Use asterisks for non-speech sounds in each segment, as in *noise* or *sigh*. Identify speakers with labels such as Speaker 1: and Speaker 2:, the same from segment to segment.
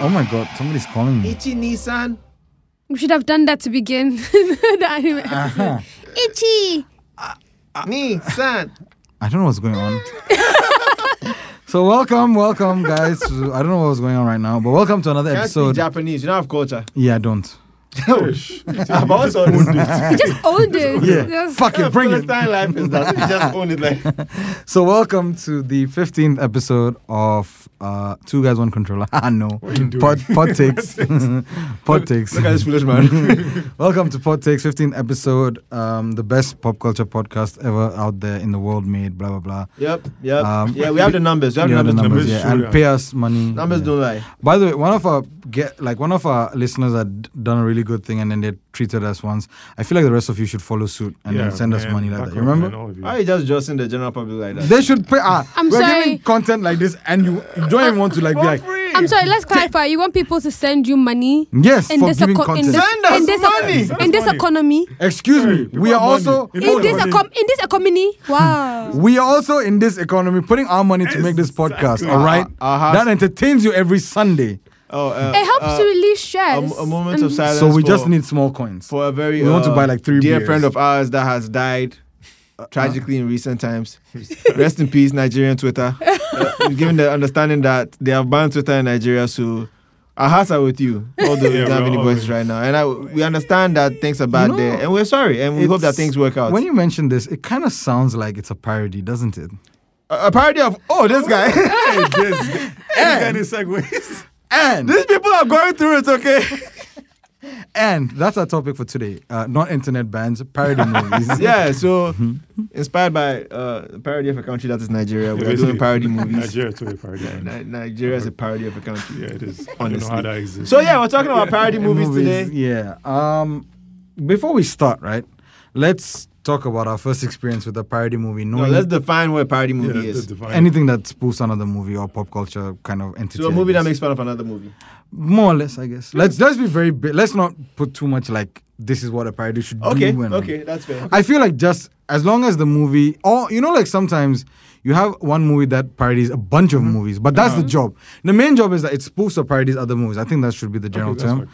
Speaker 1: Oh my god, somebody's calling me.
Speaker 2: Ichi Nissan.
Speaker 3: We should have done that to begin *laughs* the anime episode.
Speaker 2: Uh-huh.
Speaker 1: Aha.
Speaker 2: *laughs*
Speaker 3: Itchy!
Speaker 1: Ah.
Speaker 2: Nissan.
Speaker 1: I don't know what's going on. *laughs* so welcome, welcome guys. to- I don't know what was going on right now, but welcome to another
Speaker 2: Can't speak
Speaker 1: episode.
Speaker 2: Japanese. You don't have
Speaker 1: *laughs*
Speaker 2: culture.
Speaker 1: Yeah, I don't.
Speaker 2: I've also *laughs*
Speaker 3: You just owned it.
Speaker 1: Yeah.
Speaker 3: Just-
Speaker 1: Fuck it, bring it.
Speaker 2: Palestine life is that. You just own it like.
Speaker 1: So welcome to the 15th episode of uh Two Guys One Controller. *laughs* Ah no.
Speaker 4: you doing?
Speaker 1: Pod pod takes. *laughs* pod takes.
Speaker 2: Look at this foolish *laughs* man.
Speaker 1: Welcome to Pod Takes 15th episode, um, the best pop culture podcast ever out there in the world made, blah blah blah.
Speaker 2: yep, yep.
Speaker 1: Um,
Speaker 2: yeah, we have the numbers. We have
Speaker 1: You
Speaker 2: the
Speaker 1: know the
Speaker 2: numbers. to prove.
Speaker 1: numbers, yeah,
Speaker 4: sure,
Speaker 1: and
Speaker 4: yeah.
Speaker 1: pay us money.
Speaker 2: Numbers
Speaker 1: yeah.
Speaker 2: don't lie.
Speaker 1: By the way, one of our get like one of our listeners had done a really good thing and then they treated us once. I feel like the rest of you should follow suit and then send us
Speaker 4: man,
Speaker 1: money like
Speaker 4: back
Speaker 1: that. You
Speaker 4: up,
Speaker 1: remember?
Speaker 4: man, all of you.
Speaker 2: Why are you just dressing the general public like that?
Speaker 1: They should pay. Ah,
Speaker 3: I'm
Speaker 1: we're
Speaker 3: sorry.
Speaker 1: giving content like this, and you, you don't even want to like be
Speaker 2: For
Speaker 1: like,
Speaker 2: free.
Speaker 3: I'm sorry, let's clarify. You want people to send you money?
Speaker 1: yes,
Speaker 3: In
Speaker 1: for
Speaker 3: this,
Speaker 1: giving
Speaker 3: eco- in
Speaker 1: content.
Speaker 3: this,
Speaker 2: Send us
Speaker 3: in this, eco-
Speaker 2: money.
Speaker 4: Send
Speaker 3: in
Speaker 4: us
Speaker 3: this
Speaker 4: money.
Speaker 3: economy,
Speaker 1: Excuse
Speaker 4: Hey,
Speaker 1: me,
Speaker 4: people
Speaker 1: we are
Speaker 4: want money.
Speaker 1: also
Speaker 4: People
Speaker 3: in
Speaker 4: want
Speaker 3: this
Speaker 4: money.
Speaker 3: econ, in this economy.
Speaker 1: *laughs*
Speaker 3: Wow.
Speaker 1: we are also in this economy putting our money to make this podcast.
Speaker 4: Exactly.
Speaker 1: All right,
Speaker 2: Our- our house-
Speaker 1: that entertains you every Sunday.
Speaker 2: Oh, uh,
Speaker 3: It helps
Speaker 2: uh,
Speaker 3: to release
Speaker 2: a,
Speaker 3: stress. Um,
Speaker 2: a moment
Speaker 3: and-
Speaker 2: of silence.
Speaker 1: so we just
Speaker 2: for-
Speaker 1: need small coins.
Speaker 2: for a very uh,
Speaker 1: We want to buy, like, three
Speaker 2: dear
Speaker 1: beers. Uh,
Speaker 2: friend of ours that has died tragically in recent times. Rest in peace, Nigerian Twitter. Uh, given the understanding that they have banned Twitter in Nigeria, so our hearts are with you.
Speaker 1: *laughs*
Speaker 2: Although we
Speaker 4: Yeah,
Speaker 2: don't have
Speaker 4: we're
Speaker 2: any
Speaker 4: all
Speaker 2: voices
Speaker 4: with
Speaker 2: right now, and I, we understand that things are bad
Speaker 1: know,
Speaker 2: there, and we're sorry, and we hope that
Speaker 1: It's-
Speaker 2: things work out.
Speaker 1: When you mention this, it kind of sounds like it's a parody, doesn't it?
Speaker 2: a, a parody of oh, this
Speaker 1: *laughs*
Speaker 2: guy, *laughs*
Speaker 4: Hey, this, this guy is segues.
Speaker 1: And
Speaker 2: these people are going through it.
Speaker 1: *laughs*
Speaker 2: Okay,
Speaker 1: and that's our topic for today. Uh, not internet bands, parody movies.
Speaker 2: *laughs* yeah. So
Speaker 1: Mm-hmm.
Speaker 2: inspired by uh, a parody of a country that is Nigeria, we're doing parody movies.
Speaker 4: *laughs* Nigeria to a parody.
Speaker 2: Ni- Nigeria is a parody of a country.
Speaker 4: Yeah, it is. I don't know
Speaker 2: Honestly.
Speaker 4: how that exists.
Speaker 2: So yeah, we're talking about parody movies, today.
Speaker 1: Yeah. Um, before we start, right? Let's talk about our first experience with a parody movie.
Speaker 2: No,
Speaker 1: Knowing
Speaker 2: let's define what a parody
Speaker 4: yeah,
Speaker 2: movie
Speaker 4: that's
Speaker 2: is.
Speaker 4: the divine.
Speaker 1: anything that spoofs another movie or pop culture kind of entity.
Speaker 2: So a
Speaker 1: I
Speaker 2: movie that
Speaker 1: guess.
Speaker 2: makes fun of another movie.
Speaker 1: more or less, I guess. Let's let's be very. Bi- let's not put too much like this is what a parody should
Speaker 2: Okay,
Speaker 1: do. and-
Speaker 2: okay, that's fair.
Speaker 1: I feel like just as long as the movie, or you know, like sometimes you have one movie that parodies a bunch
Speaker 4: Mm-hmm.
Speaker 1: of movies, but that's the
Speaker 4: Uh-huh.
Speaker 1: job. The main job is that it spoofs or parodies other movies. I think that should be the general
Speaker 4: that's
Speaker 1: term.
Speaker 4: fine.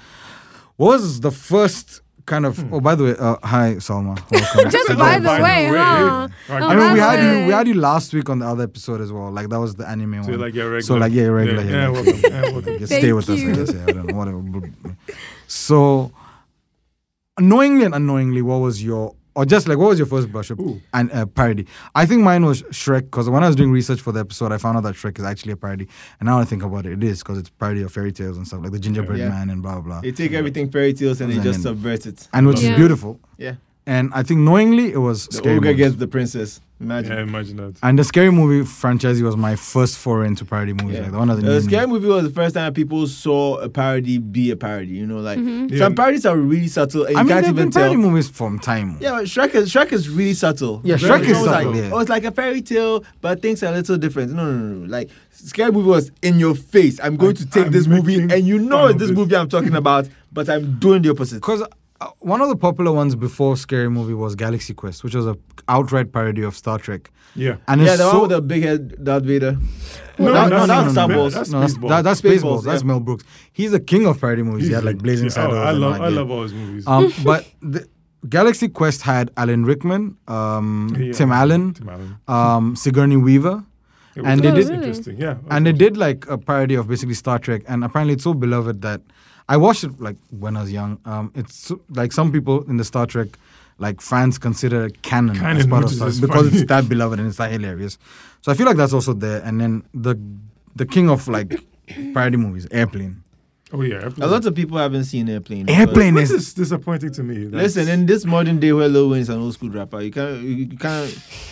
Speaker 1: What was the first kind of? Oh, by the way, uh, hi
Speaker 4: *laughs*
Speaker 1: Salma, welcome.
Speaker 3: Just
Speaker 4: Hello,
Speaker 3: by the
Speaker 4: by the
Speaker 3: way,
Speaker 4: way.
Speaker 3: huh? Oh,
Speaker 4: I
Speaker 1: I mean,
Speaker 3: by
Speaker 1: we
Speaker 3: the
Speaker 1: had you.
Speaker 3: way.
Speaker 1: We had you last week on the other episode as well. Like that was the anime
Speaker 4: So
Speaker 1: one.
Speaker 4: like you're regular.
Speaker 1: So, like, yeah, you're regular,
Speaker 4: Yeah,
Speaker 1: you're
Speaker 4: yeah, welcome. yeah,
Speaker 1: *laughs*
Speaker 4: welcome.
Speaker 1: Just
Speaker 3: Thank
Speaker 1: stay with
Speaker 3: you.
Speaker 1: us, I guess. Yeah, I don't know, whatever. So, knowingly and unknowingly, what was your, or just like, what was your first brush up
Speaker 4: Ooh.
Speaker 1: and uh, parody? I think mine was Shrek because when I was doing research for the episode, I found out that Shrek is actually a parody. And now I think about it, it is because it's parody of fairy tales and stuff like the Gingerbread
Speaker 2: Yeah.
Speaker 1: Man and blah blah. blah.
Speaker 2: They take everything fairy tales and they just subvert it.
Speaker 1: and which is
Speaker 3: Yeah.
Speaker 1: beautiful.
Speaker 2: Yeah,
Speaker 1: And I think knowingly, it was
Speaker 2: the
Speaker 1: scary.
Speaker 2: ogre
Speaker 1: Movie.
Speaker 2: gets the princess.
Speaker 4: Yeah,
Speaker 2: Imagine.
Speaker 4: imagine that.
Speaker 1: and the scary movie franchise was my first foray into parody movies,
Speaker 2: Yeah.
Speaker 1: like the one that
Speaker 2: The
Speaker 1: the
Speaker 2: scary movie was the first time people saw a parody be a parody. You know, like
Speaker 4: Yeah.
Speaker 2: some parodies are really subtle. And you
Speaker 1: I mean,
Speaker 2: can't
Speaker 1: they've
Speaker 2: even
Speaker 1: been
Speaker 2: tell.
Speaker 1: parody movies from time.
Speaker 2: Yeah, but Shrek is Shrek is really subtle.
Speaker 1: Yeah,
Speaker 2: Very-
Speaker 1: Shrek
Speaker 2: it's
Speaker 1: is
Speaker 2: almost
Speaker 1: subtle,
Speaker 2: Like,
Speaker 1: yeah.
Speaker 2: Oh, it's like a fairy tale, but things are a little different. No, no, no, no. Like scary movie was in your face. I'm going to take
Speaker 4: I'm
Speaker 2: this movie,
Speaker 4: making
Speaker 2: and you know
Speaker 4: fun
Speaker 2: it's
Speaker 4: of
Speaker 2: this
Speaker 4: this.
Speaker 2: movie I'm talking about, but I'm doing the opposite.
Speaker 1: Because uh, one of the popular ones before Scary Movie was Galaxy Quest, which was a outright parody of Star Trek.
Speaker 4: Yeah.
Speaker 1: And
Speaker 2: yeah,
Speaker 1: it's
Speaker 2: the
Speaker 1: so,
Speaker 2: one with the big head, Darth Vader.
Speaker 4: No,
Speaker 2: that, no,
Speaker 4: no, no,
Speaker 2: that's
Speaker 4: no,
Speaker 2: Star
Speaker 4: no,
Speaker 2: Wars.
Speaker 4: that's
Speaker 1: no, that's,
Speaker 4: Spaceballs.
Speaker 1: that, that's Spaceballs.
Speaker 2: Spaceballs,
Speaker 1: That's
Speaker 2: yeah.
Speaker 1: Mel Brooks. He's the king of parody movies. He had like Blazing
Speaker 4: yeah, oh,
Speaker 1: Saddles.
Speaker 4: I, I
Speaker 1: and,
Speaker 4: love,
Speaker 1: like,
Speaker 4: I
Speaker 1: yeah.
Speaker 4: love all his movies.
Speaker 1: Um, but the, Galaxy Quest had Alan Rickman, um,
Speaker 4: Yeah.
Speaker 1: Tim Allen,
Speaker 4: Tim Allen.
Speaker 1: um, Sigourney Weaver,
Speaker 4: It
Speaker 1: and
Speaker 4: was
Speaker 1: they did-
Speaker 4: interesting. Yeah.
Speaker 1: and they did like a parody of basically Star Trek, and apparently it's so beloved that I watched it like when I was young. Um, it's so- like some people in the Star Trek like fans consider it canon,
Speaker 4: Canon,
Speaker 1: as part of
Speaker 4: which is
Speaker 1: Star
Speaker 4: just
Speaker 1: because
Speaker 4: funny.
Speaker 1: it's that beloved and it's that hilarious. So I feel like that's also there. And then the the king of like parody movies, Airplane.
Speaker 4: Oh yeah.
Speaker 2: A lot of people haven't seen Airplane. but-
Speaker 1: Airplane
Speaker 4: This
Speaker 1: is
Speaker 4: is disappointing to me. Like,
Speaker 2: Listen, in this modern day where Lil Wayne is an old school rapper, you can't you can't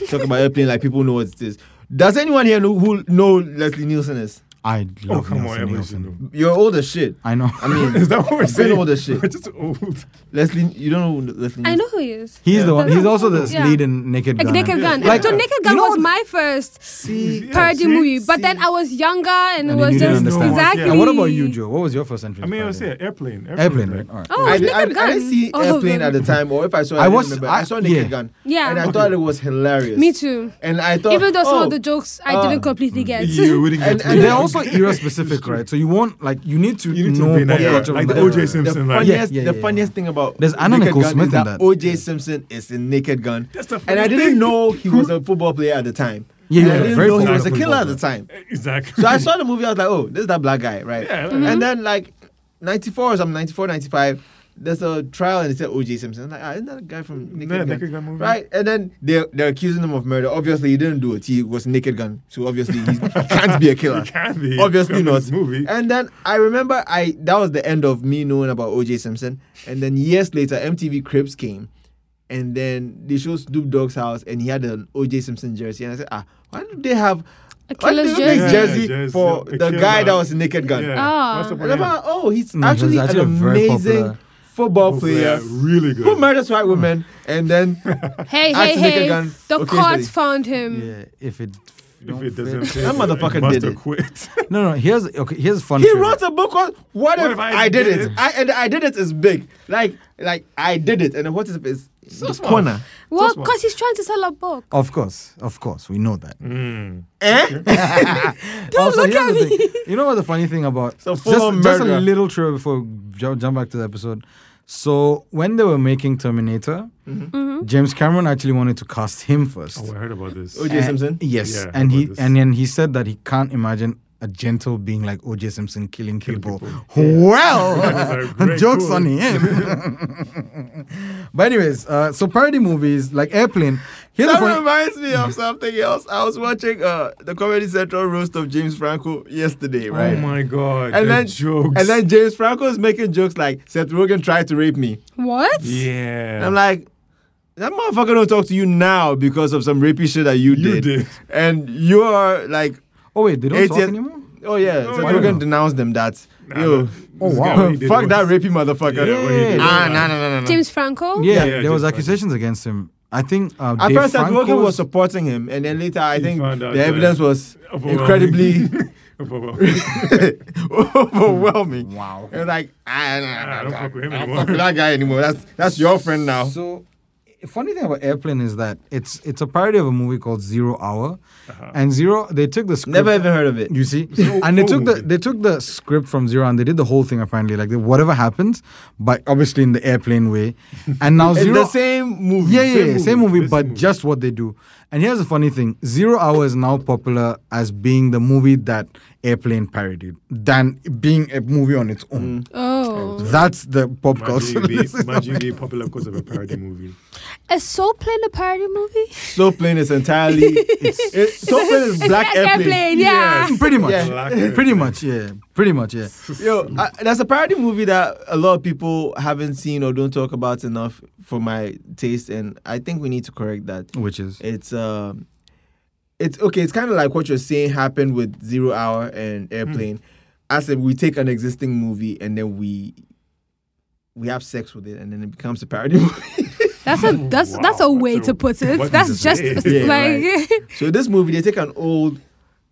Speaker 2: talk about Airplane like people know what it is. Does anyone here know who know Leslie Nielsen is?
Speaker 1: I
Speaker 4: oh
Speaker 1: love
Speaker 4: come on,
Speaker 1: Nelson
Speaker 4: everyone
Speaker 1: Nielsen.
Speaker 4: should know.
Speaker 2: You're old as shit.
Speaker 1: I know.
Speaker 2: I mean,
Speaker 4: *laughs* Is that what we're
Speaker 2: I've been
Speaker 4: saying?
Speaker 2: all this shit.
Speaker 4: We're *laughs* just old.
Speaker 2: Leslie, you don't know who Leslie.
Speaker 3: I
Speaker 2: Nielsen-
Speaker 3: know who he is.
Speaker 1: *laughs* He's the
Speaker 3: Yeah.
Speaker 1: one. He's also the
Speaker 3: Yeah.
Speaker 1: lead in Naked
Speaker 3: Like
Speaker 1: Gun.
Speaker 3: Naked Gun.
Speaker 1: Like,
Speaker 3: so Naked
Speaker 1: you
Speaker 3: Gun
Speaker 1: know
Speaker 3: was
Speaker 1: what-
Speaker 3: my first
Speaker 4: See, yeah,
Speaker 3: parody
Speaker 4: see,
Speaker 3: movie, but
Speaker 4: see.
Speaker 3: then I was younger and, it
Speaker 1: And
Speaker 3: was
Speaker 1: you
Speaker 3: just
Speaker 1: didn't understand.
Speaker 3: exactly.
Speaker 1: And what about you, Joe? What was your first entry?
Speaker 4: I
Speaker 1: into
Speaker 4: mean, I was
Speaker 1: parody?
Speaker 4: here. Airplane.
Speaker 1: Airplane,
Speaker 4: like-
Speaker 1: right? All right.
Speaker 3: Oh,
Speaker 2: I,
Speaker 3: it's
Speaker 2: did, I, I
Speaker 3: Naked Gun.
Speaker 2: didn't see
Speaker 3: Oh,
Speaker 2: Airplane
Speaker 3: okay.
Speaker 2: at the time, or if I saw,
Speaker 1: I
Speaker 2: I, didn't
Speaker 1: was-
Speaker 2: remember.
Speaker 1: I-
Speaker 2: I saw Naked
Speaker 1: yeah.
Speaker 2: Gun,
Speaker 3: Yeah.
Speaker 2: and I thought it was hilarious.
Speaker 3: Me too.
Speaker 2: And I thought,
Speaker 3: Even though some
Speaker 2: oh,
Speaker 3: of the jokes I
Speaker 2: uh,
Speaker 3: didn't completely get.
Speaker 4: You wouldn't
Speaker 2: and,
Speaker 4: get
Speaker 2: and
Speaker 4: me.
Speaker 1: They're
Speaker 2: and
Speaker 4: *laughs*
Speaker 1: also era specific, right? So you won't like you need to
Speaker 4: You need to
Speaker 1: know
Speaker 4: be in
Speaker 1: pop
Speaker 4: that era,
Speaker 1: culture.
Speaker 4: like
Speaker 1: in
Speaker 4: the
Speaker 1: that
Speaker 4: O.J.
Speaker 1: era.
Speaker 2: The
Speaker 4: Simpson, like-
Speaker 2: funniest,
Speaker 1: Yeah, yeah,
Speaker 2: the
Speaker 1: yeah.
Speaker 2: funniest thing about
Speaker 1: There's Anna
Speaker 2: Naked
Speaker 1: Nicole
Speaker 2: Gun
Speaker 1: Smith
Speaker 2: is
Speaker 1: in
Speaker 2: that,
Speaker 1: that.
Speaker 2: O.J. Simpson is in Naked Gun,
Speaker 4: That's the
Speaker 2: and I
Speaker 4: funny
Speaker 2: didn't
Speaker 4: thing.
Speaker 2: know he was a football player at the time.
Speaker 1: Yeah, he
Speaker 2: And I
Speaker 1: was a
Speaker 2: didn't
Speaker 1: very
Speaker 2: know he
Speaker 1: popular
Speaker 2: was a killer at
Speaker 1: football
Speaker 2: the time.
Speaker 4: Exactly.
Speaker 2: So I saw the movie. I was like, oh, this is that black guy, right?
Speaker 4: Yeah.
Speaker 2: And then like 94 or something, 94, 95, there's a trial and it said O.J. Simpson. I'm like, ah, isn't that a guy from Naked
Speaker 4: Yeah,
Speaker 2: Gun?
Speaker 4: Naked Gun movie.
Speaker 2: Right? And then they're, they're accusing him of murder. Obviously, he didn't do it. He was Naked Gun. So obviously, he *laughs* can't be a killer.
Speaker 4: *laughs* It can
Speaker 2: *laughs*
Speaker 4: be.
Speaker 2: Obviously
Speaker 4: Come in
Speaker 2: not.
Speaker 4: this Movie.
Speaker 2: And then I remember I that was the end of me knowing about OJ Simpson. And then years later, MTV Cribs came, and then they showed Snoop Dogg's house, and he had an OJ Simpson jersey. And I said, ah, why do they have
Speaker 3: A
Speaker 2: why do
Speaker 3: killer's
Speaker 2: they make
Speaker 4: jersey?
Speaker 2: jersey
Speaker 4: Yeah, jersey,
Speaker 2: for
Speaker 4: a
Speaker 2: the
Speaker 4: killer.
Speaker 2: guy that was in Naked Gun?
Speaker 4: Yeah.
Speaker 3: Ah.
Speaker 4: What's the
Speaker 2: And I'm
Speaker 4: point?
Speaker 2: like, oh, he's
Speaker 1: No, he was
Speaker 2: actually,
Speaker 1: Mm, actually a
Speaker 2: an
Speaker 1: very
Speaker 2: amazing
Speaker 1: popular
Speaker 2: football
Speaker 4: Yeah,
Speaker 2: player.
Speaker 4: really good.
Speaker 2: Who murders white women? And then
Speaker 3: *laughs*
Speaker 4: *laughs*
Speaker 3: Hey,
Speaker 2: Ask
Speaker 3: hey,
Speaker 2: Nick
Speaker 3: hey.
Speaker 2: again.
Speaker 3: The
Speaker 2: Okay,
Speaker 3: courts
Speaker 2: sorry.
Speaker 3: found him.
Speaker 1: Yeah, if it.
Speaker 4: If
Speaker 1: *laughs*
Speaker 4: it doesn't, fit,
Speaker 2: That motherfucker
Speaker 4: it must
Speaker 2: did
Speaker 4: have
Speaker 2: it. *laughs*
Speaker 4: Quit.
Speaker 1: No, no. Here's okay. Here's fun.
Speaker 2: he
Speaker 1: trivia.
Speaker 2: wrote a book called "What, if, I, Did It." I and I did it is big, like like I did it, and then what if it's the
Speaker 4: small.
Speaker 2: corner?
Speaker 3: Well,
Speaker 4: Just one.
Speaker 3: because he's trying to sell a book.
Speaker 1: Of course, of course, we know that.
Speaker 4: Mm.
Speaker 2: Eh?
Speaker 1: also,
Speaker 3: look
Speaker 1: here's
Speaker 3: at
Speaker 1: the
Speaker 3: me.
Speaker 1: thing. You know what the funny thing about
Speaker 2: So
Speaker 1: just,
Speaker 2: full on
Speaker 1: just a
Speaker 2: murder.
Speaker 1: little trivia before we ju- jump back to the episode. So when they were making Terminator,
Speaker 3: Mm-hmm.
Speaker 1: James Cameron actually wanted to cast him first.
Speaker 4: Mm-hmm. Oh, I heard about this.
Speaker 2: O.J.
Speaker 1: And-
Speaker 2: Simpson.
Speaker 1: Yes,
Speaker 4: Yeah,
Speaker 1: and
Speaker 4: about
Speaker 1: he
Speaker 4: this.
Speaker 1: and then he said that he can't imagine a gentle being like O.J. Simpson killing people.
Speaker 4: *laughs*
Speaker 1: *laughs*
Speaker 4: That's a
Speaker 1: Well,
Speaker 4: great
Speaker 1: jokes
Speaker 4: quote.
Speaker 1: on
Speaker 4: *laughs*
Speaker 1: him. *laughs* but anyways, uh, so parody movies like Airplane. Here's the
Speaker 2: That
Speaker 1: funny,
Speaker 2: reminds me of something else. I was watching uh, the Comedy Central roast of James Franco yesterday, right?
Speaker 4: Oh my god.
Speaker 2: and
Speaker 4: the
Speaker 2: then
Speaker 4: jokes.
Speaker 2: and then James Franco is making jokes like Seth Rogen tried to rape me.
Speaker 3: What?
Speaker 4: yeah.
Speaker 2: And I'm like, that motherfucker don't talk to you now because of some rapey shit that you,
Speaker 4: You did.
Speaker 2: and you are like,
Speaker 1: oh wait, they don't talk
Speaker 2: 80th
Speaker 1: anymore.
Speaker 2: oh yeah,
Speaker 4: No,
Speaker 2: Seth
Speaker 4: why
Speaker 2: Rogen
Speaker 1: not?
Speaker 2: denounced them that.
Speaker 4: Nah,
Speaker 2: Yo,
Speaker 1: Oh,
Speaker 4: this
Speaker 1: wow.
Speaker 4: *laughs* guy, what he did
Speaker 2: fuck
Speaker 4: was-
Speaker 2: that rapey motherfucker.
Speaker 4: Yeah, what he did
Speaker 2: Ah,
Speaker 4: was-
Speaker 2: no, no, no, no, no.
Speaker 3: James Franco?
Speaker 1: Yeah,
Speaker 4: Yeah,
Speaker 1: there was
Speaker 4: James
Speaker 1: accusations against him. I think uh,
Speaker 2: At
Speaker 1: Dave
Speaker 2: first, Seth Rogen
Speaker 1: Franco's-
Speaker 2: was supporting him, and then later, I
Speaker 4: He
Speaker 2: think
Speaker 4: found out
Speaker 2: the
Speaker 4: that-
Speaker 2: evidence was
Speaker 4: Overwhelming.
Speaker 2: incredibly *laughs*
Speaker 4: Overwhelming.
Speaker 2: overwhelming.
Speaker 1: Wow.
Speaker 2: It was like, ah, nah, nah,
Speaker 4: I
Speaker 2: nah,
Speaker 4: don't
Speaker 2: nah,
Speaker 4: fuck with him
Speaker 2: I don't
Speaker 4: anymore.
Speaker 2: fuck with that guy anymore. That's that's your friend now.
Speaker 1: So, funny thing about Airplane is that it's it's a parody of a movie called Zero Hour,
Speaker 4: Uh-huh.
Speaker 1: and Zero they took the script.
Speaker 2: Never even heard of it.
Speaker 1: You see,
Speaker 4: So,
Speaker 1: and they
Speaker 4: what
Speaker 1: took the
Speaker 4: movie?
Speaker 1: they took the script from Zero and they did the whole thing apparently like they, whatever happens, but obviously in the airplane way, and now
Speaker 2: It's
Speaker 1: Zero.
Speaker 2: the same movie.
Speaker 1: yeah, yeah, yeah, same movie,
Speaker 4: It's the
Speaker 1: but
Speaker 4: movie.
Speaker 1: just what they do. And here's the funny thing: Zero Hour is now popular as being the movie that Airplane parodied than being a movie on its own.
Speaker 3: Oh.
Speaker 1: That's the pop culture.
Speaker 4: Imagine
Speaker 1: *laughs*
Speaker 2: *laughs*
Speaker 4: you be- imagine you be popular because of a parody movie.
Speaker 3: Is Soul playing a parody movie?
Speaker 2: So plain is entirely. it, so plain is black airplane.
Speaker 3: yeah.
Speaker 1: pretty much.
Speaker 2: Yeah.
Speaker 4: Black
Speaker 1: Pretty
Speaker 4: Airplane.
Speaker 1: much, yeah. Pretty much, yeah.
Speaker 2: Yo, I, that's a parody movie that a lot of people haven't seen or don't talk about enough for my taste, and I think we need to correct that.
Speaker 1: Which
Speaker 2: *laughs*
Speaker 1: is
Speaker 2: It's um, it's okay. It's kind of like what you're saying happened with Zero Hour and Airplane. I said we take an existing movie and then we we have sex with it, and then it becomes a parody *laughs* movie.
Speaker 3: That's a that's
Speaker 4: Wow,
Speaker 3: that's a way
Speaker 4: that's a-
Speaker 3: to put it.
Speaker 4: what
Speaker 3: That's
Speaker 4: is
Speaker 3: just
Speaker 4: this?
Speaker 2: Yeah,
Speaker 3: like
Speaker 2: so this movie, they take an old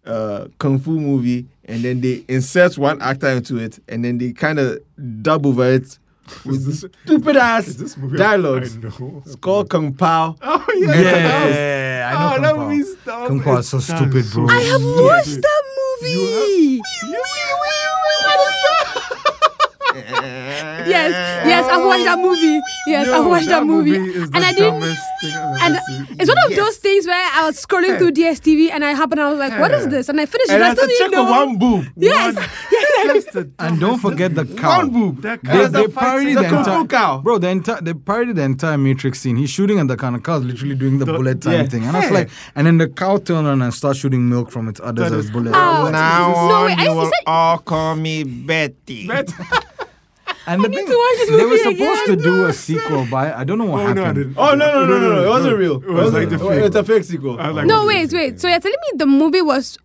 Speaker 2: uh, kung fu movie and then they insert one actor into it, and then they kind of dub over it with
Speaker 4: Is this-
Speaker 2: stupid ass
Speaker 4: Is this movie?
Speaker 2: dialogues.
Speaker 4: I *laughs* know.
Speaker 2: It's called Kung Pao.
Speaker 4: Oh yeah.
Speaker 1: Yeah, I
Speaker 2: oh,
Speaker 1: know
Speaker 2: that
Speaker 1: Kung
Speaker 2: movie
Speaker 1: Pao.
Speaker 2: stuff.
Speaker 1: Kung Pao is so
Speaker 4: That
Speaker 1: stupid,
Speaker 4: is
Speaker 1: bro.
Speaker 4: so
Speaker 3: *laughs* I have
Speaker 4: Yeah.
Speaker 3: watched that movie. Yes, yes, I watched that movie. Yes, I
Speaker 4: Yo,
Speaker 3: watched that, movie,
Speaker 4: is
Speaker 3: and
Speaker 4: the
Speaker 3: I didn't.
Speaker 4: dumbest thing I've ever
Speaker 3: And
Speaker 4: seen.
Speaker 3: it's one of
Speaker 2: Yes.
Speaker 3: those things where I was scrolling through DSTV and I happened. I was like, "What is this?" And I finished
Speaker 2: And
Speaker 3: it.
Speaker 2: I
Speaker 3: I
Speaker 2: have to
Speaker 3: still
Speaker 2: check
Speaker 3: didn't
Speaker 2: with
Speaker 3: know.
Speaker 2: one boob.
Speaker 3: *laughs* Yes, yes.
Speaker 4: That's the
Speaker 1: And don't forget the cow.
Speaker 2: One boob.
Speaker 4: That
Speaker 1: They,
Speaker 4: There's
Speaker 1: they
Speaker 4: a
Speaker 1: parody
Speaker 2: the
Speaker 1: the
Speaker 2: Kung Fu
Speaker 1: entire
Speaker 2: cow.
Speaker 1: bro. The entire they parody the entire Matrix scene. He's shooting at the cow. and The cow's literally doing the
Speaker 4: The-
Speaker 1: bullet time
Speaker 2: yeah.
Speaker 1: thing, and I was
Speaker 2: Yeah.
Speaker 1: like, and then the cow turned on and starts shooting milk from its others
Speaker 4: That
Speaker 1: as
Speaker 4: is-
Speaker 1: bullets.
Speaker 3: Ow.
Speaker 1: What?
Speaker 2: Now
Speaker 3: No,
Speaker 2: on,
Speaker 3: wait, I-
Speaker 2: you
Speaker 3: he
Speaker 2: will
Speaker 3: said-
Speaker 2: all call me Betty.
Speaker 1: And the thing,
Speaker 3: to watch this
Speaker 1: they were
Speaker 3: movie
Speaker 1: supposed
Speaker 3: again.
Speaker 1: to do a sequel, by I don't know what
Speaker 4: Oh, no, I
Speaker 1: happened.
Speaker 4: didn't.
Speaker 2: Oh no no no no! no. It wasn't real.
Speaker 4: It was like the
Speaker 1: wasn't
Speaker 2: It was
Speaker 4: fake.
Speaker 2: a fake sequel.
Speaker 4: I like
Speaker 3: No,
Speaker 4: what
Speaker 3: wait,
Speaker 4: you
Speaker 3: wait. So you're telling me the movie was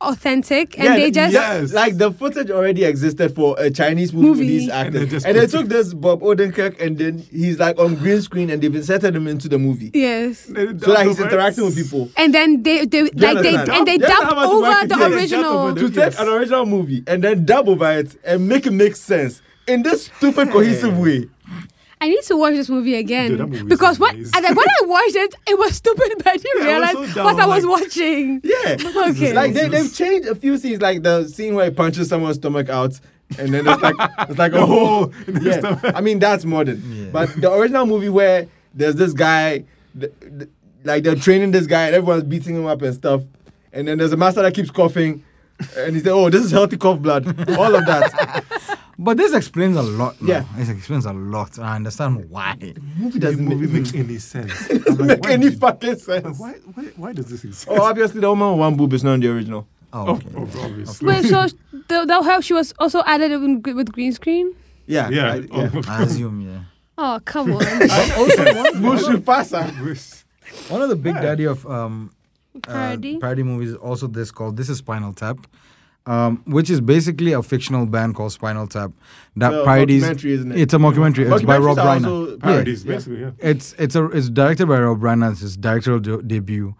Speaker 3: authentic and
Speaker 2: Yeah,
Speaker 3: they
Speaker 2: th-
Speaker 3: just
Speaker 4: yes.
Speaker 2: like the footage already existed for a Chinese movie,
Speaker 3: Movie.
Speaker 2: with these
Speaker 4: And
Speaker 2: actors,
Speaker 4: they
Speaker 2: and,
Speaker 4: just
Speaker 2: they
Speaker 4: put
Speaker 2: took this Bob Odenkirk, and then he's like on green screen, and they've inserted him into the movie
Speaker 3: yes.
Speaker 4: did.
Speaker 2: so that he's interacting with people.
Speaker 3: And then they, they like they
Speaker 2: understand?
Speaker 3: and they
Speaker 2: Yeah,
Speaker 3: dubbed
Speaker 2: how much
Speaker 3: over
Speaker 2: work
Speaker 3: the
Speaker 2: it is.
Speaker 3: original.
Speaker 2: To take an original movie and then dub over it and make it make sense in this stupid cohesive way.
Speaker 3: I need to watch this movie again
Speaker 4: that movie is
Speaker 3: because when
Speaker 4: nice.
Speaker 3: and then when I watched it, it was stupid, *laughs* but I didn't
Speaker 2: Yeah, I was
Speaker 3: realize
Speaker 2: so
Speaker 3: what
Speaker 2: down,
Speaker 3: I was
Speaker 2: like- *laughs*
Speaker 3: watching.
Speaker 2: Yeah.
Speaker 3: Okay.
Speaker 2: Like they, they've changed a few scenes, like the scene where he punches someone's stomach out, and then it's like it's like a whole. Yeah. I mean that's modern,
Speaker 1: Yeah.
Speaker 2: but the original movie where there's this guy, th- th- like they're training this guy, and everyone's beating him up and stuff, and then there's a master that keeps coughing, and he said, "Oh, this is healthy cough blood." All of that.
Speaker 1: But this explains a lot. Now.
Speaker 2: Yeah.
Speaker 1: This explains a lot. And I understand why.
Speaker 2: *laughs* movie
Speaker 4: The
Speaker 2: doesn't
Speaker 4: movie
Speaker 2: make,
Speaker 4: makes any sense. I'm like,
Speaker 2: *laughs* make
Speaker 4: why
Speaker 2: any
Speaker 4: did-
Speaker 2: fucking
Speaker 4: But
Speaker 2: sense.
Speaker 4: Why, why, why does this exist? *laughs*
Speaker 2: Oh, obviously the woman with one boob is not in the original.
Speaker 1: Oh,
Speaker 4: Oh,
Speaker 1: okay.
Speaker 4: oh, obviously.
Speaker 3: Wait, so the, the how she was also added in, gr- with green screen?
Speaker 2: Yeah.
Speaker 4: yeah.
Speaker 2: I-
Speaker 4: *laughs*
Speaker 2: yeah.
Speaker 4: oh,
Speaker 1: I assume, yeah.
Speaker 3: Oh come on!
Speaker 2: Mushu Pasa.
Speaker 4: obvious.
Speaker 1: One of the big daddy of um, uh,
Speaker 3: Parody?
Speaker 1: parody movies is also this called This is Spinal Tap, um, which is basically a fictional band called Spinal Tap that
Speaker 2: No,
Speaker 1: parodies.
Speaker 2: documentary, isn't it?
Speaker 1: It's a mockumentary. It's by
Speaker 2: Documentaries
Speaker 1: Rob
Speaker 2: are
Speaker 1: Reiner.
Speaker 2: also
Speaker 4: Parodies,
Speaker 2: Yeah.
Speaker 4: basically, yeah.
Speaker 1: It's it's a it's directed by Rob Reiner. It's his directorial de- debut,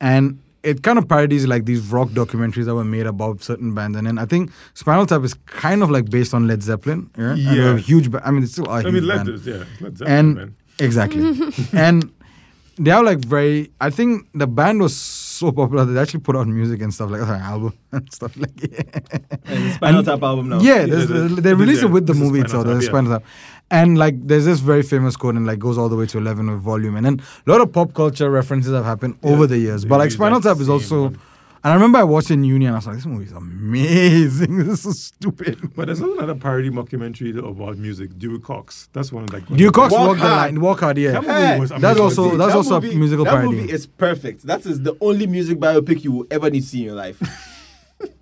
Speaker 1: and it kind of parodies like these rock documentaries that were made about certain bands. And then I think Spinal Tap is kind of like based on Led Zeppelin. Yeah, And they're a
Speaker 4: Yeah.
Speaker 1: huge. Ba- I mean, it's still a
Speaker 4: I
Speaker 1: huge
Speaker 4: mean, let
Speaker 1: band
Speaker 4: this, yeah. Let that
Speaker 1: and
Speaker 4: man.
Speaker 1: exactly
Speaker 4: *laughs*
Speaker 1: and they are like very i think the band was so popular that they actually put out music and stuff like *laughs* that an album and stuff like
Speaker 2: And it's Spinal Tap album now.
Speaker 1: yeah, there's,
Speaker 4: there's-
Speaker 1: they
Speaker 4: there's-
Speaker 1: released it
Speaker 4: yeah,
Speaker 1: with the
Speaker 4: this is
Speaker 1: movie
Speaker 4: Spinal
Speaker 1: itself there's
Speaker 4: Tap, yeah.
Speaker 1: Spinal Tap and like there's this very famous quote and like goes all the way to 11 with volume and then a lot of pop culture references have happened over the years
Speaker 4: they
Speaker 1: but like
Speaker 4: use
Speaker 1: Spinal
Speaker 4: that
Speaker 1: Tap is
Speaker 4: same
Speaker 1: also
Speaker 4: one.
Speaker 1: and I remember I watched it in uni and I was like this movie is amazing *laughs* this is stupid
Speaker 4: But there's another parody mockumentary about music, Dewey Cox. That's one of like.
Speaker 1: Dewey Cox
Speaker 2: Walk
Speaker 1: walked the
Speaker 2: Hard.
Speaker 1: line walk hard yeah
Speaker 4: That movie was
Speaker 2: Hey,
Speaker 1: That's
Speaker 4: amazing.
Speaker 1: also-
Speaker 2: See,
Speaker 1: that's
Speaker 2: that
Speaker 1: a musical
Speaker 2: that
Speaker 1: parody.
Speaker 2: movie is perfect. That is the only music biopic you will ever need to see in your life.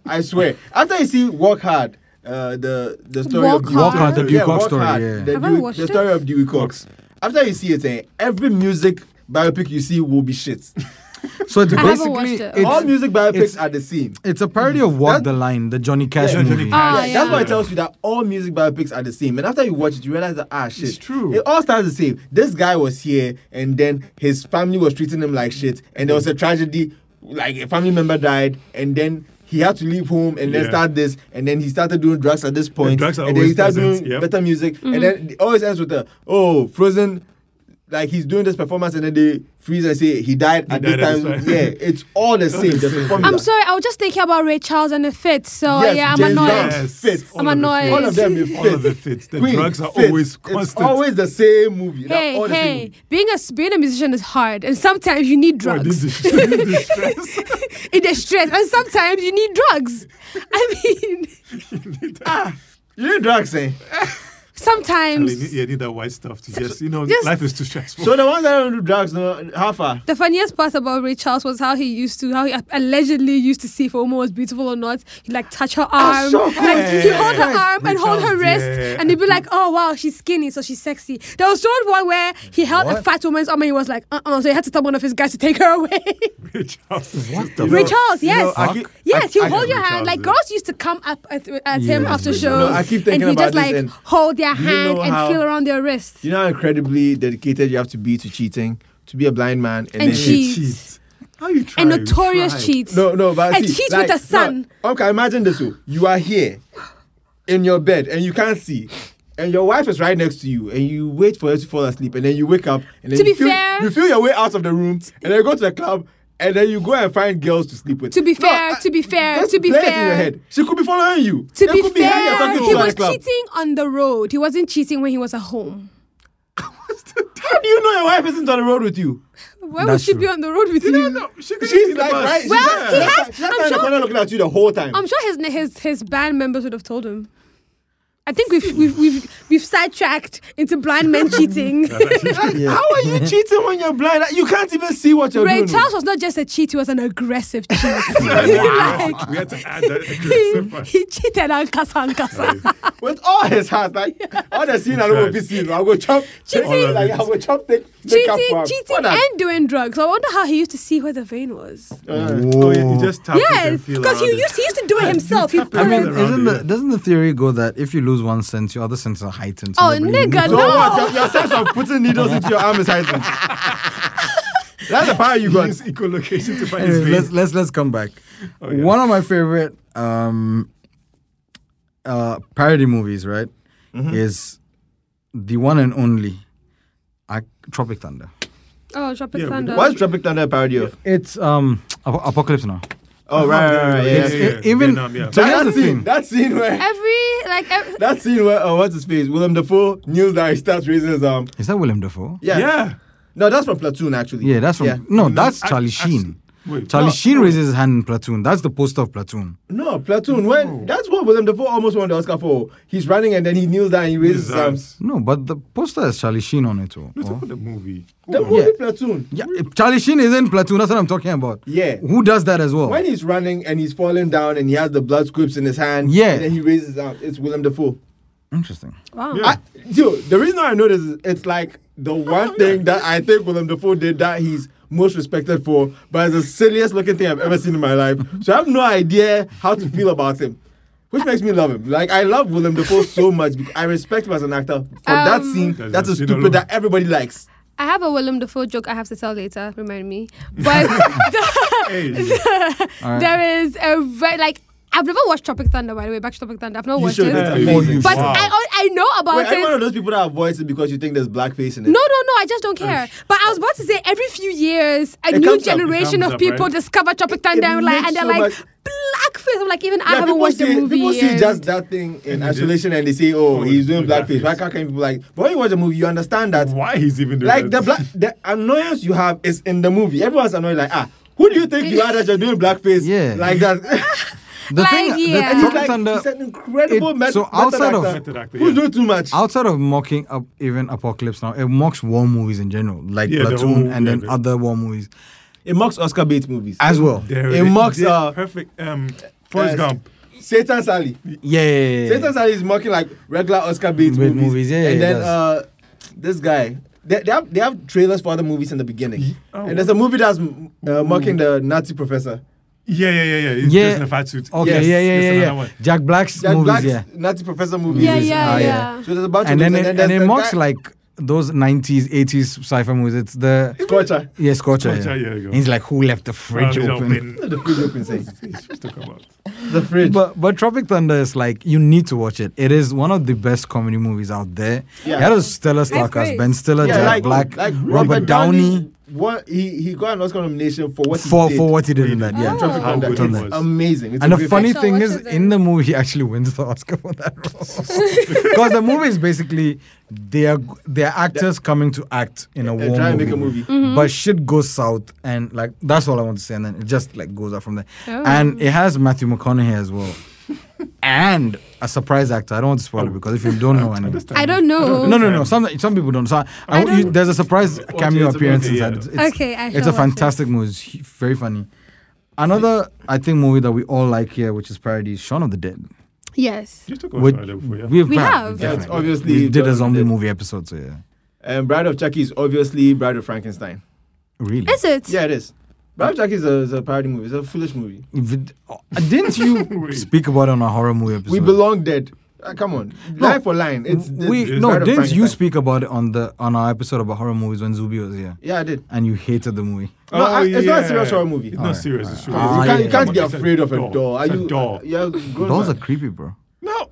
Speaker 2: I swear. After you see Work Hard, uh, the the story
Speaker 3: Walk
Speaker 2: of
Speaker 3: Hard? Walk
Speaker 1: Hard, the Dewey Cox
Speaker 2: Walk
Speaker 1: story,
Speaker 2: Hard,
Speaker 1: yeah.
Speaker 2: The,
Speaker 3: Have I
Speaker 2: Dewey-
Speaker 3: watched
Speaker 2: the story
Speaker 3: it?
Speaker 2: of Dewey Cox. After you see it, eh, every music biopic you see will be shit.
Speaker 1: so it's
Speaker 3: I haven't
Speaker 1: basically
Speaker 3: watched it.
Speaker 1: it's,
Speaker 2: All music
Speaker 1: it's-
Speaker 2: biopics are the same.
Speaker 1: it's a parody of Walk
Speaker 2: That-
Speaker 1: the Line the Johnny Cash
Speaker 2: Yeah,
Speaker 1: movie
Speaker 4: Johnny Cash.
Speaker 3: Ah,
Speaker 2: Yeah, That's why
Speaker 4: yeah.
Speaker 2: it tells you that all music biopics are the same. And after you watch it, you realize that ah shit.
Speaker 4: It's true.
Speaker 2: It all starts the same. This guy was here and then his family was treating him like shit. And there was a tragedy, like a family member died, and then he had to leave home and then
Speaker 4: Yeah.
Speaker 2: start this. And then he started doing drugs at this point.
Speaker 4: drugs are
Speaker 2: and then he
Speaker 4: always
Speaker 2: started
Speaker 4: present,
Speaker 2: doing
Speaker 4: yep.
Speaker 2: better music. And then it always ends with a oh, frozen. Like he's doing this performance and then they freeze and say he died at
Speaker 4: died at
Speaker 2: this time.
Speaker 4: this time.
Speaker 2: Yeah, it's all the same. the formula.
Speaker 3: I'm sorry, I was just thinking about Ray Charles and the Fits. So
Speaker 2: Yes,
Speaker 3: yeah, I'm
Speaker 2: James
Speaker 3: annoyed.
Speaker 2: Bond. Fits.
Speaker 4: all
Speaker 3: I'm
Speaker 4: of the
Speaker 3: annoyed.
Speaker 4: fits.
Speaker 2: All of them, it
Speaker 4: All of
Speaker 2: fits.
Speaker 4: the fits. The
Speaker 2: Queen
Speaker 4: drugs are
Speaker 2: fits.
Speaker 4: always
Speaker 2: It's
Speaker 4: constant. *laughs*
Speaker 2: always the same movie. They're
Speaker 3: Hey,
Speaker 2: all the same
Speaker 3: hey!
Speaker 2: movie.
Speaker 3: Being a being a musician is hard, and sometimes you need
Speaker 4: Oh, this
Speaker 3: drugs. *laughs*
Speaker 4: *laughs* is- this is stress.
Speaker 3: it is stress, and sometimes you need drugs. *laughs* I mean,
Speaker 2: You need drugs, eh?
Speaker 4: Well,
Speaker 3: sometimes
Speaker 4: you need- you need that white stuff to just, you know,
Speaker 3: Just-
Speaker 4: life is too stressful. *laughs*
Speaker 2: So the ones that don't do drugs, no, how far?
Speaker 3: The funniest part about Ray Charles was how he used to, how he allegedly used to see if a woman was beautiful or not. He'd like touch
Speaker 2: Oh,
Speaker 3: her arm,
Speaker 2: so
Speaker 3: like
Speaker 2: good.
Speaker 3: he hold her arm
Speaker 4: Ray
Speaker 3: and hold her
Speaker 4: Charles,
Speaker 3: wrist,
Speaker 4: yeah.
Speaker 3: and he'd be like, "Oh wow, she's skinny, so she's sexy." There was one one where he held a
Speaker 1: What?
Speaker 3: fat woman's arm and he was like, "Uh uh so he had to tell one of his guys to take her away. *laughs*
Speaker 4: what
Speaker 1: the
Speaker 3: Ray Charles,
Speaker 2: you know,
Speaker 3: yes,
Speaker 2: I keep-
Speaker 3: yes,
Speaker 2: I-
Speaker 3: he'll
Speaker 2: I-
Speaker 3: hold your
Speaker 4: Ray
Speaker 3: hand.
Speaker 4: Charles,
Speaker 3: Like
Speaker 4: yeah.
Speaker 3: girls used to come up at, at him
Speaker 1: Yes,
Speaker 3: after
Speaker 1: Ray Charles.
Speaker 3: shows,
Speaker 2: No, I keep
Speaker 3: and
Speaker 2: thinking
Speaker 3: he
Speaker 2: about
Speaker 3: just
Speaker 2: this
Speaker 3: like
Speaker 2: and
Speaker 3: hold their
Speaker 2: you know
Speaker 3: hand and
Speaker 2: how-
Speaker 3: feel around their wrist
Speaker 2: You know how incredibly dedicated you have to be to cheating, to be a blind man and,
Speaker 3: And
Speaker 2: then
Speaker 3: cheat.
Speaker 4: How you try?
Speaker 3: and
Speaker 4: you
Speaker 3: notorious
Speaker 4: try.
Speaker 3: cheats.
Speaker 2: No, no, but
Speaker 3: I
Speaker 2: see,
Speaker 3: cheat
Speaker 2: like,
Speaker 3: with the sun.
Speaker 2: No, okay, imagine this: oh, you are here in your bed and you can't see, and your wife is right next to you, and you wait for her to fall asleep, and then you wake up, and then
Speaker 3: To
Speaker 2: you
Speaker 3: be
Speaker 2: feel,
Speaker 3: fair-
Speaker 2: you feel your way out of the room, and then you go to the club. And then you go and find girls to sleep with.
Speaker 3: To be
Speaker 2: No,
Speaker 3: fair,
Speaker 2: I-
Speaker 3: to be fair,
Speaker 2: Just
Speaker 3: to be
Speaker 2: play it in
Speaker 3: fair.
Speaker 2: your head. She could be following you.
Speaker 3: To
Speaker 2: There
Speaker 3: be
Speaker 2: could be her you're
Speaker 3: fair,
Speaker 2: talking to
Speaker 3: he
Speaker 2: at the
Speaker 3: was
Speaker 2: club.
Speaker 3: cheating on the road. He wasn't cheating when he was at home.
Speaker 2: *laughs* How do you know your wife isn't on the road with you?
Speaker 3: Why would
Speaker 1: That's
Speaker 3: she be
Speaker 1: true.
Speaker 3: on the road with you?
Speaker 4: She could
Speaker 2: She's
Speaker 4: take the
Speaker 2: like
Speaker 4: bus.
Speaker 2: right. she's
Speaker 3: Well,
Speaker 2: like-
Speaker 3: he
Speaker 2: she's
Speaker 3: has-
Speaker 2: like- She's like standing
Speaker 3: I'm
Speaker 2: in the
Speaker 3: sure-
Speaker 2: corner looking at you the whole time.
Speaker 3: I'm sure his his his band members would have told him. I think we've we've we've, we've sidetracked into
Speaker 2: *laughs*
Speaker 3: blind men
Speaker 1: *laughs*
Speaker 3: cheating.
Speaker 2: How are
Speaker 3: *laughs*
Speaker 2: you cheating when you're blind? Like, You can't even see what you're
Speaker 3: Ray
Speaker 2: doing.
Speaker 3: Charles was not just a cheat; he was an
Speaker 2: *laughs*
Speaker 3: aggressive cheat.
Speaker 4: Wow. we had to add
Speaker 3: *laughs*
Speaker 4: that *laughs*
Speaker 3: he,
Speaker 4: aggressive part.
Speaker 3: he cheated on Kasa and Kasa.
Speaker 2: with all his heart,
Speaker 3: *laughs*
Speaker 2: like all the scene I don't want to see. I'm gonna chop,
Speaker 3: Cheating.
Speaker 2: like I'm gonna chop, take, make up
Speaker 3: cheating,
Speaker 2: for
Speaker 3: cheating, and doing drugs. I wonder how he used to see where the vein was.
Speaker 4: Oh, yeah, you just tap it
Speaker 3: yes,
Speaker 4: and feel
Speaker 3: because he
Speaker 4: around it.
Speaker 3: used he used to do it
Speaker 2: *laughs*
Speaker 3: himself. He put
Speaker 1: I mean,
Speaker 4: Around
Speaker 3: it.
Speaker 1: isn't
Speaker 4: it,
Speaker 1: the,
Speaker 4: yeah.
Speaker 1: doesn't the theory go that if you lose one sense, your other senses are heightened? so
Speaker 3: Oh
Speaker 1: nobody knows?
Speaker 3: nigga,
Speaker 2: so what?
Speaker 3: no!
Speaker 2: Your, your sense of putting needles into your arm is heightened.
Speaker 3: *laughs*
Speaker 2: That's the power you got.
Speaker 4: Use
Speaker 1: *laughs*
Speaker 4: echolocation to find his
Speaker 1: Anyway,
Speaker 4: vein.
Speaker 1: let's let's let's come back.
Speaker 4: Oh, yeah.
Speaker 1: One of my favorite
Speaker 4: Mm-hmm.
Speaker 1: um, uh, parody movies, right, is the one and only I, Tropic Thunder.
Speaker 3: Oh, Tropic
Speaker 4: Yeah, but
Speaker 3: Thunder.
Speaker 2: What's Tropic Thunder a parody of?
Speaker 1: It's um Ap- Apocalypse Now.
Speaker 2: Oh, right, right, right. Yeah,
Speaker 1: It's-
Speaker 2: yeah, yeah.
Speaker 1: it- even-
Speaker 4: Vietnam, yeah.
Speaker 1: so
Speaker 2: That,
Speaker 1: here's the
Speaker 2: scene,
Speaker 1: thing.
Speaker 2: that scene where,
Speaker 3: Every like ev-
Speaker 2: that scene where, uh, what's his face? Willem Dafoe kneels down, he starts raising his arm.
Speaker 1: Is that Willem Dafoe?
Speaker 2: Yeah.
Speaker 4: Yeah.
Speaker 2: No, that's from Platoon, actually.
Speaker 1: Yeah, that's from no, that's
Speaker 4: I-
Speaker 1: Charlie
Speaker 4: I-
Speaker 1: Sheen.
Speaker 4: Wait,
Speaker 1: Charlie
Speaker 4: no,
Speaker 1: Sheen raises his hand in Platoon. That's the poster of Platoon.
Speaker 2: No, Platoon. When that's what William Dafoe almost won the Oscar for. He's running and then he kneels down and he raises
Speaker 4: his
Speaker 2: his arms.
Speaker 1: No, but the poster has Charlie Sheen on it. oh.
Speaker 4: No, talk
Speaker 1: Oh.
Speaker 4: about the movie.
Speaker 2: The
Speaker 4: Hold on.
Speaker 2: movie Platoon.
Speaker 1: Yeah, if Charlie Sheen is in Platoon. That's what I'm talking about.
Speaker 2: Yeah.
Speaker 1: Who does that as well?
Speaker 2: When he's running and he's falling down and he has the blood scripts in his hand,
Speaker 1: Yeah.
Speaker 2: and then he raises his arms. It's William Dafoe.
Speaker 1: Interesting.
Speaker 3: wow.
Speaker 4: Yeah.
Speaker 2: I, yo, the reason I know this is it's like
Speaker 3: Oh,
Speaker 2: the one thing that I think William Dafoe did that he's most respected for, but it's the silliest looking thing I've ever seen in my life. So I have no idea how to feel about him, which makes me love him. Like I love William Dafoe so much. Because I respect him as an actor for that
Speaker 3: Um,
Speaker 2: scene.
Speaker 4: There's
Speaker 2: That's
Speaker 4: a
Speaker 2: a
Speaker 4: scene
Speaker 2: stupid
Speaker 4: alone.
Speaker 2: that everybody likes.
Speaker 3: I have a Willem Dafoe joke I have to tell later. Remind me.
Speaker 2: *laughs*
Speaker 3: But *laughs*
Speaker 4: Hey,
Speaker 1: All right.
Speaker 3: there is a very like I've never watched Tropic Thunder by the way. Back to Tropic Thunder. I've not
Speaker 2: You
Speaker 3: watched
Speaker 2: should.
Speaker 3: it.
Speaker 2: It's *laughs*
Speaker 4: Yeah.
Speaker 2: amazing.
Speaker 3: But
Speaker 4: Wow.
Speaker 3: I oh, I know about
Speaker 2: Wait, are you
Speaker 3: it.
Speaker 2: one of those people that avoids it because you think there's blackface in it?
Speaker 3: No, no, no. I just don't care. But I was about to say, every few years, a
Speaker 2: It
Speaker 3: new
Speaker 2: comes up, it
Speaker 3: generation
Speaker 4: comes
Speaker 3: of
Speaker 4: up,
Speaker 3: people
Speaker 4: right?
Speaker 3: discover Tropic Thunder and, like,
Speaker 2: makes
Speaker 3: and they're
Speaker 2: so
Speaker 3: like,
Speaker 2: much-
Speaker 3: blackface. I'm like, even I
Speaker 2: Yeah,
Speaker 3: haven't
Speaker 2: people
Speaker 3: watched
Speaker 2: see,
Speaker 3: the movie.
Speaker 2: People see
Speaker 3: and-
Speaker 2: just that thing in
Speaker 4: And they
Speaker 2: isolation and they say, "Oh,
Speaker 4: Oh,
Speaker 2: he's doing
Speaker 4: doing
Speaker 2: blackface."
Speaker 4: blackface.
Speaker 2: Why can't people like? But when you watch the movie, you understand that
Speaker 4: why he's even doing
Speaker 2: like the
Speaker 4: that?
Speaker 2: black the annoyance you have is in the movie. Everyone's annoyed, like ah, who do you think you are that you're doing blackface?
Speaker 1: Yeah.
Speaker 2: like that. *laughs*
Speaker 1: The
Speaker 3: Like,
Speaker 1: thing,
Speaker 3: yeah.
Speaker 1: the
Speaker 2: and he's
Speaker 1: Tropic
Speaker 2: like,
Speaker 1: Thunder,
Speaker 2: he's an incredible
Speaker 1: it-
Speaker 2: met-
Speaker 1: so outside of-
Speaker 2: method
Speaker 4: Method
Speaker 2: actor
Speaker 4: actor,
Speaker 2: who's
Speaker 4: yeah.
Speaker 2: doing too much.
Speaker 1: outside of mocking up even Apocalypse Now, it mocks war movies in general, like
Speaker 4: Yeah, the
Speaker 1: Platoon
Speaker 4: whole-
Speaker 1: and
Speaker 4: yeah,
Speaker 1: then
Speaker 4: the-
Speaker 1: other war movies
Speaker 2: It mocks Oscar Bates movies.
Speaker 1: as well.
Speaker 4: There
Speaker 2: It mocks,
Speaker 4: They're
Speaker 2: uh,
Speaker 4: perfect. Um, Forrest
Speaker 2: uh,
Speaker 4: Gump.
Speaker 2: Satan Sally.
Speaker 1: Yeah, yeah, yeah, yeah.
Speaker 2: Satan Sally is mocking like regular Oscar Bates
Speaker 1: Bates
Speaker 2: movies.
Speaker 1: movies, yeah,
Speaker 2: and
Speaker 1: yeah,
Speaker 2: then
Speaker 1: it
Speaker 2: uh, this guy. They, they have they have trailers for other movies in the beginning,
Speaker 4: oh.
Speaker 2: and there's a movie that's uh,
Speaker 1: Hmm.
Speaker 2: mocking the Nazi professor.
Speaker 4: Yeah, yeah, yeah, yeah. He's
Speaker 1: Yeah.
Speaker 4: just in a fat suit.
Speaker 1: Okay,
Speaker 2: Yes,
Speaker 1: yeah, yeah,
Speaker 4: yes,
Speaker 1: yeah,
Speaker 4: another
Speaker 1: yeah.
Speaker 4: one.
Speaker 1: Jack Black's
Speaker 2: Jack
Speaker 1: movies,
Speaker 2: Black's
Speaker 1: yeah.
Speaker 2: Nazi professor movies.
Speaker 3: yeah,
Speaker 1: movies.
Speaker 3: yeah,
Speaker 1: Ah, yeah.
Speaker 3: yeah.
Speaker 2: Oh, So there's about
Speaker 1: And then it, and
Speaker 2: there's
Speaker 1: it
Speaker 2: the
Speaker 1: mocks
Speaker 2: guy-
Speaker 1: like those 90s, 80s sci-fi movies. It's the
Speaker 2: Scorcher.
Speaker 1: yeah, Scorcher.
Speaker 4: Scorcher,
Speaker 1: yeah.
Speaker 4: yeah, there you go. Oh,
Speaker 1: He's like, who left the fridge
Speaker 4: Well,
Speaker 1: open? *laughs*
Speaker 2: The fridge open saying. *laughs*
Speaker 4: It's just talk about.
Speaker 2: The fridge.
Speaker 1: But but Tropic Thunder is like you need to watch it. It is one of the best comedy movies out there.
Speaker 2: Yeah.
Speaker 1: Yeah. It had a stellar star
Speaker 3: It's
Speaker 1: cast:
Speaker 3: great.
Speaker 1: Ben Stiller,
Speaker 2: yeah,
Speaker 1: Jack
Speaker 2: like,
Speaker 1: uh, Black,
Speaker 2: like
Speaker 1: Robert, Downey,
Speaker 2: What he he got an Oscar nomination for what
Speaker 1: for
Speaker 2: he did.
Speaker 1: for what he did in that. Yeah.
Speaker 3: Oh. Tropic
Speaker 4: How
Speaker 2: Thunder.
Speaker 4: good it
Speaker 1: Thunder.
Speaker 4: was.
Speaker 2: Amazing. It's
Speaker 1: And
Speaker 2: a
Speaker 1: the
Speaker 2: great film.
Speaker 1: funny
Speaker 3: Shall
Speaker 1: thing
Speaker 3: watch
Speaker 1: is,
Speaker 3: it then.
Speaker 1: in the movie, *laughs* he actually wins the Oscar for that role.
Speaker 3: *laughs*
Speaker 1: Because the movie is basically they are they are actors coming to act in a
Speaker 2: They're
Speaker 1: war
Speaker 2: trying to
Speaker 1: movie.
Speaker 2: make a movie.
Speaker 3: Mm-hmm.
Speaker 1: But shit goes south, and like that's all I want to say. And then it just like goes out from there.
Speaker 3: Oh.
Speaker 1: And it has Matthew McConaughey as well, and a surprise actor. I don't want to spoil it because if you
Speaker 2: *laughs*
Speaker 1: don't know any.
Speaker 3: I don't know.
Speaker 1: No, no, no. Some some people don't. So I, I,
Speaker 3: I
Speaker 1: you,
Speaker 3: don't-
Speaker 1: there's a surprise cameo
Speaker 4: it's a
Speaker 1: appearance
Speaker 4: movie, yeah.
Speaker 1: inside. It's, it's-
Speaker 3: Okay, I
Speaker 1: It's
Speaker 3: shall
Speaker 1: a
Speaker 3: watch
Speaker 1: fantastic movie. It's hu- very funny. Another, I think, movie that we all like here, which is parody, Shaun of the Dead.
Speaker 3: Yes.
Speaker 4: Just talk
Speaker 1: Which-
Speaker 4: about that before, yeah.
Speaker 1: We've
Speaker 3: We
Speaker 1: had-
Speaker 3: have.
Speaker 1: definitely.
Speaker 2: That's obviously
Speaker 1: we did
Speaker 2: Shaun
Speaker 1: a
Speaker 2: of the
Speaker 1: zombie
Speaker 2: Dead.
Speaker 1: movie episode, so yeah.
Speaker 2: And Bride of Chucky is obviously Bride of Frankenstein.
Speaker 1: Really?
Speaker 3: Is it?
Speaker 2: Yeah, it is. Bride of Chucky is a, is a parody movie. It's a foolish movie.
Speaker 1: Vid- oh,
Speaker 2: *laughs*
Speaker 1: Didn't you speak about it on a horror movie episode?
Speaker 2: We belong dead. Uh, come on, line for line. It's, it's
Speaker 1: we
Speaker 2: it's
Speaker 1: no.
Speaker 2: Bride of
Speaker 1: Didn't you
Speaker 2: Frankenstein.
Speaker 1: speak about it on the on our episode about horror movies when Zubi was here,
Speaker 2: Yeah, I did.
Speaker 1: and you hated the movie?
Speaker 2: No, I- it's not a serious horror movie.
Speaker 4: Oh, It's
Speaker 1: Alright.
Speaker 4: not serious. It's true.
Speaker 1: Ah,
Speaker 2: you can't, you
Speaker 1: yeah.
Speaker 2: can't
Speaker 4: Come
Speaker 2: be
Speaker 4: on, it's
Speaker 2: afraid of a
Speaker 4: doll.
Speaker 2: door. Are
Speaker 4: It's a
Speaker 2: you? uh,
Speaker 4: doll.
Speaker 2: You're a grown
Speaker 1: Those are
Speaker 2: man.
Speaker 1: creepy, bro.
Speaker 4: No.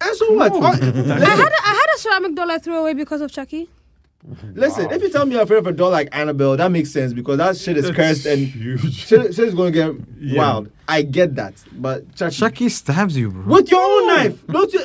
Speaker 2: And so what?
Speaker 4: No.
Speaker 2: Uh,
Speaker 3: I had a, I had a ceramic doll I threw away because of Chucky.
Speaker 2: Listen,
Speaker 4: Wow.
Speaker 2: if you tell me you're afraid of a doll like Annabelle, that makes sense because that shit is
Speaker 4: That's
Speaker 2: cursed *laughs* and
Speaker 4: huge.
Speaker 2: shit, shit is going to get
Speaker 4: Yeah.
Speaker 2: wild. I get that, but Chucky,
Speaker 1: Chucky stabs you, bro.
Speaker 2: with your own knife, don't you?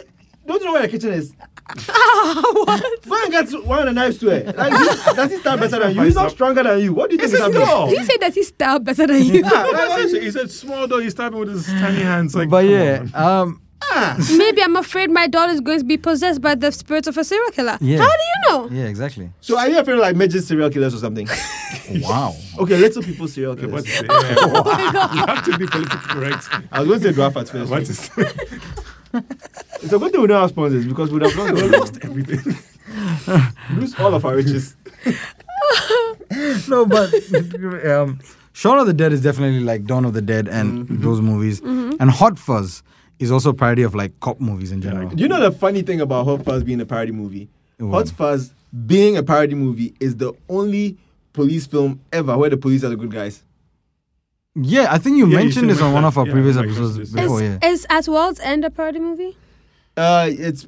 Speaker 2: Don't you know where the kitchen is? what? Man gets one of the knives to it. Like, he- does he stand better than you? He's not stronger than you. What do you think
Speaker 4: It's a
Speaker 2: happening?
Speaker 4: doll.
Speaker 3: Did you say that he stabbed better than you?
Speaker 2: Ah, like,
Speaker 4: That's
Speaker 2: what-
Speaker 4: it. He said small though. He's stabbing with his tiny hands. Like,
Speaker 1: but
Speaker 4: come
Speaker 1: yeah,
Speaker 4: on.
Speaker 1: um,
Speaker 3: *laughs* Maybe I'm afraid my doll is going to be possessed by the spirit of a serial killer.
Speaker 1: Yeah.
Speaker 3: How do you know?
Speaker 1: um, yeah, exactly.
Speaker 2: *laughs* So are you afraid of like midget serial killers or something?
Speaker 1: Wow.
Speaker 2: *laughs* okay, little people serial
Speaker 1: uh,
Speaker 4: *laughs* Yeah,
Speaker 2: killers. *laughs*
Speaker 4: What to say? Yeah. You have to be politically correct.
Speaker 2: I was going to say dwarf at first.
Speaker 4: What to say?
Speaker 2: It's a good thing we don't have sponsors because we would *laughs* have lost, lost
Speaker 4: Everything.
Speaker 2: *laughs* lose all of our riches.
Speaker 1: no, but um, Shaun of the Dead is definitely like Dawn of the Dead and those movies.
Speaker 3: Mm-hmm.
Speaker 1: And Hot Fuzz is also a parody of like cop movies in general.
Speaker 2: You know the funny thing about Hot Fuzz being a parody movie?
Speaker 1: Mm.
Speaker 2: Hot Fuzz being a parody movie is the only police film ever where the police are the good guys.
Speaker 1: yeah, I think you
Speaker 4: Yeah, you
Speaker 1: mentioned
Speaker 4: said
Speaker 1: this on
Speaker 4: mention-
Speaker 1: one of our
Speaker 4: yeah,
Speaker 1: previous
Speaker 4: I mentioned
Speaker 1: episodes
Speaker 4: this.
Speaker 1: before.
Speaker 3: Is,
Speaker 1: Yeah,
Speaker 3: is At World's End a parody movie?
Speaker 2: Uh, it's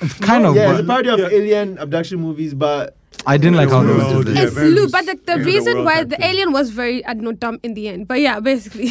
Speaker 1: It's kind of.
Speaker 2: yeah,
Speaker 1: but
Speaker 2: it's a parody of
Speaker 4: Yeah.
Speaker 2: alien abduction movies, but
Speaker 1: I didn't like how they
Speaker 4: Well,
Speaker 1: did
Speaker 4: yeah,
Speaker 1: it.
Speaker 3: it's
Speaker 4: very
Speaker 3: loose, but the, the
Speaker 4: end of the
Speaker 3: reason
Speaker 4: world
Speaker 3: why
Speaker 4: type
Speaker 3: the
Speaker 4: thing.
Speaker 3: alien was very I don't know dumb in the end, but yeah, basically.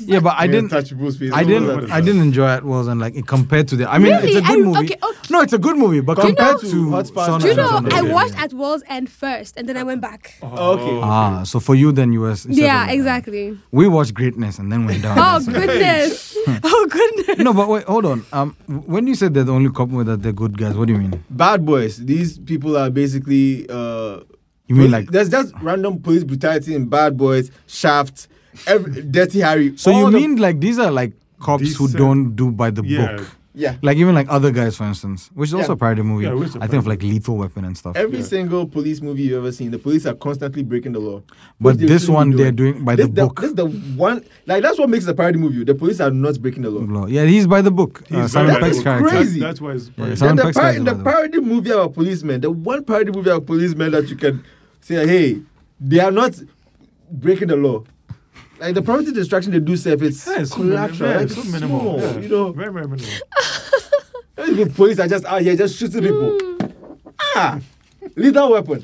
Speaker 1: Yeah, but
Speaker 4: *laughs*
Speaker 1: I
Speaker 2: Yeah,
Speaker 1: didn't.
Speaker 2: touch Bruce Willis.
Speaker 1: I
Speaker 2: All
Speaker 4: What
Speaker 1: didn't.
Speaker 4: is
Speaker 2: that.
Speaker 1: I
Speaker 4: that?
Speaker 1: didn't enjoy it was and like it compared to the. I mean,
Speaker 3: Really?
Speaker 1: it's a
Speaker 3: I-
Speaker 1: good movie.
Speaker 3: okay, okay.
Speaker 1: No, it's a good movie, but
Speaker 2: Compared
Speaker 1: compared
Speaker 2: to
Speaker 1: to,
Speaker 2: Hot Fuzz,
Speaker 1: Shaun
Speaker 3: Do you
Speaker 1: of the
Speaker 3: know?
Speaker 1: Dead.
Speaker 3: I
Speaker 4: Yeah.
Speaker 3: watched at World's End first, and then I went back.
Speaker 4: Oh,
Speaker 2: Okay.
Speaker 1: Ah, so for you then you were. s-
Speaker 3: yeah,
Speaker 1: settled.
Speaker 3: exactly.
Speaker 1: We watched Greatness and then went down.
Speaker 3: Oh
Speaker 1: So-
Speaker 3: goodness! oh goodness!
Speaker 1: No, but wait, hold on. Um, w- when you said they're the only couple that they're good guys, what do you mean?
Speaker 2: Bad boys. These people are basically. Uh,
Speaker 1: You
Speaker 2: poli-
Speaker 1: mean like?
Speaker 2: There's just random police brutality in Bad Boys, Shaft, every, Dirty Harry.
Speaker 1: So you
Speaker 2: all the-
Speaker 1: mean like these are like cops who
Speaker 4: Decent.
Speaker 1: don't do by the
Speaker 4: Yeah.
Speaker 1: book?
Speaker 2: Yeah.
Speaker 1: Like even like other guys, for instance, which is also
Speaker 2: Yeah.
Speaker 1: a parody movie.
Speaker 4: Yeah,
Speaker 1: I
Speaker 4: which is a
Speaker 1: think of
Speaker 4: parody.
Speaker 1: like Lethal Weapon and stuff.
Speaker 2: Every
Speaker 4: Yeah.
Speaker 2: single police movie you've ever seen, the police are constantly breaking the law. Which
Speaker 1: but
Speaker 2: they
Speaker 1: this
Speaker 2: shouldn't be
Speaker 1: one they're doing by
Speaker 2: this
Speaker 1: the book.
Speaker 2: This is the one. Like that's what makes the parody movie. The police are not breaking the law.
Speaker 1: yeah, he's by the book.
Speaker 4: He's
Speaker 1: Uh,
Speaker 4: very
Speaker 1: Simon
Speaker 2: bad.
Speaker 1: Peck's
Speaker 4: good.
Speaker 1: character.
Speaker 2: Crazy.
Speaker 4: That's why it's
Speaker 1: Yeah,
Speaker 2: Then
Speaker 1: Simon
Speaker 2: the,
Speaker 1: Peck's
Speaker 2: par-
Speaker 1: character,
Speaker 2: the
Speaker 1: by the way.
Speaker 2: parody movie about policemen, the one parody movie about policemen that you can say, hey, they are not breaking the law. Like the property destruction they do serve, it's
Speaker 4: Yeah, it's so
Speaker 2: collateral.
Speaker 4: minimal.
Speaker 2: like,
Speaker 4: Yeah, so
Speaker 2: it's
Speaker 4: minimal.
Speaker 2: small,
Speaker 4: Yeah.
Speaker 2: You know,
Speaker 4: Very, very minimal.
Speaker 2: the police are just out here just shooting people.
Speaker 3: Mm.
Speaker 2: Ah, lethal weapon.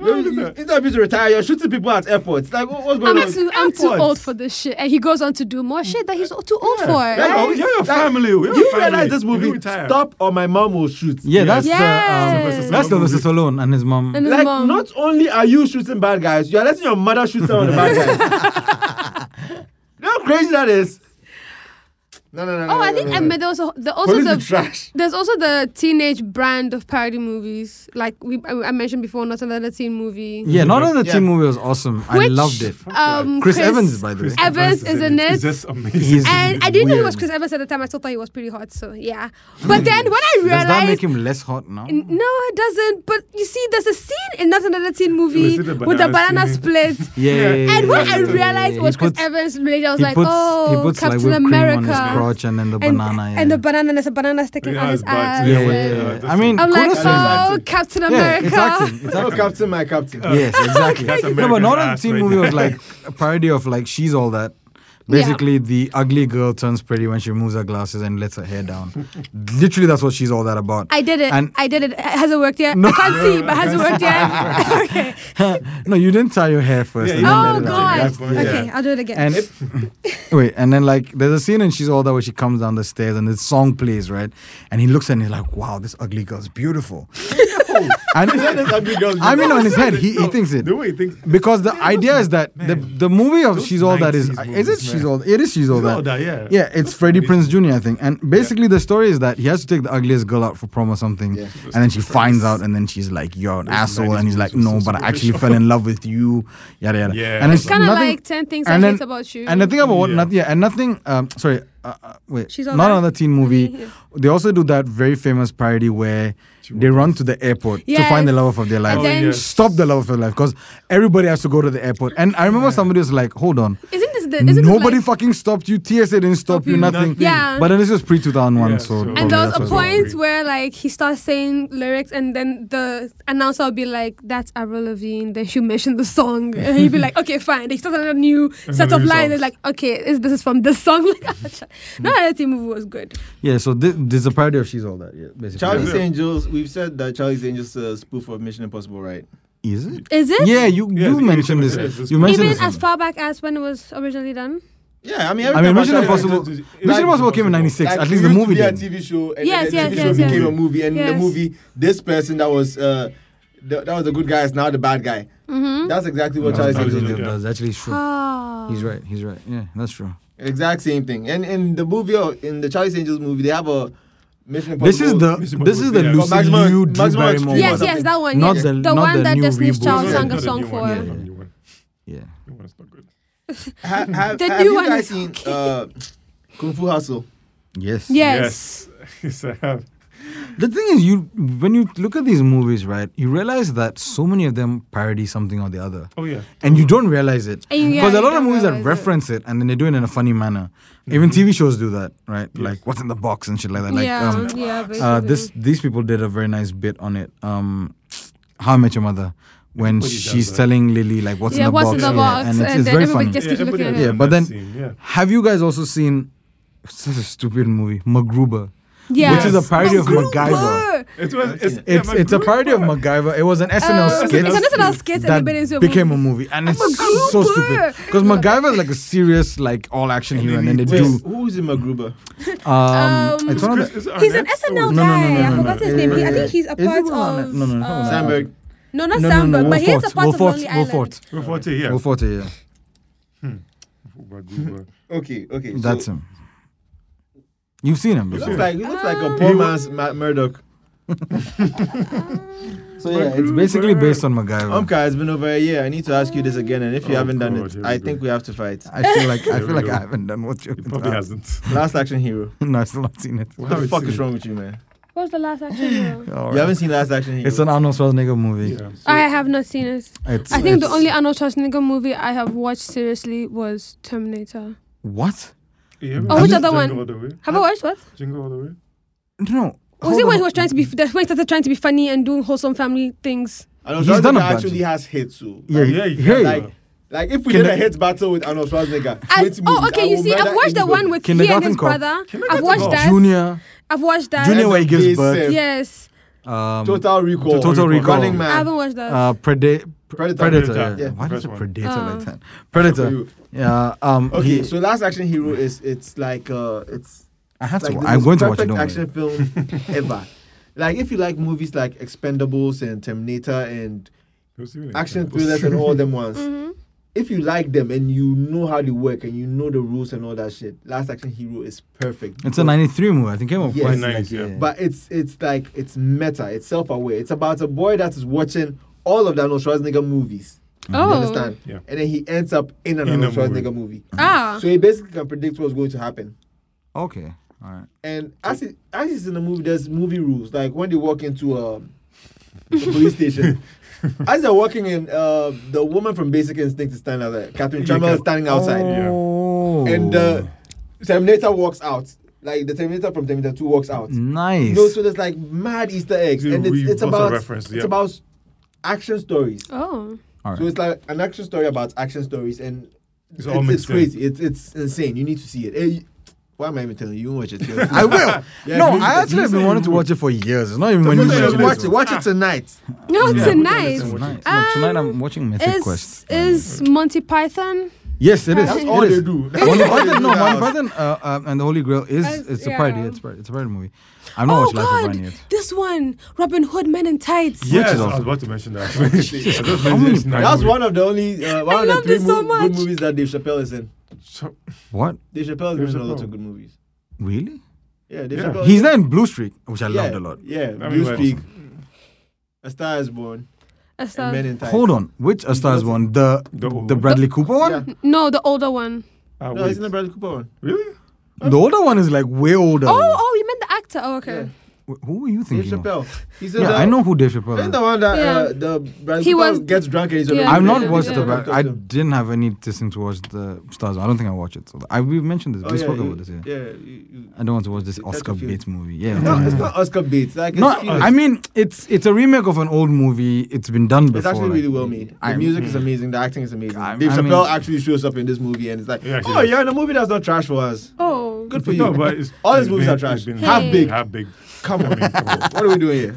Speaker 2: You- you- Instead of you to retire, you're shooting people at airports. Like, what- what's going
Speaker 3: I'm
Speaker 2: on?
Speaker 3: too, I'm too
Speaker 2: Airports.
Speaker 3: old for this shit, and he goes on to do more shit that he's too old for.
Speaker 2: Yeah,
Speaker 3: right?
Speaker 2: oh,
Speaker 4: You're your
Speaker 2: Like,
Speaker 4: family. You're
Speaker 2: you
Speaker 4: your family.
Speaker 2: realize this
Speaker 4: You
Speaker 2: movie?
Speaker 4: retire.
Speaker 2: Stop or my mom will shoot.
Speaker 1: Yeah,
Speaker 4: Yes.
Speaker 1: that's the um,
Speaker 3: Yes.
Speaker 1: that's the Mr. Stallone and his mom.
Speaker 3: And his
Speaker 2: Like,
Speaker 3: mom.
Speaker 2: not only are you shooting bad guys, you are letting your mother shoot some of the bad guys.
Speaker 3: *laughs*
Speaker 2: *laughs* you know how crazy that is? No, no, no. no,
Speaker 3: oh, I
Speaker 2: no,
Speaker 3: think
Speaker 2: no,
Speaker 3: I
Speaker 2: no.
Speaker 1: Uh,
Speaker 3: mean, there was a, the, also
Speaker 2: Police be *laughs*
Speaker 3: the
Speaker 2: trash.
Speaker 3: there's also the teenage brand of parody movies, like we I I mentioned before, not another teen movie.
Speaker 1: Yeah, none of the
Speaker 2: Yeah.
Speaker 1: team movie was awesome. I
Speaker 3: Which,
Speaker 1: loved it.
Speaker 3: Um,
Speaker 1: Chris, Evans, by the way.
Speaker 3: Evans is in
Speaker 4: It's
Speaker 3: it.
Speaker 4: just amazing. *laughs*
Speaker 1: He's-
Speaker 3: And I didn't know he
Speaker 1: Weird.
Speaker 3: was
Speaker 1: Hmm.
Speaker 3: Chris Evans at the time. I still thought he was pretty hot. So yeah. But then when I
Speaker 1: Does that make
Speaker 3: realized.
Speaker 1: him less hot now?
Speaker 3: N- No, it doesn't. But you see, there's a scene in Not Another Teen movie
Speaker 4: see the
Speaker 3: with the
Speaker 4: banana
Speaker 3: banana
Speaker 4: scene.
Speaker 3: split.
Speaker 1: *laughs* Yeah.
Speaker 3: And when
Speaker 1: yeah,
Speaker 3: I
Speaker 1: yeah,
Speaker 3: realized
Speaker 1: yeah.
Speaker 3: it was
Speaker 1: He
Speaker 3: Chris
Speaker 1: puts-
Speaker 3: Evans related, I was
Speaker 1: he
Speaker 3: like,
Speaker 1: puts,
Speaker 3: oh,
Speaker 1: he puts like
Speaker 3: Captain
Speaker 1: whipped
Speaker 3: America.
Speaker 1: cream on his crotch and then the
Speaker 3: and,
Speaker 1: banana. Yeah.
Speaker 3: and the banana, there's a banana sticking
Speaker 4: Yeah,
Speaker 3: out his
Speaker 4: his butt.
Speaker 1: yeah,
Speaker 3: eye.
Speaker 4: Yeah,
Speaker 1: yeah,
Speaker 4: yeah,
Speaker 1: yeah.
Speaker 4: that's
Speaker 1: I mean,
Speaker 3: I'm like,
Speaker 1: kudos
Speaker 3: oh,
Speaker 1: to him.
Speaker 3: Captain
Speaker 1: yeah,
Speaker 3: America.
Speaker 1: it's acting. It's
Speaker 2: Oh,
Speaker 1: acting.
Speaker 2: Captain, my Captain.
Speaker 4: Uh,
Speaker 1: yes, exactly.
Speaker 4: That's
Speaker 1: no, but
Speaker 4: American
Speaker 1: not on
Speaker 4: ass
Speaker 1: the teen
Speaker 4: right
Speaker 1: movie
Speaker 4: there.
Speaker 1: was like a parody of like she's all that.
Speaker 3: Yeah.
Speaker 1: Basically, the ugly girl turns pretty when she removes her glasses and lets her hair down. Literally, that's what she's all that about. *laughs*
Speaker 3: I did it.
Speaker 1: And-
Speaker 3: I did it. It Hasn't worked yet.
Speaker 1: No.
Speaker 3: I can't see, but it hasn't worked
Speaker 1: *laughs*
Speaker 3: yet. *laughs* okay.
Speaker 1: no, you didn't tie your hair first.
Speaker 4: Yeah,
Speaker 1: and
Speaker 4: you
Speaker 1: then
Speaker 4: didn't
Speaker 1: let it
Speaker 3: Oh
Speaker 1: out.
Speaker 3: God.
Speaker 4: That's- yeah.
Speaker 3: Okay, I'll do it again.
Speaker 1: And *laughs* wait, and then like there's a scene and she's all that where she comes down the stairs and this song plays, right? And he looks at her and he's like, Wow, this ugly girl's beautiful. and I mean on his head, he, he thinks it.
Speaker 4: The way he thinks.
Speaker 1: Because the idea is that the, the movie of
Speaker 4: Those
Speaker 1: She's All That is
Speaker 4: 90s
Speaker 1: is it
Speaker 4: movies,
Speaker 1: She's
Speaker 4: man.
Speaker 1: All It is She's All
Speaker 4: She's
Speaker 1: That.
Speaker 4: All That, yeah.
Speaker 1: Yeah, it's Freddie
Speaker 4: amazing.
Speaker 1: Prince Jr. I think. And basically the story is that he has to take the ugliest girl out for prom or something.
Speaker 2: Yeah.
Speaker 1: And then she finds out and then she's like, You're an asshole.
Speaker 4: 90s
Speaker 1: And he's like,
Speaker 4: movies were
Speaker 1: No,
Speaker 4: so
Speaker 1: but I actually
Speaker 4: superficial.
Speaker 1: fell in love with you. Yada yada.
Speaker 4: Yeah.
Speaker 1: And
Speaker 4: It's
Speaker 1: it's
Speaker 3: Kind of
Speaker 1: nothing-
Speaker 3: like ten things
Speaker 1: and
Speaker 3: I
Speaker 1: then-
Speaker 3: hate about you.
Speaker 1: and the thing about what
Speaker 4: Yeah.
Speaker 1: nothing, yeah, and nothing. Um, sorry, uh, uh, wait,
Speaker 3: She's all
Speaker 1: not
Speaker 3: that.
Speaker 1: another teen movie.
Speaker 3: *laughs* Yeah.
Speaker 1: They also do that very famous parody where they run to the airport to find the
Speaker 3: Yes.
Speaker 1: love of their life.
Speaker 3: And then-
Speaker 4: yes.
Speaker 1: Stop the love of their life because everybody has to go to the airport. And I remember somebody was like, "Hold on,
Speaker 3: isn't this the isn't
Speaker 1: nobody
Speaker 3: this like,
Speaker 1: fucking stopped you. TSA didn't stop
Speaker 4: you,
Speaker 1: you. Nothing."
Speaker 4: nothing.
Speaker 3: Yeah.
Speaker 1: But then this was pre two thousand one,
Speaker 4: Yeah,
Speaker 1: so.
Speaker 4: so-
Speaker 1: probably
Speaker 3: and there was
Speaker 1: Oh, that's
Speaker 3: a
Speaker 1: what's
Speaker 4: wrong.
Speaker 3: point where like he starts saying lyrics and then the announcer will be like, That's Avril Lavigne, then she mentioned
Speaker 1: *laughs*
Speaker 3: the song. And he'd be like, Okay, fine. They started a new set
Speaker 4: Another
Speaker 3: of
Speaker 4: new song.
Speaker 3: lines. They're like, Okay, is this is from this song? *laughs* Like,
Speaker 1: Mm.
Speaker 3: no, that team movie was good.
Speaker 1: Yeah, so thi- there's a parody of she's all that. Yeah, basically.
Speaker 2: Charlie's
Speaker 4: Yeah.
Speaker 2: Angels. We've said that Charlie's Angels uh, spoof of Mission Impossible, right?
Speaker 1: is it?
Speaker 3: Is it?
Speaker 1: Yeah, you
Speaker 4: Yeah,
Speaker 1: you
Speaker 4: it's-
Speaker 1: mentioned
Speaker 4: it's-
Speaker 1: this.
Speaker 4: it's- it's-
Speaker 1: you mentioned
Speaker 3: Even
Speaker 1: this.
Speaker 3: as far back as when it was originally done.
Speaker 2: Yeah, I mean, every
Speaker 1: I
Speaker 2: time
Speaker 1: mean, Mission
Speaker 2: Charlie's
Speaker 1: Impossible-
Speaker 2: Angels-
Speaker 1: Mission Impossible came in '96.
Speaker 2: Like,
Speaker 1: At
Speaker 2: it
Speaker 1: least the
Speaker 2: used to
Speaker 1: movie
Speaker 2: be a
Speaker 1: did.
Speaker 2: TV show, and
Speaker 3: Yes,
Speaker 2: then the
Speaker 3: yes,
Speaker 2: TV show
Speaker 3: yes,
Speaker 2: became
Speaker 3: yes.
Speaker 2: a movie, and the
Speaker 3: Yes.
Speaker 2: movie, this person that was uh, the, that was the good guy is now the bad guy.
Speaker 3: Mm-hmm.
Speaker 2: That's exactly what Charlie's
Speaker 1: That's
Speaker 2: Angels
Speaker 4: Angels,
Speaker 2: did.
Speaker 4: yeah.
Speaker 1: that's actually true.
Speaker 3: Oh.
Speaker 1: He's right. He's right. Yeah, that's true.
Speaker 2: Exact same thing. And in the movie, uh, in the Charlie's Angels movie, they have a Mission Impossible.
Speaker 1: This is the
Speaker 4: Mr.
Speaker 1: this is the
Speaker 4: Bobby, yeah.
Speaker 1: Lucy
Speaker 2: Maximum-
Speaker 1: Liu Drew
Speaker 2: Maximum
Speaker 1: Barrymore.
Speaker 2: Extreme or
Speaker 3: Yes, yes,
Speaker 2: something.
Speaker 3: that one.
Speaker 1: Not
Speaker 3: yes.
Speaker 1: the-
Speaker 3: the
Speaker 1: not
Speaker 3: one
Speaker 1: the
Speaker 3: that
Speaker 1: new
Speaker 3: the Snitch
Speaker 1: reboot.
Speaker 3: Child
Speaker 1: No,
Speaker 3: sang
Speaker 1: no,
Speaker 3: a
Speaker 1: no,
Speaker 3: song for.
Speaker 1: yeah.
Speaker 4: New one.
Speaker 1: Yeah.
Speaker 4: New one is not good.
Speaker 2: Ha- have
Speaker 3: The
Speaker 2: have
Speaker 3: new
Speaker 2: you
Speaker 3: one
Speaker 2: guys
Speaker 3: is
Speaker 2: seen
Speaker 3: okay.
Speaker 2: uh, Kung Fu Hustle?
Speaker 1: Yes.
Speaker 3: Yes.
Speaker 4: Yes, I have.
Speaker 1: The thing is, you when you look at these movies, right, you realize that so many of them parody something or the other,
Speaker 4: Oh yeah.
Speaker 1: and you don't realize it
Speaker 3: And you- yeah,
Speaker 1: because a
Speaker 3: you
Speaker 1: lot of
Speaker 3: don't
Speaker 1: movies that
Speaker 3: realize it.
Speaker 1: reference it. and then they do it in a funny manner. Even TV shows do that, right? Like what's in the box and shit like that. Like
Speaker 3: yeah,
Speaker 1: um,
Speaker 3: yeah,
Speaker 1: uh,
Speaker 3: basically.
Speaker 1: this these people did a very nice bit on it. Um, How I Met Your Mother, when
Speaker 4: Everybody does
Speaker 1: she's
Speaker 4: that.
Speaker 1: telling Lily like what's in
Speaker 3: yeah,
Speaker 1: the
Speaker 3: what's
Speaker 1: box,
Speaker 3: in the
Speaker 1: yeah,
Speaker 3: box?
Speaker 1: and it's,
Speaker 3: and
Speaker 1: it's
Speaker 3: then
Speaker 1: very
Speaker 3: everybody
Speaker 1: funny.
Speaker 3: just keeps
Speaker 4: everybody
Speaker 3: looking at
Speaker 4: has
Speaker 1: Yeah,
Speaker 3: it.
Speaker 1: but
Speaker 4: that
Speaker 1: then-
Speaker 4: scene, yeah.
Speaker 1: *laughs* Have you guys also seen such a stupid movie, MacGruber?
Speaker 3: Yeah.
Speaker 1: which is a
Speaker 2: Yes.
Speaker 1: parody of
Speaker 3: But
Speaker 1: MacGyver.
Speaker 3: Gruber!
Speaker 4: It was. It's, yeah,
Speaker 1: It's
Speaker 4: my
Speaker 1: it's a
Speaker 4: group
Speaker 1: parody of
Speaker 4: were-
Speaker 1: MacGyver. It was an SNL
Speaker 3: Uh,
Speaker 1: skit
Speaker 3: it's an SNL skit and they
Speaker 1: that
Speaker 3: made it into a
Speaker 1: became
Speaker 3: movie.
Speaker 1: a movie, and it's
Speaker 3: MacGruber.
Speaker 1: so stupid because MacGyver is like a serious like all action hero, and then they
Speaker 2: Wait,
Speaker 1: do
Speaker 2: who's in MacGruber?
Speaker 1: um,
Speaker 3: Um,
Speaker 1: it's one of
Speaker 4: Chris,
Speaker 1: the.
Speaker 4: is it
Speaker 3: He's an
Speaker 4: Arnett?
Speaker 1: Oh, No, no, no,
Speaker 3: SNL guy.
Speaker 1: no,
Speaker 3: I
Speaker 1: no,
Speaker 3: forgot
Speaker 1: no.
Speaker 3: his name. He, I think he's a
Speaker 1: Is it
Speaker 3: part
Speaker 1: Will
Speaker 3: of.
Speaker 1: Arnett? No, no, no,
Speaker 3: uh,
Speaker 2: Sandberg.
Speaker 3: No, not
Speaker 1: No, no,
Speaker 3: Sandberg,
Speaker 1: no,
Speaker 3: but he is a
Speaker 1: Will
Speaker 3: part
Speaker 1: Forte,
Speaker 3: of Lonely
Speaker 1: Will
Speaker 3: Island.
Speaker 1: Forte,
Speaker 4: Will Forte, yeah.
Speaker 1: Will Forte, yeah,
Speaker 4: But Gruber.
Speaker 2: Okay, okay. so
Speaker 1: that's him. You've seen him
Speaker 2: He
Speaker 1: before.
Speaker 2: looks like he looks like a
Speaker 3: Um,
Speaker 2: poor man's Matt *laughs*
Speaker 3: *laughs*
Speaker 2: Murdock.
Speaker 1: So yeah, it's basically based on MacGyver.
Speaker 2: Umka, it's been over a year. I need to ask you this again, and if you
Speaker 4: Oh,
Speaker 2: haven't done
Speaker 4: God,
Speaker 2: it,
Speaker 4: here we
Speaker 2: I
Speaker 4: go.
Speaker 2: think we have to fight.
Speaker 1: I feel like I
Speaker 4: Here we
Speaker 1: feel like
Speaker 4: go.
Speaker 1: I haven't done what you're.
Speaker 4: He probably hasn't.
Speaker 2: Last Action Hero.
Speaker 1: *laughs* No, I've still not seen it.
Speaker 2: What the fuck is wrong with you, man?
Speaker 3: What was the last action hero?
Speaker 1: All
Speaker 2: You
Speaker 1: right.
Speaker 2: haven't seen Last Action Hero.
Speaker 1: It's an Arnold Schwarzenegger movie.
Speaker 4: Yeah.
Speaker 3: *laughs* I have not seen it.
Speaker 1: It's,
Speaker 3: I think the
Speaker 1: it's-
Speaker 3: only Arnold Schwarzenegger movie I have watched seriously was Terminator.
Speaker 1: what?
Speaker 4: Yeah,
Speaker 3: Oh, which
Speaker 4: Jingle
Speaker 3: other one?
Speaker 4: All the way.
Speaker 3: Have I watched what?
Speaker 4: Jingle all the way.
Speaker 1: No.
Speaker 3: Was
Speaker 1: hold
Speaker 3: it when
Speaker 1: on.
Speaker 3: he was trying to be that's when he started trying to be funny and doing wholesome family things?
Speaker 2: Arnold
Speaker 1: He's done
Speaker 2: Schwarzenegger
Speaker 1: a bad
Speaker 2: actually
Speaker 1: job.
Speaker 2: has hits too.
Speaker 1: Yeah,
Speaker 4: Yeah, you
Speaker 1: hey,
Speaker 4: can,
Speaker 2: Like, like if we
Speaker 1: Can
Speaker 2: did
Speaker 1: I-
Speaker 2: a hits battle with Arnold Schwarzenegger,
Speaker 3: I-
Speaker 2: 20
Speaker 3: oh,
Speaker 2: movies, I
Speaker 3: okay. You
Speaker 2: will
Speaker 3: see,
Speaker 2: murder
Speaker 3: I've watched the
Speaker 2: anybody.
Speaker 3: one with he and
Speaker 1: Kindergarten
Speaker 3: his
Speaker 1: Cop.
Speaker 3: brother. I've
Speaker 4: Kindergarten
Speaker 3: watched
Speaker 4: Cop.
Speaker 3: that.
Speaker 1: Oh, Junior.
Speaker 3: I've watched that.
Speaker 1: Junior where he gives
Speaker 2: Yes,
Speaker 1: birth.
Speaker 2: sir.
Speaker 3: Yes,
Speaker 1: Um,
Speaker 2: Total Recall,
Speaker 1: Total Recall.
Speaker 2: Running Man,
Speaker 3: I haven't watched that.
Speaker 1: Uh, preda-
Speaker 2: Predator.
Speaker 1: predator.
Speaker 4: Predator.
Speaker 1: Yeah.
Speaker 2: Yeah,
Speaker 1: Why
Speaker 4: first
Speaker 1: is it
Speaker 4: one.
Speaker 1: predator like
Speaker 3: Uh.
Speaker 1: that?
Speaker 2: For
Speaker 1: Predator.
Speaker 2: you.
Speaker 1: Yeah. Um.
Speaker 2: Okay,
Speaker 1: he-
Speaker 2: so Last Action Hero is it's like uh, it's
Speaker 1: I have to.
Speaker 2: like
Speaker 1: wa-
Speaker 2: the
Speaker 1: I'm
Speaker 2: most
Speaker 1: going to watch it.
Speaker 2: perfect
Speaker 1: Don't worry.
Speaker 2: action
Speaker 1: *laughs*
Speaker 2: film ever. Like if you like movies like Expendables and Terminator and
Speaker 4: Go see what it
Speaker 2: action
Speaker 4: is.
Speaker 2: thrillers and all
Speaker 3: *laughs*
Speaker 2: them ones,
Speaker 3: Mhm.
Speaker 2: if you like them and you know how they work and you know the rules and all that shit, Last Action Hero is perfect.
Speaker 1: It's a '93 movie. I think it came out
Speaker 2: Yes.
Speaker 1: quite
Speaker 2: Nice,
Speaker 1: like,
Speaker 4: yeah.
Speaker 2: But it's it's like it's meta. It's self-aware. It's about a boy that is watching all of the Arnold Schwarzenegger movies. You
Speaker 3: oh,
Speaker 2: understand?
Speaker 4: Yeah.
Speaker 2: And then he ends up in an
Speaker 4: In
Speaker 2: Arnold
Speaker 4: a movie.
Speaker 2: Schwarzenegger movie.
Speaker 3: ah,
Speaker 2: So he basically can predict what's going to happen.
Speaker 1: okay. All right.
Speaker 2: And as it, as it's in the movie, there's movie rules. Like when they walk into um, the police
Speaker 4: *laughs*
Speaker 2: station, as they're walking in, uh, the woman from Basic Instinct is standing outside. Catherine
Speaker 4: You
Speaker 2: Trammell is
Speaker 4: can-
Speaker 2: standing outside,
Speaker 4: Yeah.
Speaker 1: Oh.
Speaker 2: and uh, Terminator walks out. Like the Terminator from Terminator Two walks out.
Speaker 1: nice.
Speaker 2: No, so there's like mad Easter eggs,
Speaker 4: Dude,
Speaker 2: and it's,
Speaker 4: we
Speaker 2: it's
Speaker 4: bought a
Speaker 2: about
Speaker 4: reference,
Speaker 2: it's
Speaker 4: yeah.
Speaker 2: about action stories.
Speaker 3: oh,
Speaker 1: All right.
Speaker 2: So it's like an action story about action stories, and
Speaker 4: It's
Speaker 2: it's,
Speaker 4: all
Speaker 2: it's,
Speaker 4: mixed in.
Speaker 2: crazy. It's it's insane. You need to see it. Eh, why am I even telling you? You won't watch it.
Speaker 4: *laughs*
Speaker 1: I will.
Speaker 2: *laughs* Yeah, it's
Speaker 1: no, I
Speaker 2: music-
Speaker 1: actually have been wanting to watch it for years. It's not even when you
Speaker 2: When
Speaker 4: Terminator
Speaker 1: mentioned
Speaker 4: is
Speaker 1: it.
Speaker 2: watch it. Watch it tonight.
Speaker 3: no,
Speaker 4: Yeah.
Speaker 3: tonight
Speaker 4: Yeah.
Speaker 1: Nice.
Speaker 3: Um,
Speaker 1: Look, tonight I'm watching Mythic Quest.
Speaker 3: is is Monty Python.
Speaker 1: Yes, it is.
Speaker 3: That's
Speaker 1: It
Speaker 2: all
Speaker 1: is.
Speaker 2: they
Speaker 1: *laughs*
Speaker 2: do. That's
Speaker 1: Monty
Speaker 2: all they
Speaker 1: Python,
Speaker 2: do
Speaker 1: no,
Speaker 2: now.
Speaker 1: Monty Python uh, uh, and the Holy Grail is
Speaker 3: As-
Speaker 1: it's a
Speaker 3: yeah.
Speaker 1: parody. It's, a parody. it's a parody movie. I've not
Speaker 3: Oh
Speaker 1: watched Life of Brian
Speaker 3: God,
Speaker 1: yet.
Speaker 3: this one, Robin Hood, Men in Tights.
Speaker 4: Yes,
Speaker 1: is
Speaker 4: I was
Speaker 1: awesome.
Speaker 4: about to mention that. I just mentioned
Speaker 1: many-
Speaker 4: this night
Speaker 2: That's
Speaker 4: movie.
Speaker 2: one of the only uh,
Speaker 3: I
Speaker 2: one of
Speaker 3: love
Speaker 2: the three
Speaker 3: this
Speaker 2: mo-
Speaker 3: so
Speaker 2: good
Speaker 3: much.
Speaker 2: movies that Dave Chappelle is in.
Speaker 4: So-
Speaker 1: What?
Speaker 2: Dave Chappelle
Speaker 4: Dave
Speaker 2: is in a lot
Speaker 4: Chappelle.
Speaker 2: of good movies.
Speaker 1: Really?
Speaker 2: Yeah, Dave
Speaker 4: Yeah.
Speaker 2: Chappelle.
Speaker 1: He's there in Blue Streak, which I
Speaker 2: yeah,
Speaker 1: loved a lot.
Speaker 2: Yeah,
Speaker 4: I mean,
Speaker 2: Blue
Speaker 4: well,
Speaker 2: Streak, A Star Is Born,
Speaker 3: A
Speaker 2: and
Speaker 3: star-
Speaker 2: Men in Tights.
Speaker 1: Hold on, which A Star Is Born? The
Speaker 4: The old
Speaker 1: the
Speaker 4: one.
Speaker 1: Bradley Cooper one?
Speaker 2: Yeah.
Speaker 3: no, the older one.
Speaker 4: Ah,
Speaker 2: No,
Speaker 4: wait.
Speaker 2: isn't it Bradley Cooper one?
Speaker 4: Really?
Speaker 1: The older one is like way older.
Speaker 3: Oh, oh, you meant the actor. Oh, okay.
Speaker 2: Yeah.
Speaker 1: Wh- Who are you
Speaker 2: Dave
Speaker 1: thinking? of?
Speaker 2: Chappelle. He's in
Speaker 1: Yeah,
Speaker 2: the,
Speaker 1: I know who Dave
Speaker 2: Isn't
Speaker 1: Chappelle
Speaker 2: the
Speaker 1: is.
Speaker 2: one that
Speaker 3: Yeah.
Speaker 2: uh, the Bradley
Speaker 3: He
Speaker 2: Cooper
Speaker 3: was-
Speaker 2: gets drunk and he's on the Oh,
Speaker 3: Yeah.
Speaker 1: I've
Speaker 2: roof
Speaker 1: not
Speaker 2: and
Speaker 1: watched
Speaker 2: he's
Speaker 1: the.
Speaker 2: on
Speaker 1: Bra-
Speaker 2: rooftop
Speaker 1: I
Speaker 2: too.
Speaker 1: didn't have any thing to watch the stars. I don't think I watch it. So I we've mentioned this.
Speaker 2: Oh,
Speaker 1: we
Speaker 2: yeah,
Speaker 1: spoke
Speaker 2: you-
Speaker 1: about this. Yeah.
Speaker 2: Yeah. you- you-
Speaker 1: I don't want to watch this
Speaker 2: Touch
Speaker 1: Oscar
Speaker 2: a few.
Speaker 1: bait movie. Yeah.
Speaker 2: *laughs* No, it's not Oscar beats. Like it's
Speaker 1: No,
Speaker 2: fierce.
Speaker 1: I mean it's it's a remake of an old movie. It's been done before.
Speaker 2: It's actually
Speaker 1: like-
Speaker 2: really well made. The
Speaker 1: I-
Speaker 2: music is amazing. The acting is amazing.
Speaker 1: I-
Speaker 2: Dave
Speaker 1: I mean-
Speaker 2: Chappelle actually shows up in this movie and it's like,
Speaker 4: He actually
Speaker 2: oh,
Speaker 4: does.
Speaker 2: you're in a movie that's not trash for us.
Speaker 3: Oh,
Speaker 2: Good for you.
Speaker 4: No, but it's,
Speaker 2: *laughs* All his
Speaker 4: it's
Speaker 2: movies
Speaker 4: been-
Speaker 2: are trash.
Speaker 4: it's been-
Speaker 2: Half
Speaker 3: Hey.
Speaker 2: big.
Speaker 4: Half big.
Speaker 2: Come
Speaker 4: I
Speaker 2: on.
Speaker 4: mean, come on.
Speaker 2: what are we doing
Speaker 1: *laughs*
Speaker 2: here?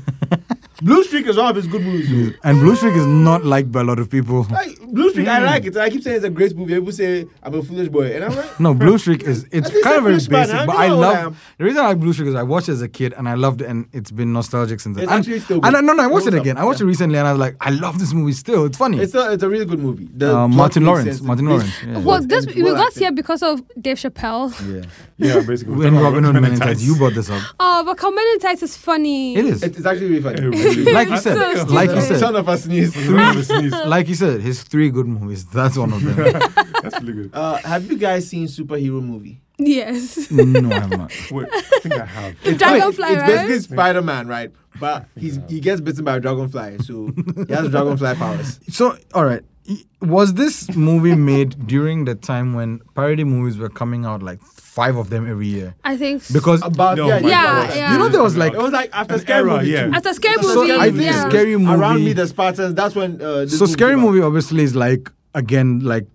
Speaker 2: Blue Streak is one of his good movies. Dude.
Speaker 1: And Blue Streak is not liked by a lot
Speaker 2: *laughs*
Speaker 1: of people.
Speaker 2: Like, Blue Streak,
Speaker 1: Mm.
Speaker 2: I like it. I keep saying it's a great movie. People say I'm a foolish boy, and I'm like, *laughs*
Speaker 1: No, Blue Streak is it's
Speaker 2: At least
Speaker 1: kind
Speaker 2: I
Speaker 1: of very
Speaker 2: finished mine.
Speaker 1: basic,
Speaker 2: I
Speaker 1: but
Speaker 2: know
Speaker 1: I
Speaker 2: what I
Speaker 1: love
Speaker 2: am.
Speaker 1: the reason I like Blue Streak is I watched it as a kid and I loved it and it's been nostalgic since then.
Speaker 2: It's
Speaker 1: And-
Speaker 2: actually still
Speaker 1: And
Speaker 2: good.
Speaker 1: I, no, no, I watched it
Speaker 2: Holds up.
Speaker 1: again. I watched it recently and I was like, I love this movie still. It's funny.
Speaker 2: it's a, it's a really good movie. The
Speaker 1: uh,
Speaker 2: plot
Speaker 1: Martin
Speaker 2: makes
Speaker 1: Lawrence.
Speaker 2: sense.
Speaker 1: Martin
Speaker 2: It's-
Speaker 1: Lawrence. Yeah.
Speaker 3: Well,
Speaker 2: Yeah.
Speaker 3: this
Speaker 2: And
Speaker 3: we
Speaker 2: well
Speaker 3: got
Speaker 2: acted.
Speaker 3: here because of Dave Chappelle.
Speaker 2: *laughs*
Speaker 1: yeah.
Speaker 4: Yeah, basically.
Speaker 1: When Robin Hood
Speaker 4: Many
Speaker 1: Men in Tights,
Speaker 4: times.
Speaker 1: you brought this up.
Speaker 3: Oh, but Command and Tights is funny.
Speaker 1: It is.
Speaker 2: It's, it's actually really funny. *laughs*
Speaker 4: Everybody.
Speaker 1: Like you
Speaker 4: I
Speaker 1: said,
Speaker 4: think I was
Speaker 1: like you
Speaker 4: gonna-
Speaker 1: said.
Speaker 2: Son of a sneeze.
Speaker 4: I was gonna sneeze.
Speaker 1: Like you said, his three good movies. That's one
Speaker 2: *laughs*
Speaker 1: of them.
Speaker 4: That's really good.
Speaker 2: Uh, have you guys seen superhero movie?
Speaker 1: *laughs*
Speaker 3: Yes. *laughs*
Speaker 1: no, I have not.
Speaker 4: Wait, I think I have.
Speaker 3: Dragonfly,
Speaker 2: It's basically
Speaker 3: right?
Speaker 2: Spider Man, right? But he's he gets bitten by a dragonfly, so he has dragonfly powers.
Speaker 1: So, all right. I- Was this movie made during the time when parody movies were coming out, like five of them every year?
Speaker 3: I think. so.
Speaker 1: Because
Speaker 2: About
Speaker 4: No,
Speaker 2: yeah,
Speaker 4: my
Speaker 3: Yeah,
Speaker 4: God.
Speaker 3: yeah.
Speaker 1: You know, there was like-
Speaker 2: It was like after
Speaker 4: An
Speaker 2: scary
Speaker 4: era,
Speaker 2: movie
Speaker 4: yeah.
Speaker 2: too.
Speaker 3: After Scary
Speaker 2: After
Speaker 3: Movie,
Speaker 1: so I think
Speaker 3: yeah.
Speaker 1: scary movie.
Speaker 2: Around me, the Spartans. That's when. Uh, this
Speaker 1: so scary
Speaker 2: came out.
Speaker 1: movie obviously is like again like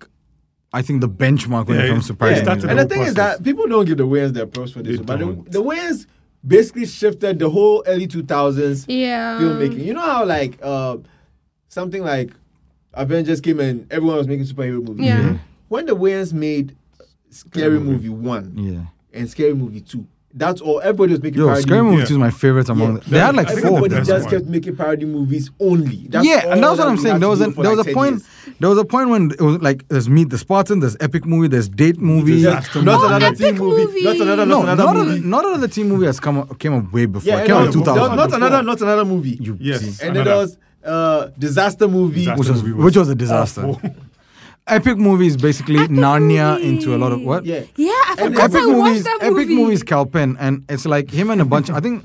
Speaker 1: I think the benchmark when
Speaker 4: Yeah,
Speaker 1: it comes
Speaker 4: it-
Speaker 1: to
Speaker 4: yeah, it
Speaker 1: parody.
Speaker 4: started
Speaker 1: music.
Speaker 2: And the
Speaker 4: whole
Speaker 2: thing is
Speaker 4: process.
Speaker 2: that people don't give the Wayans their props for this,
Speaker 4: They
Speaker 2: but the,
Speaker 4: don't.
Speaker 2: the Wayans basically shifted the whole early 2000s
Speaker 3: Yeah.
Speaker 2: filmmaking. You know how like uh, something like Avengers came and everyone was making superhero movies.
Speaker 3: Yeah.
Speaker 1: Yeah.
Speaker 2: When the Wayans made Scary Movie One
Speaker 1: Yeah.
Speaker 2: and Scary Movie Two, that's all. Everybody was making
Speaker 1: Yo,
Speaker 2: parody.
Speaker 1: Scary Movie
Speaker 4: Yeah.
Speaker 1: Two is my favorite among.
Speaker 2: Yeah.
Speaker 1: The, they had like
Speaker 4: I think
Speaker 1: four. of
Speaker 4: the
Speaker 2: Everybody
Speaker 1: them.
Speaker 4: best
Speaker 2: just
Speaker 4: one.
Speaker 2: kept making parody movies only. That's
Speaker 1: yeah, and
Speaker 2: all
Speaker 1: that's what
Speaker 2: that
Speaker 1: I'm
Speaker 2: we
Speaker 1: saying.
Speaker 2: had
Speaker 1: There
Speaker 2: to
Speaker 1: was
Speaker 2: do
Speaker 1: a
Speaker 2: for,
Speaker 1: there was
Speaker 2: like,
Speaker 1: a
Speaker 2: 10
Speaker 1: point.
Speaker 2: years.
Speaker 1: There was a point when it was like there's Meet the Spartan, there's Epic Movie, there's Date Movie.
Speaker 2: Yeah, not
Speaker 3: Oh,
Speaker 2: another
Speaker 3: epic
Speaker 2: team movie.
Speaker 3: movie.
Speaker 2: Not another. Not
Speaker 1: No,
Speaker 2: another
Speaker 1: not,
Speaker 2: movie.
Speaker 1: a, not another team movie has come up, came up way before.
Speaker 2: yeah,
Speaker 1: it came
Speaker 2: no,
Speaker 1: out in
Speaker 4: no,
Speaker 1: 2000.
Speaker 2: Not, not another. Not another movie.
Speaker 1: you
Speaker 4: Yes.
Speaker 1: see.
Speaker 2: and then there
Speaker 4: Another.
Speaker 2: was uh, disaster movie.
Speaker 4: Disaster
Speaker 1: which was,
Speaker 4: movie
Speaker 1: which was a disaster.
Speaker 4: awful.
Speaker 1: *laughs* Epic movie is basically
Speaker 3: Epic
Speaker 1: Narnia
Speaker 3: movie.
Speaker 1: into a lot of what?
Speaker 2: Yeah.
Speaker 3: Yeah, I forgot
Speaker 1: Epic
Speaker 3: I watched
Speaker 1: movies,
Speaker 3: that movie.
Speaker 1: epic movies, Calpin, and it's like him and a bunch. I
Speaker 2: *laughs*
Speaker 1: think,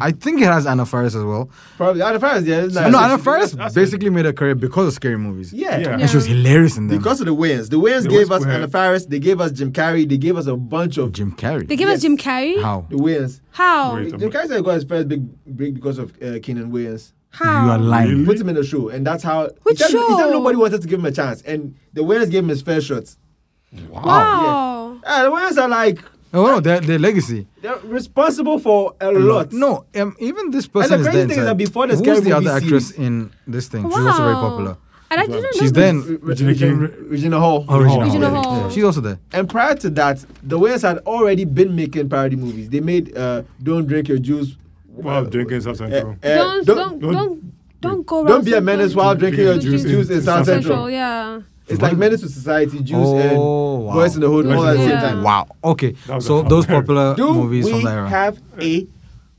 Speaker 1: I think it has Anna Faris as well.
Speaker 2: Probably Anna Faris. Yeah. it's nice.
Speaker 1: no,
Speaker 4: what
Speaker 1: Anna
Speaker 4: she-
Speaker 1: Faris
Speaker 4: that's what
Speaker 1: basically made a career because of scary movies,
Speaker 2: Yeah.
Speaker 4: Yeah.
Speaker 1: and she was hilarious in them.
Speaker 2: Because of the Wayans. The Wayans
Speaker 4: They
Speaker 2: gave
Speaker 4: were
Speaker 2: us
Speaker 4: square.
Speaker 2: Anna Faris. They gave us Jim Carrey. They gave us a bunch of
Speaker 1: Jim Carrey.
Speaker 3: They gave
Speaker 2: Yes.
Speaker 3: us Jim Carrey.
Speaker 1: How?
Speaker 2: the Wayans.
Speaker 3: How?
Speaker 4: Wait.
Speaker 2: Jim Carrey said he got his first big break because of uh, Kenan Wayans.
Speaker 3: How?
Speaker 1: You are lying.
Speaker 4: Really?
Speaker 2: Put him in a show, and that's how.
Speaker 3: Which
Speaker 2: he said, He said
Speaker 3: show?
Speaker 2: nobody wanted to give him a chance, and the Wayans gave him his fair shots.
Speaker 3: Wow.
Speaker 2: Uh, the Wayans are like
Speaker 1: Oh no, their, their legacy.
Speaker 2: they're responsible for a, lot.
Speaker 1: No, um, even this person
Speaker 2: crazy
Speaker 1: is there.
Speaker 2: thing is
Speaker 1: inside.
Speaker 2: that before the
Speaker 1: Who's
Speaker 2: Scary
Speaker 1: the
Speaker 2: Movie
Speaker 1: other actress
Speaker 2: series-
Speaker 1: in this thing?
Speaker 3: Wow.
Speaker 1: She's also very popular.
Speaker 3: And I didn't
Speaker 1: She's
Speaker 3: know
Speaker 1: then
Speaker 3: this.
Speaker 2: Re-
Speaker 4: Regina
Speaker 2: Regina,
Speaker 4: King.
Speaker 2: Regina Hall.
Speaker 1: Oh, Regina,
Speaker 3: Regina
Speaker 1: Hall.
Speaker 3: Hall.
Speaker 1: Yeah, She's also there.
Speaker 2: And prior to that, the Wayans had already been making parody movies. They made uh, "Don't Drink Your Juice."
Speaker 4: While drinking South
Speaker 2: Uh,
Speaker 4: Central.
Speaker 2: uh,
Speaker 3: don't, don't,
Speaker 4: don't-
Speaker 3: don't, don't, go around.
Speaker 2: Don't be a menace
Speaker 3: sometimes.
Speaker 2: while drinking your
Speaker 3: Don't
Speaker 2: juice.
Speaker 3: do
Speaker 2: Juice in South Central.
Speaker 3: Central, yeah.
Speaker 2: It's like menace to society, Jews
Speaker 1: Oh,
Speaker 2: and
Speaker 1: wow.
Speaker 2: boys in the hood all at the same
Speaker 3: Yeah.
Speaker 2: time.
Speaker 1: Wow. Okay.
Speaker 4: That was
Speaker 1: So
Speaker 4: a-
Speaker 1: those popular
Speaker 2: Do
Speaker 1: movies
Speaker 2: we
Speaker 1: from that era.
Speaker 2: have a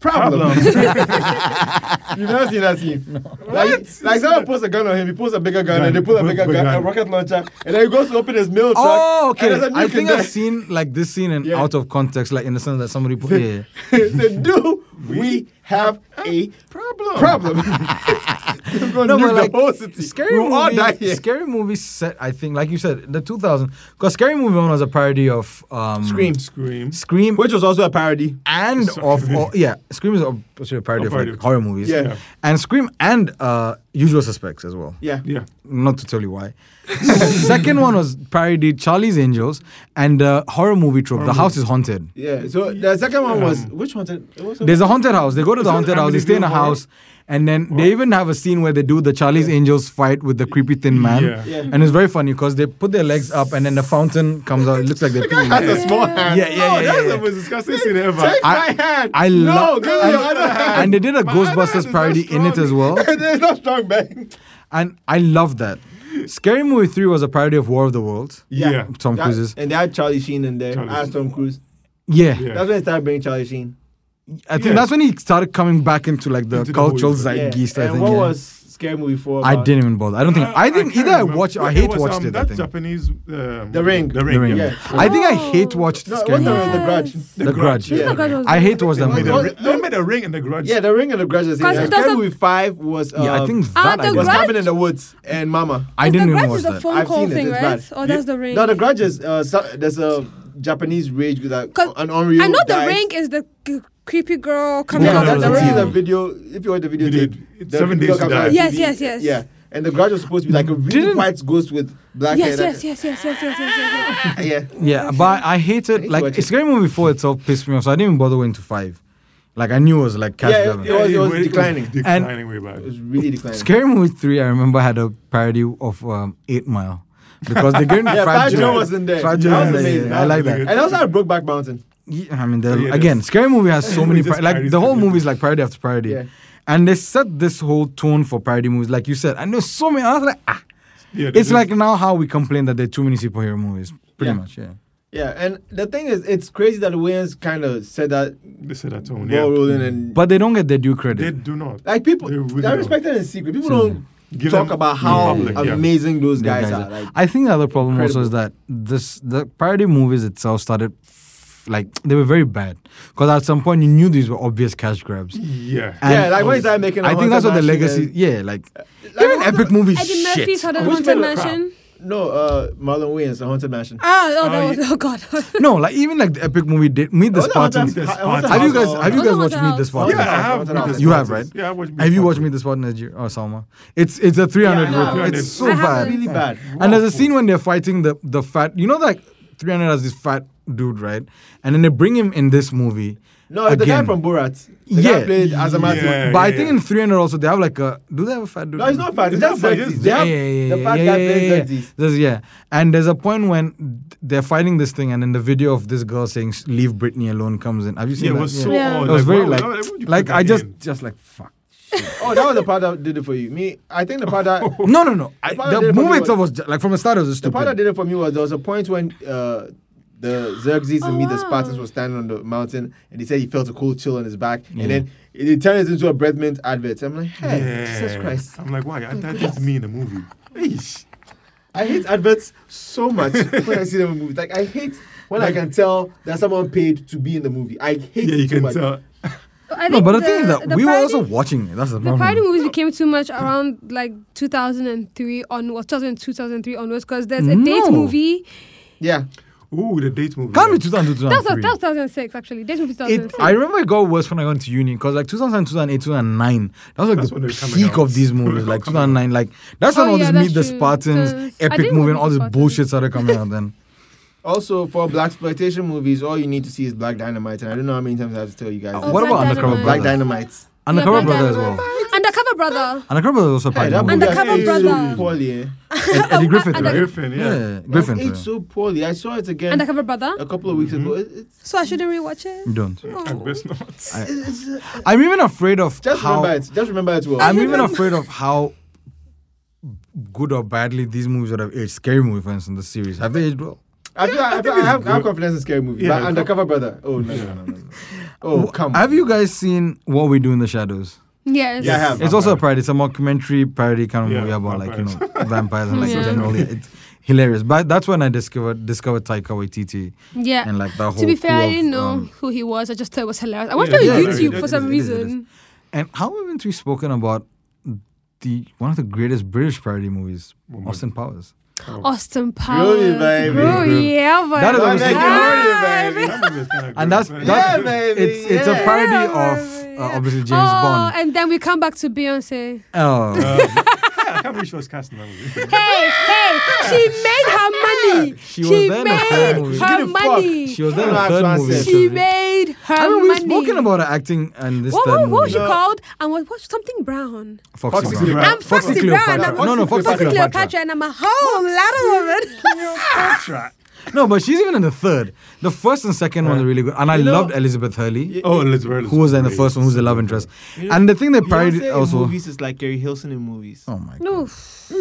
Speaker 2: problem? *laughs*
Speaker 1: *laughs*
Speaker 2: You've never seen that scene. Like, like someone puts a gun on him, he puts a bigger gun,
Speaker 4: Gun.
Speaker 2: and they put a
Speaker 4: Put-
Speaker 2: bigger
Speaker 4: put
Speaker 2: gun,
Speaker 4: gun.
Speaker 2: a rocket launcher, and then he goes to open his mail truck.
Speaker 1: Oh, okay.
Speaker 2: And there's a
Speaker 1: I
Speaker 2: nuke in
Speaker 1: think
Speaker 2: there.
Speaker 1: I've seen like this scene in
Speaker 2: Yeah.
Speaker 1: out of context, like in the sense that somebody put
Speaker 2: *laughs*
Speaker 1: yeah.
Speaker 2: He said, do we have a problem?
Speaker 1: *laughs*
Speaker 2: Problem. We're gonna nuke the whole city.
Speaker 1: scary
Speaker 2: We'll all die
Speaker 1: movie.
Speaker 2: here.
Speaker 1: Scary movie set. I think, like you said, the 2000 because scary movie one was a parody of um,
Speaker 2: Scream.
Speaker 4: Scream.
Speaker 1: Scream
Speaker 2: Which was also a parody.
Speaker 1: and
Speaker 4: Sorry.
Speaker 1: of all, yeah, Scream is obviously a parody
Speaker 4: A
Speaker 1: of
Speaker 4: parody
Speaker 1: like
Speaker 4: of-
Speaker 1: horror movies.
Speaker 2: Yeah. Yeah.
Speaker 1: and Scream and uh, Usual Suspects as well.
Speaker 2: Yeah.
Speaker 4: Yeah.
Speaker 1: Not to tell you why. *laughs* Second one was parody Charlie's Angels and uh, horror movie trope. the house is haunted.
Speaker 2: Yeah. So the second one was which one? did- it was a-
Speaker 1: Um, There's a haunted house. They go to the
Speaker 4: that
Speaker 1: haunted house. They
Speaker 4: Amityville
Speaker 1: stay in a
Speaker 4: Horror?
Speaker 1: house, and then they even have a scene where they do the Charlie's Angels fight with the creepy thin man.
Speaker 4: Yeah.
Speaker 2: Yeah.
Speaker 1: And it's very funny because they put their legs up, and then the fountain comes out. It looks like
Speaker 2: *laughs*
Speaker 1: they're
Speaker 2: That's
Speaker 1: peeing.
Speaker 2: a small hand.
Speaker 1: Yeah, yeah, yeah,
Speaker 2: No,
Speaker 1: yeah,
Speaker 2: that's
Speaker 1: yeah.
Speaker 2: the most disgusting scene ever.
Speaker 4: Take
Speaker 1: I-
Speaker 2: my hand.
Speaker 1: I
Speaker 2: no,
Speaker 1: love
Speaker 2: give me
Speaker 1: and,
Speaker 2: your other hand.
Speaker 1: and they did a
Speaker 2: My other hand
Speaker 1: Ghostbusters
Speaker 2: is
Speaker 1: parody
Speaker 2: not
Speaker 1: in it as
Speaker 2: strong.
Speaker 1: well,
Speaker 2: *laughs* it's not strong, man.
Speaker 1: and I love that. Scary Movie Three was a parody of War of the Worlds.
Speaker 4: Yeah.
Speaker 2: Yeah.
Speaker 1: Tom
Speaker 2: That-
Speaker 1: Cruise's.
Speaker 2: And they had Charlie Sheen in there.
Speaker 4: Charlie
Speaker 2: as
Speaker 4: Sheen.
Speaker 2: Tom Cruise.
Speaker 1: Yeah,
Speaker 4: Yeah.
Speaker 2: That's when they started bringing Charlie Sheen.
Speaker 1: I think
Speaker 4: Yeah.
Speaker 1: that's when he started coming back into like the
Speaker 4: Into the whole
Speaker 1: cultural
Speaker 4: thing.
Speaker 2: Yeah.
Speaker 1: zeitgeist. I
Speaker 2: And
Speaker 1: think.
Speaker 2: what
Speaker 1: yeah.
Speaker 2: was Scary Movie 4
Speaker 1: I
Speaker 2: about?
Speaker 1: didn't even bother. I don't think. I think
Speaker 4: can't
Speaker 1: either I
Speaker 4: remember.
Speaker 1: watch. I
Speaker 4: It
Speaker 1: hate
Speaker 4: was,
Speaker 1: watched
Speaker 4: um,
Speaker 1: it. I
Speaker 4: That
Speaker 1: think.
Speaker 4: Japanese. um,
Speaker 2: The Ring.
Speaker 4: The
Speaker 1: The
Speaker 4: Ring.
Speaker 1: Ring.
Speaker 4: Yeah.
Speaker 2: Yeah.
Speaker 1: I think I hate watched
Speaker 2: No, what
Speaker 1: Scary
Speaker 2: the,
Speaker 1: Movie.
Speaker 2: the Grudge?
Speaker 1: The Grudge.
Speaker 2: Yeah.
Speaker 3: The Grudge was
Speaker 1: I hate
Speaker 3: good.
Speaker 1: watched that
Speaker 4: Wait,
Speaker 1: movie.
Speaker 4: the,
Speaker 2: What-
Speaker 4: ring, they made the ring and the grudge.
Speaker 2: Yeah, The Ring and the Grudge. is-
Speaker 3: Cause
Speaker 2: Yeah.
Speaker 3: it
Speaker 2: Scary
Speaker 3: doesn't-
Speaker 2: Movie 5 was. Uh,
Speaker 1: yeah, I think
Speaker 3: Ah,
Speaker 1: that I
Speaker 3: The
Speaker 2: Was
Speaker 1: didn't.
Speaker 3: Grudge?
Speaker 2: Cabin in the Woods and Mama.
Speaker 1: I
Speaker 3: the
Speaker 1: didn't
Speaker 3: Grudge
Speaker 1: even watch
Speaker 3: is a
Speaker 1: that.
Speaker 3: phone
Speaker 2: I've
Speaker 3: call
Speaker 2: seen it,
Speaker 3: thing,
Speaker 2: it's
Speaker 3: right?
Speaker 2: bad.
Speaker 3: Or that's the ring.
Speaker 2: No, The Grudge is. Uh, so, there's a Japanese rage with that.
Speaker 3: 'Cause
Speaker 2: An Oreo.
Speaker 3: I know
Speaker 2: dies.
Speaker 3: the ring is the c- creepy girl coming
Speaker 2: Yeah,
Speaker 1: Yeah,
Speaker 3: out
Speaker 2: that,
Speaker 3: of
Speaker 1: was
Speaker 2: that
Speaker 3: the
Speaker 1: a
Speaker 2: really is a
Speaker 1: TV.
Speaker 3: room.
Speaker 2: video. If you watch the video,
Speaker 4: We
Speaker 2: tape,
Speaker 4: did.
Speaker 2: the
Speaker 4: Seven
Speaker 2: video
Speaker 4: Days to
Speaker 2: comes out
Speaker 4: Die.
Speaker 2: on
Speaker 3: Yes,
Speaker 2: TV.
Speaker 3: yes, yes.
Speaker 2: Yeah, and the grudge was supposed to be like a really
Speaker 1: Didn't-
Speaker 2: white ghost with black
Speaker 3: Yes,
Speaker 2: hair.
Speaker 3: yes, yes, yes, yes, yes, yes, yes. yes.
Speaker 2: yes. *laughs* Yeah,
Speaker 1: Yeah, but I hated
Speaker 2: need to
Speaker 1: like
Speaker 2: watch it.
Speaker 1: Scary Movie Four itself pissed me off, so I didn't even bother going to five. Like I knew it was like cash
Speaker 2: Yeah,
Speaker 1: grab.
Speaker 2: It was- it was declining.
Speaker 4: declining way back.
Speaker 2: it was really declining.
Speaker 1: Scary Movie Three, I remember had a parody of um, Eight Mile because they didn't.
Speaker 2: Yeah, Fat Joe
Speaker 1: Joe
Speaker 2: was in there.
Speaker 1: Fat Joe
Speaker 2: That
Speaker 1: was
Speaker 2: was
Speaker 1: in there,
Speaker 2: amazing.
Speaker 1: yeah, I
Speaker 4: That
Speaker 1: like
Speaker 4: was
Speaker 1: that.
Speaker 4: really
Speaker 2: And also, I broke back mountain.
Speaker 1: Yeah, I mean, there-
Speaker 4: Oh, Yeah, it
Speaker 1: again,
Speaker 4: is.
Speaker 1: Scary Movie
Speaker 4: *laughs*
Speaker 1: has so many
Speaker 4: Just
Speaker 1: par- like
Speaker 4: parodies
Speaker 1: the whole
Speaker 4: everything.
Speaker 1: movie is like parody after parody,
Speaker 2: Yeah.
Speaker 1: and they set this whole tone for parody movies, like you said. And there's so many. I was like, ah,
Speaker 4: Yeah,
Speaker 1: it's
Speaker 4: this-
Speaker 1: like now how we complain that there are too many superhero movies, pretty
Speaker 2: Yeah.
Speaker 1: much. Yeah.
Speaker 2: Yeah, and the thing is, it's crazy that the Wayans kind of said that
Speaker 4: they said that
Speaker 2: ball
Speaker 4: tone. Yeah.
Speaker 2: rolling and
Speaker 1: But they don't get their due credit.
Speaker 4: They do not.
Speaker 2: like people,
Speaker 4: They really
Speaker 2: I
Speaker 4: don't.
Speaker 2: respect that in secret. People don't
Speaker 4: Give
Speaker 2: talk
Speaker 4: them-
Speaker 2: about
Speaker 4: Yeah.
Speaker 2: how
Speaker 4: Public, yeah.
Speaker 2: amazing those
Speaker 1: the
Speaker 2: guys,
Speaker 1: guys
Speaker 2: are.
Speaker 1: that-
Speaker 2: Like,
Speaker 1: I think the other problem also
Speaker 2: Incredible.
Speaker 1: is that this the parody movies itself started f- like they were very bad because at some point you knew these were obvious cash grabs.
Speaker 4: Yeah.
Speaker 1: And
Speaker 2: yeah, like when you started making,
Speaker 1: I think that's what the
Speaker 2: Haunted
Speaker 1: legacy.
Speaker 2: Mansion
Speaker 1: yeah, like,
Speaker 2: like,
Speaker 1: even
Speaker 2: what
Speaker 1: epic movies.
Speaker 3: Eddie Murphy's
Speaker 1: Shit.
Speaker 3: Haunted
Speaker 2: Which
Speaker 3: Haunted
Speaker 2: one?
Speaker 3: Mansion.
Speaker 2: and- no, uh, Marlon Wayans, the Haunted Mansion.
Speaker 3: Ah, oh,
Speaker 4: Oh,
Speaker 3: that was, oh God.
Speaker 1: No, like even like the epic movie did Meet the
Speaker 2: Oh, no,
Speaker 1: Spartans.
Speaker 2: Haunted-
Speaker 4: Have
Speaker 2: Haunted
Speaker 1: Have you
Speaker 2: House,
Speaker 1: guys
Speaker 2: uh,
Speaker 1: have you
Speaker 3: Haunted
Speaker 1: guys watched
Speaker 3: House.
Speaker 1: Meet the Spartans?
Speaker 4: yeah, I have.
Speaker 2: Haunted
Speaker 4: Meet the
Speaker 2: House.
Speaker 1: You have,
Speaker 4: Spartans.
Speaker 1: right?
Speaker 4: Yeah, I watched Meet
Speaker 1: Have you
Speaker 4: the
Speaker 1: watched Meet
Speaker 4: Spartans.
Speaker 1: the Spartans or Salma? It's it's a 300
Speaker 2: Yeah, I
Speaker 1: rip-
Speaker 2: know.
Speaker 1: It's so
Speaker 3: I
Speaker 1: bad.
Speaker 3: haven't.
Speaker 2: really bad.
Speaker 1: And there's a scene when they're fighting the the fat. You know, like 300 has this fat dude, right? And then they bring him in this movie,
Speaker 2: No, the guy
Speaker 1: Again.
Speaker 2: from Borat. The guy
Speaker 1: Yeah.
Speaker 2: played Azamati.
Speaker 4: Yeah.
Speaker 1: but I think in 300 also they have like a. Do they have a fat dude?
Speaker 2: No, it's not fat. It's just
Speaker 4: not fat,
Speaker 2: dirty.
Speaker 4: it's
Speaker 2: They
Speaker 1: Yeah,
Speaker 2: have
Speaker 1: yeah, yeah,
Speaker 2: the fat
Speaker 1: yeah,
Speaker 2: guy
Speaker 1: yeah,
Speaker 2: playing
Speaker 1: yeah, yeah.
Speaker 2: dirty.
Speaker 1: There's- yeah. And there's a point when they're fighting this thing, and then the video of this girl saying "Leave Britney alone" comes in. Have you seen
Speaker 4: Yeah, it
Speaker 1: that?
Speaker 4: was so
Speaker 3: Yeah.
Speaker 4: odd.
Speaker 1: It was very
Speaker 4: why-
Speaker 1: like,
Speaker 4: why would you put
Speaker 1: like
Speaker 4: that
Speaker 1: I just,
Speaker 4: in?
Speaker 1: just like fuck.
Speaker 2: Oh, that was the part that did it for you. Me, I think the part that
Speaker 1: No, no, no. I,
Speaker 2: The part I
Speaker 1: the
Speaker 2: did for
Speaker 1: movie
Speaker 2: me
Speaker 1: itself was ju- like from the start it was
Speaker 2: the
Speaker 1: stupid.
Speaker 2: part that did it for me was there was a point when uh, the Xerxes
Speaker 3: Oh,
Speaker 2: and me, the
Speaker 3: wow.
Speaker 2: Spartans, were standing on the mountain, and he said he felt a cold chill on his back,
Speaker 1: Yeah.
Speaker 2: and then it, it turns into a breath mint advert. I'm like, hey,
Speaker 4: Yeah.
Speaker 2: Jesus Christ!
Speaker 4: I'm like, why? I, that is me in the movie. Eesh.
Speaker 2: I hate adverts so much when I see them in movies. Like I hate when I can tell that someone paid to be in the movie. I hate
Speaker 4: Yeah,
Speaker 2: it
Speaker 4: you
Speaker 2: too
Speaker 4: can
Speaker 2: much.
Speaker 4: tell.
Speaker 3: I
Speaker 1: no,
Speaker 3: think
Speaker 1: but the, thing is that
Speaker 3: the
Speaker 1: we were
Speaker 3: parody-
Speaker 1: also watching it. That's the
Speaker 3: The
Speaker 1: problem.
Speaker 3: party movies became too much around like 2003 onwards, 2002, 2003 onwards, because there's a
Speaker 1: No.
Speaker 3: date movie.
Speaker 2: Yeah,
Speaker 4: Ooh, the date movie.
Speaker 1: Can't be 2002,
Speaker 3: That was, that
Speaker 1: 2003.
Speaker 3: was 2006, actually. Date movie
Speaker 1: It,
Speaker 3: 2006.
Speaker 1: I remember it got worse when I got into uni because like 2007, 2008, 2009, that was like
Speaker 4: That's when they
Speaker 1: the
Speaker 4: were coming
Speaker 1: peak
Speaker 4: out.
Speaker 1: of these
Speaker 4: When they
Speaker 1: movies.
Speaker 4: were
Speaker 1: Like
Speaker 4: coming out.
Speaker 1: 2009, like that's
Speaker 3: Oh,
Speaker 1: when all
Speaker 3: yeah,
Speaker 1: this Meet the
Speaker 3: that's true.
Speaker 1: Spartans,
Speaker 3: Because I
Speaker 1: epic
Speaker 3: didn't
Speaker 1: movie, and
Speaker 3: watch
Speaker 1: all this
Speaker 3: Meet the
Speaker 1: bullshit started coming out then.
Speaker 2: Also, for black exploitation movies, all you need to see is Black Dynamite, and I don't know how many times I have to tell you guys.
Speaker 1: Oh, what
Speaker 3: Black
Speaker 1: about Undercover
Speaker 3: Dynamite.
Speaker 2: Black
Speaker 1: Brother?
Speaker 2: Dynamite?
Speaker 1: Undercover
Speaker 3: Yeah, Black
Speaker 1: Brother as
Speaker 3: Dynamite.
Speaker 1: well.
Speaker 3: Undercover Brother.
Speaker 1: Undercover Brother was also
Speaker 2: Hey,
Speaker 1: part
Speaker 2: that
Speaker 1: of
Speaker 2: movie
Speaker 1: the
Speaker 2: has
Speaker 3: Undercover
Speaker 2: aged
Speaker 3: Brother.
Speaker 2: So poorly, eh?
Speaker 1: Eddie Griffith,
Speaker 3: Under-
Speaker 1: right?
Speaker 4: Griffin, yeah.
Speaker 1: Yeah, Griffin.
Speaker 2: It's so poorly. I saw it again
Speaker 3: Undercover Brother.
Speaker 2: a couple of weeks ago. It- it's-
Speaker 3: So I shouldn't rewatch it.
Speaker 1: Don't.
Speaker 4: I best not.
Speaker 1: I'm even afraid of
Speaker 2: Just
Speaker 1: how
Speaker 2: remember it. Just remember it well.
Speaker 1: I'm even afraid of how good or badly these movies would have aged. Scary movie, for instance, the series. Have they aged well?
Speaker 2: I feel, I, feel, I, have, I have confidence in scary movies,
Speaker 4: Yeah,
Speaker 2: but Undercover Brother. Oh no, no, no, no, no. Oh come.
Speaker 1: Have
Speaker 2: on.
Speaker 1: you guys seen What We Do in the Shadows?
Speaker 3: Yes.
Speaker 2: Yeah, I have.
Speaker 1: It's also a parody. It's a mockumentary parody kind of
Speaker 4: Yeah,
Speaker 1: movie about like you know
Speaker 4: vampires.
Speaker 1: vampires and like
Speaker 3: Yeah.
Speaker 1: generally it's hilarious. But that's when I discovered discovered Taika Waititi
Speaker 3: Yeah.
Speaker 1: and like that whole.
Speaker 3: to be fair,
Speaker 1: crew
Speaker 3: I
Speaker 1: of,
Speaker 3: didn't know
Speaker 1: um,
Speaker 3: who he was. I just thought it was hilarious. I watched
Speaker 4: Yeah,
Speaker 3: it on
Speaker 1: yeah,
Speaker 3: YouTube
Speaker 4: yeah,
Speaker 3: for
Speaker 4: it
Speaker 3: some
Speaker 1: is, it is, it
Speaker 3: reason.
Speaker 1: and how haven't we spoken about the one of the greatest British parody movies,
Speaker 4: Woman.
Speaker 1: Austin Powers?
Speaker 3: Austin Powers.
Speaker 2: Groovy, baby.
Speaker 3: Groovy, yeah, but
Speaker 1: That is
Speaker 2: Don't
Speaker 1: obviously-
Speaker 2: make it worry, baby.
Speaker 1: And that's
Speaker 4: yeah.
Speaker 1: that,
Speaker 2: baby,
Speaker 1: it's it's a
Speaker 2: yeah.
Speaker 1: parody
Speaker 3: Yeah,
Speaker 1: of
Speaker 3: baby,
Speaker 1: uh,
Speaker 3: yeah.
Speaker 1: obviously James
Speaker 3: oh,
Speaker 1: Bond.
Speaker 3: and then we come back to Beyonce.
Speaker 1: Oh.
Speaker 4: I can't believe she was casting that movie.
Speaker 3: Hey, hey, she made her money.
Speaker 1: She was there in the third movie.
Speaker 3: made
Speaker 1: She
Speaker 3: her
Speaker 2: didn't fuck.
Speaker 3: money.
Speaker 1: She was there in the
Speaker 2: That's what I
Speaker 1: third movie.
Speaker 2: said.
Speaker 3: She made her
Speaker 1: I mean, we've
Speaker 3: money.
Speaker 1: spoken about her acting and this
Speaker 3: What,
Speaker 1: third
Speaker 3: what, what was
Speaker 1: movie.
Speaker 3: she
Speaker 2: No.
Speaker 3: called? And what, what something brown?
Speaker 1: Foxy,
Speaker 4: Foxy
Speaker 1: Brown.
Speaker 4: Brown.
Speaker 3: I'm Foxy, Brown.
Speaker 1: Cleopatra.
Speaker 3: I'm
Speaker 1: No, no, Foxy,
Speaker 3: Foxy Cleopatra.
Speaker 1: Cleopatra.
Speaker 3: and I'm a whole lot of women.
Speaker 1: No, but she's even in the third. The first and second one are really good, and I
Speaker 2: You know-
Speaker 1: loved Elizabeth Hurley,
Speaker 4: Oh, Elizabeth.
Speaker 1: who was in the first one, who's the love interest. And the thing they parodied also.
Speaker 2: movies is like Gary Hilson in movies.
Speaker 1: Oh my god!
Speaker 3: no,